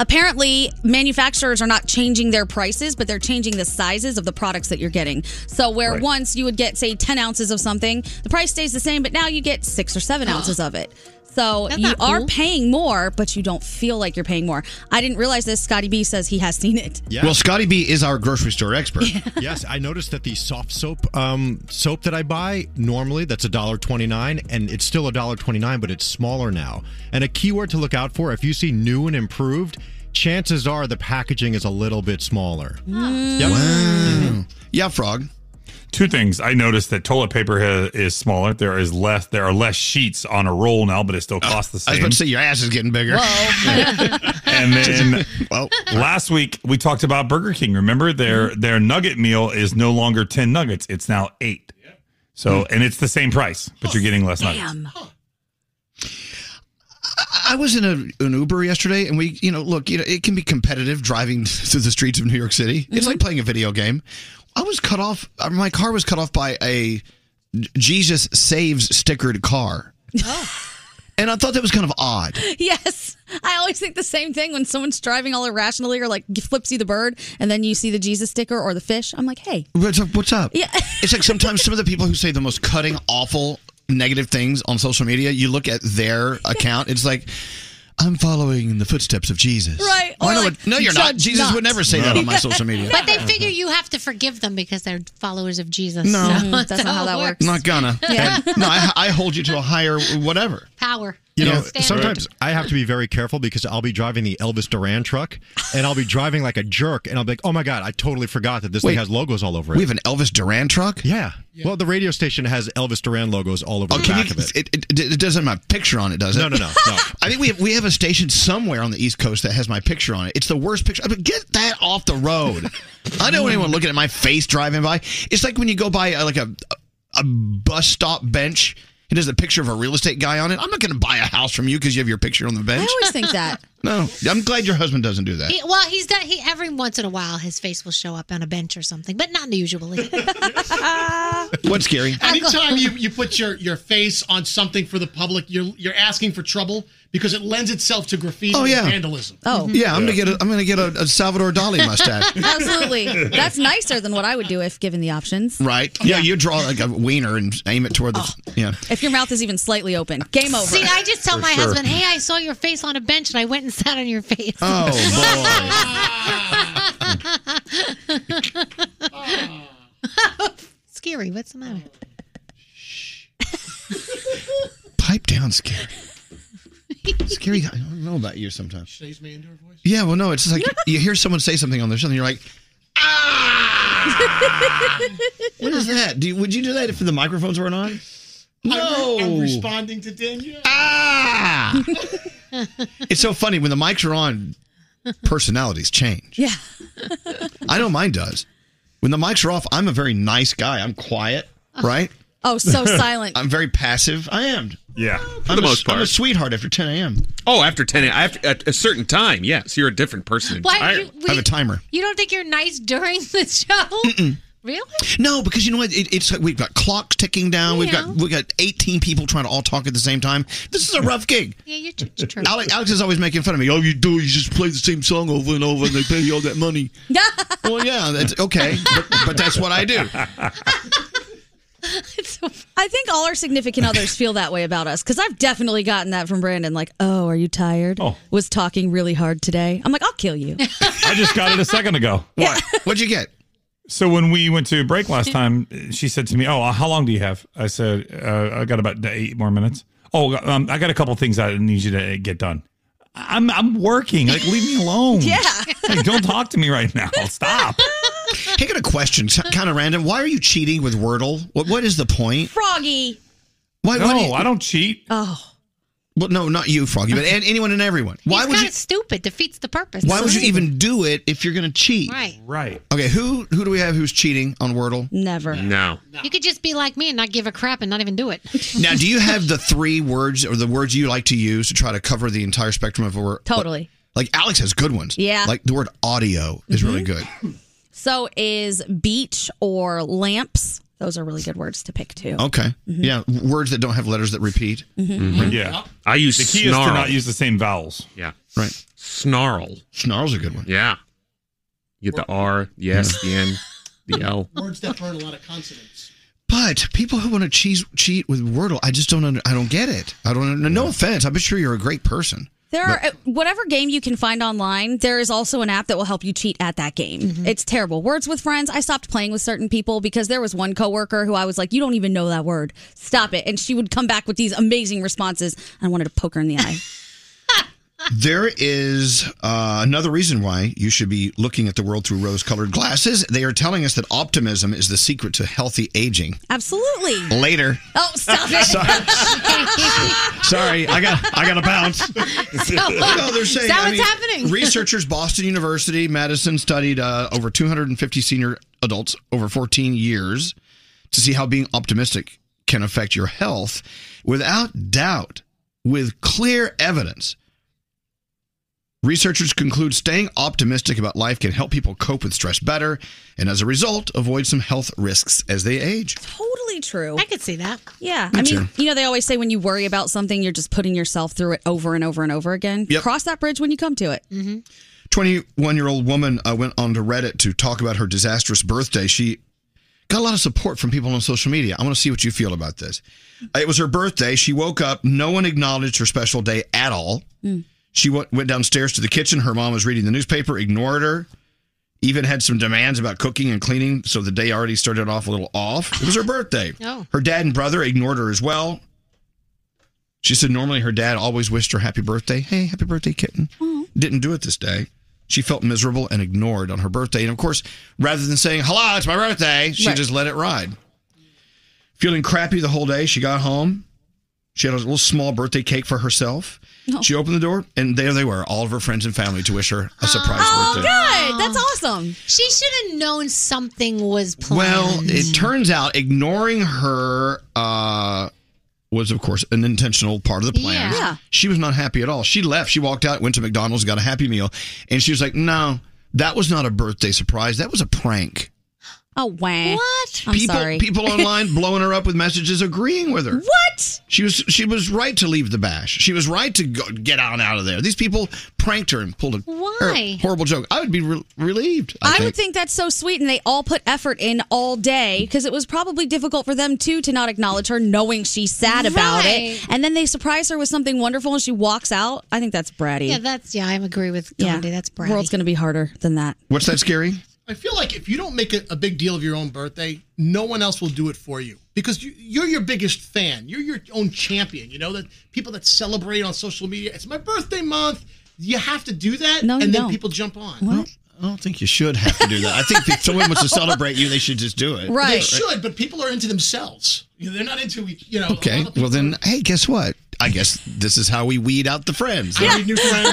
Apparently, manufacturers are not changing their prices, but they're changing the sizes of the products that you're getting. So, where
Right.
once you would get, say, 10 ounces of something, the price stays the same, but now you get six or seven ounces of it. So,
That's
you
not
are
cool.
paying more, but you don't feel like you're paying more. I didn't realize this. Scotty B says he has seen it.
Well, Scotty B is our grocery store expert.
yes, I noticed that the soft soap um, soap that I buy normally that's a dollar twenty nine, and it's still a dollar twenty nine, but it's smaller now. And a keyword to look out for if you see new and improved, chances are the packaging is a little bit smaller. Yep.
Yeah, frog.
Two things. I noticed that toilet paper ha- is smaller. There is less. There are less sheets on a roll now, but it still costs the
I
same.
was about to say your ass is getting bigger.
and then last week we talked about Burger King. Remember their their nugget meal is no longer ten nuggets; it's now eight. So and it's the same price, but you're getting less nuggets.
I was in a, an Uber yesterday, and we, you know, look, you know, it can be competitive driving through the streets of New York City.
Mm-hmm.
It's like playing a video game. I was cut off. uh, My car was cut off by a Jesus saves stickered car,
Oh.
and I thought that was kind of odd.
Yes. I always think the same thing when someone's driving all irrationally or like flips you the bird and then you see the Jesus sticker or the fish. I'm like, hey,
What's up? What's up? Yeah. It's like sometimes some of the people who say the most cutting, awful, negative things on social media, you look at their account, it's like, I'm following in the footsteps of Jesus.
Right.
Why
or
no,
like,
no, you're not.
judge
Jesus
not.
would never say that on my social media.
But they figure you have to forgive them because they're followers of Jesus.
No.
So-
Mm,
Mm-hmm. that's not how that works.
Not gonna.
Yeah.
No, I, I hold you to a higher whatever.
Power.
You know,
Standard.
sometimes I have to be very careful because I'll be driving the Elvis Duran truck and I'll be driving like a jerk and I'll be like, oh my God, I totally forgot that this
Wait.
thing has logos all over it.
We have an Elvis Duran truck? Oh,
Yeah. Well, the radio station has Elvis Duran logos all over the
Can
back
you-
of it.
It, it, it doesn't have my picture on it, does it?
No, no, no, no.
I think we have, we have a station somewhere on the East Coast that has my picture on it. It's the worst picture. I mean, get that off the road. I don't want anyone looking at my face driving by. It's like when you go by uh, like a a bus stop bench. It has a picture of a real estate guy on it. I'm not going to buy a house from you because you have your picture on the
I
bench.
always think that.
No, I'm glad your husband doesn't do that.
He, well, he's done. He every once in a while, his face will show up on a bench or something, but not usually.
What's scary?
Anytime you, you put your, your face on something for the public, you're you're asking for trouble because it lends itself to graffiti
Oh yeah,
and vandalism. Mm-hmm.
yeah. I'm gonna get a I'm gonna get a, a Salvador Dali mustache.
Absolutely. That's nicer than what I would do if given the options.
Right? Yeah, you draw like a wiener and aim it toward the
Oh.
yeah.
If your mouth is even slightly open, game over.
See, I just tell
For
my
sure.
husband, "Hey, I saw your face on a bench, and I went and sat on your face."
Oh,
Scary. What's the matter?
Pipe down, scary. scary. I don't know about you sometimes.
Stays me into her voice.
Yeah, well, no, it's just like you hear someone say something on their show, and you're like, Ah! "What is that? Do you, would you do that if the microphones weren't on?" No.
I'm, re- I'm responding to Danielle.
Ah! it's so funny when the mics are on, personalities change.
Yeah.
I know mine does. When the mics are off, I'm a very nice guy. I'm quiet, right?
Oh, so silent.
I'm very passive. I am.
Yeah,
I'm
the
a-
most
I'm a
part.
sweetheart after 10 a.m.
Oh, after ten, a- after at a certain time, yes, you're a different person.
Why
entirely.
you- we- I have a
timer.
You don't think you're nice during the show? Really?
No, because you know what? It, it's like we've got clocks ticking down. We've got we got eighteen people trying to all talk at the same time. This is a rough gig.
Yeah, you're too true.
Alex, Alex is always making fun of me. All you do is just play the same song over and over, and they pay you all that money. well, yeah, that's okay, but, but that's what I do.
I think all our significant others feel that way about us because I've definitely gotten that from Brandon. Like, oh, are you tired? Was talking really hard today. I'm like, I'll kill you.
I just got it a second ago.
What?
What'd you get?
So when we went to break last time, she said to me, "Oh, how long do you have?" I said, uh, "I got about eight more minutes." Oh, um, I got a couple things I need you to uh, get done. I'm I'm working. Like, leave me alone.
Yeah.
Like, don't talk to me right now. Stop.
Hey, I got a question, kind of random. Why are you cheating with Wordle? What What is the point?
Froggy.
Why, why
No, I don't cheat.
Oh,
well, no, not you, Froggy, but an, anyone and everyone. Why
He's
would
kinda
you?
stupid. Defeats the purpose.
Why would you even do it if you're going to cheat?
Right.
Right.
Okay. Who Who do we have who's cheating on Wordle?
Never.
No.
You could just be like me and not give a crap and not even do it.
Now, do you have the three words or the words you like to use to try to cover the entire spectrum of a word?
Totally.
Like, Alex has good ones.
Yeah. Mm-hmm.
Like the word audio is really good.
So is beach or lamps Those are really good words to pick too.
Okay.
Mhm.
Yeah. Words that don't have letters that repeat.
Mhm.
Mhm. Yeah.
I use
The key is to
snarl.
not use the same vowels.
Yeah.
Right.
Snarl.
Snarl's a good one.
Yeah. You get the R, the S, the N, the L.
Words that burn a lot of consonants.
But people who want to cheat cheat with Wordle, I just don't. Under, I don't get it. I don't. under- No offense. I'm sure you're a great person.
There are uh, whatever game you can find online. There is also an app that will help you cheat at that game. It's terrible. Words with friends. I stopped playing with certain people because there was one coworker who I was like, "You don't even know that word. Stop it!" And she would come back with these amazing responses. I wanted to poke her in the eye.
There is uh, another reason why you should be looking at the world through rose colored glasses. They are telling us that optimism is the secret to healthy aging.
Absolutely.
Later.
Oh, stop it!
Sorry, I got I got to bounce. no, they're saying.
Is that
I
what's
mean,
happening?
Researchers, Boston University, Madison studied uh, over 250 senior adults over 14 years to see how being optimistic can affect your health. Without doubt, with clear evidence, researchers conclude staying optimistic about life can help people cope with stress better, and as a result, avoid some health risks as they age.
totally true. I
could see that.
Yeah.
Me
I mean,
too.
you know, they always say when you worry about something, you're just putting yourself through it over and over and over again.
Yep.
Cross that bridge when you come to it.
Mm-hmm.
21 year old woman uh, went onto Reddit to talk about her disastrous birthday. She got a lot of support from people on social media. I want to see what you feel about this. It was her birthday. She woke up. No one acknowledged her special day at all.
Mm.
She went, went downstairs to the kitchen. Her mom was reading the newspaper, ignored her, even had some demands about cooking and cleaning. So the day already started off a little off. It was her birthday.
Oh.
Her dad and brother ignored her as well. She said normally her dad always wished her happy birthday. Hey, happy birthday, kitten. Didn't do it this day. She felt miserable and ignored on her birthday. And of course, rather than saying, hello, it's my birthday, she
Right.
just let it ride. Feeling crappy the whole day, she got home. She had a little small birthday cake for herself.
Oh.
She opened the door, and there they were, all of her friends and family to wish her a surprise
Oh,
birthday.
Good. That's awesome.
She should have known something was planned.
Well, it turns out ignoring her uh, was, of course, an intentional part of the plan.
Yeah. Yeah.
She was not happy at all. She left. She walked out, went to McDonald's, got a Happy Meal, and she was like, "No, that was not a birthday surprise. That was a prank."
Oh, wow. What? I'm
people,
sorry.
people online blowing her up with messages agreeing with her.
What?
She was she was right to leave the bash. She was right to go, get on out of there. These people pranked her and pulled a
Why?
horrible joke. I would be re- relieved.
I,
I, think.
would think that's so sweet, and they all put effort in all day because it was probably difficult for them too to not acknowledge her, knowing she's sad about
Right.
it. And then they surprise her with something wonderful, and she walks out. I think that's bratty.
yeah, that's yeah. I agree with
Yeah.
Gandhi. That's bratty.
World's going to be harder than that.
What's that scary?
I feel like if you don't make a, a big deal of your own birthday, no one else will do it for you because you, you're your biggest fan. You're your own champion. You know that people that celebrate on social media. It's my birthday month. You have to do that,
No, you
and then
don't.
people jump on.
I don't think you should have to do that. I think if someone wants to
No.
celebrate you, they should just do it.
They should, but people are into themselves. You know, they're not into you know.
Okay. Well, then, hey, guess what? I guess this is how we weed out the friends.
I need new friends.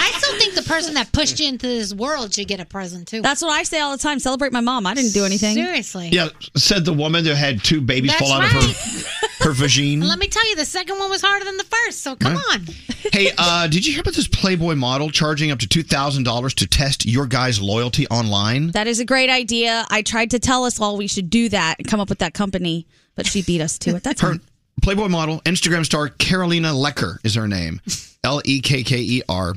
I still think the person that pushed you into this world should get a present too.
That's what I say all the time. Celebrate my mom. I didn't do anything.
Seriously.
Yeah, said the woman that had two babies
That's
fall out of her her vagine.
And let me tell you, the second one was harder than the first. So come
Right.
on.
Hey, uh, did you hear about this Playboy model charging up to two thousand dollars to test your guy's loyalty online?
That is a great idea. I tried to tell us all we should do that and come up with that company, but she beat us to it. That's
Her Playboy model, Instagram star Carolina Lecker is her name. L E K K E R.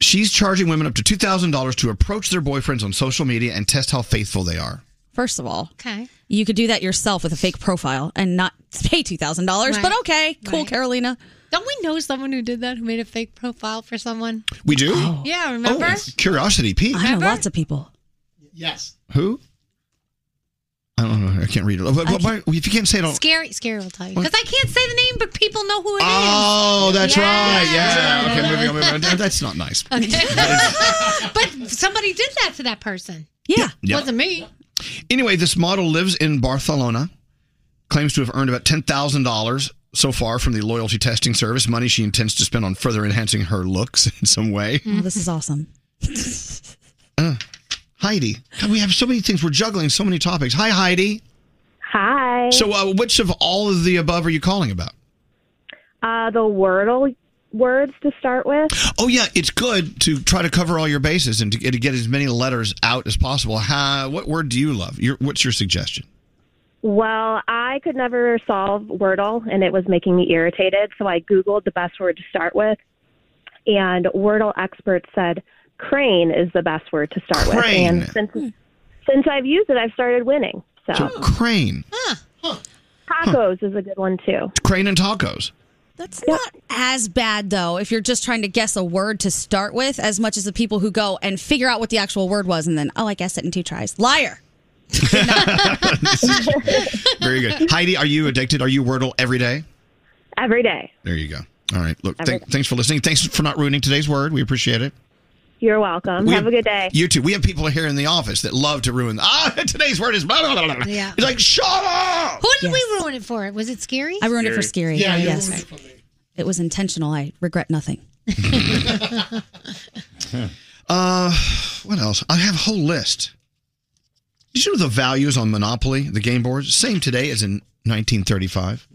She's charging women up to two thousand dollars to approach their boyfriends on social media and test how faithful they are.
First of all,
okay,
you could do that yourself with a fake profile and not pay two thousand dollars. But
Right.
okay, cool,
Right.
Carolina.
Don't we know someone who did that? Who made a fake profile for someone?
We do.
Yeah, remember?
Oh, Curiosity Pete.
I know lots of people.
Yes.
Who? I don't know. I can't read it. Why- why- if you can't say it, I'll-
Scary, scary will tell you
What?
because I can't say the name, but people know who it is.
Oh, that's
Yeah.
right. Yeah. Okay, moving on. Moving on. That- That's not nice.
Okay. but somebody did that to that person.
Yeah.
Yeah.
Wasn't me.
Anyway, this model lives in Barcelona, claims to have earned about ten thousand dollars so far from the loyalty testing service. Money she intends to spend on further enhancing her looks in some way.
Oh, this is awesome.
Uh, Heidi, God, we have so many things. We're juggling so many topics. Hi, Heidi.
Hi.
So, uh, which of all of the above are you calling about?
Uh, the Wordle words to start with.
Oh yeah, it's good to try to cover all your bases and to, get- to get as many letters out as possible. How, what word do you love? Your, what's your suggestion?
Well, I could never solve Wordle, and it was making me irritated. So I Googled the best word to start with, and Wordle experts said crane is the best word to start
Crane.
with. And since, since I've used it, I've started winning. So,
So crane,
tacos is a good one too.
crane and tacos.
That's not as bad though if you're just trying to guess a word to start with as much as the people who go and figure out what the actual word was and then oh I guessed it in two tries. Liar.
Very good. Heidi, are you addicted? Are you Wordle every day?
Every day.
There you go. All right. Look,
Every
thank, thanks for listening. Thanks for not ruining today's word. We appreciate it.
You're welcome.
We
Have a good day.
You too. We have people here in the office that love to ruin. Ah, today's word is blah blah blah. blah.
Yeah.
It's like shut up.
Who did we ruin it for? Was it scary?
I ruined it for Scary.
Yeah, you
yes.
ruined it
It was intentional. I regret nothing.
Uh, what else? I have a whole list. Did you know the values on Monopoly, the game board, same today as in 1935?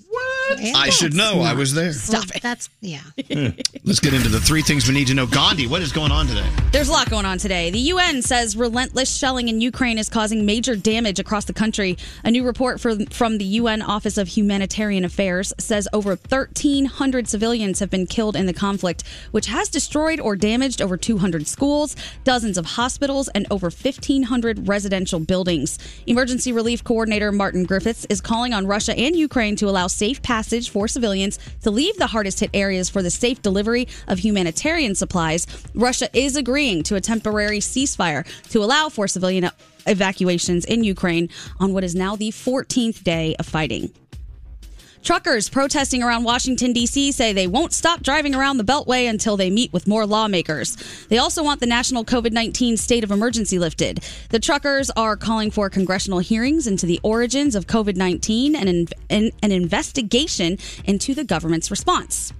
Yeah,
I should
that's
know. I
not-
was there.
Stop it. That's yeah.
Let's get into the three things we need to know. Gandhi, what is going on today?
There's a lot going on today. The UN says relentless shelling in Ukraine is causing major damage across the country. A new report from, from the UN Office of Humanitarian Affairs says over 1,300 civilians have been killed in the conflict, which has destroyed or damaged over 200 schools, dozens of hospitals, and over 1,500 residential buildings. Emergency Relief Coordinator Martin Griffiths is calling on Russia and Ukraine to allow safe passage for civilians to leave the hardest hit areas for the safe delivery of humanitarian supplies. Russia is agreeing to a temporary ceasefire to allow for civilian evacuations in Ukraine on what is now the 14th day of fighting. Truckers protesting around Washington, D.C. say they won't stop driving around the Beltway until they meet with more lawmakers. They also want the national COVID 19 state of emergency lifted. The truckers are calling for congressional hearings into the origins of COVID 19 and in- and an investigation into the government's response.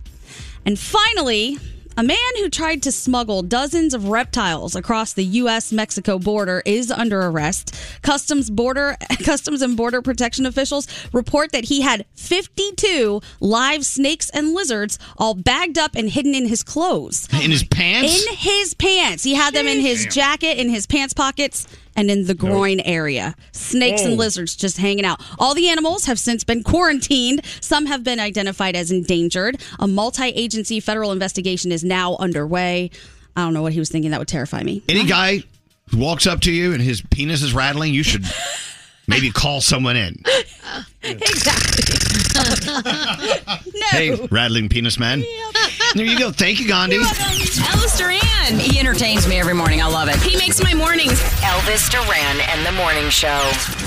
And finally, a man who tried to smuggle dozens of reptiles across the U.S. Mexico border is under arrest. Customs border Customs and Border Protection officials report that he had 52 live snakes and lizards all bagged up and hidden in his clothes.
In his pants?
In his pants. He had them in his
Damn.
jacket, in his pants pockets, and in the groin area. Snakes
Oh.
and lizards just hanging out. All the animals have since been quarantined. Some have been identified as endangered. A multi agency federal investigation is now underway. I don't know what he was thinking. That would terrify me.
Any guy who walks up to you and his penis is rattling, you should maybe call someone in.
no.
Hey, rattling penis man. There you go. Thank you, Gandhi.
Elvis Duran. He entertains me every morning. I love it. He makes my mornings. Elvis Duran and the Morning Show.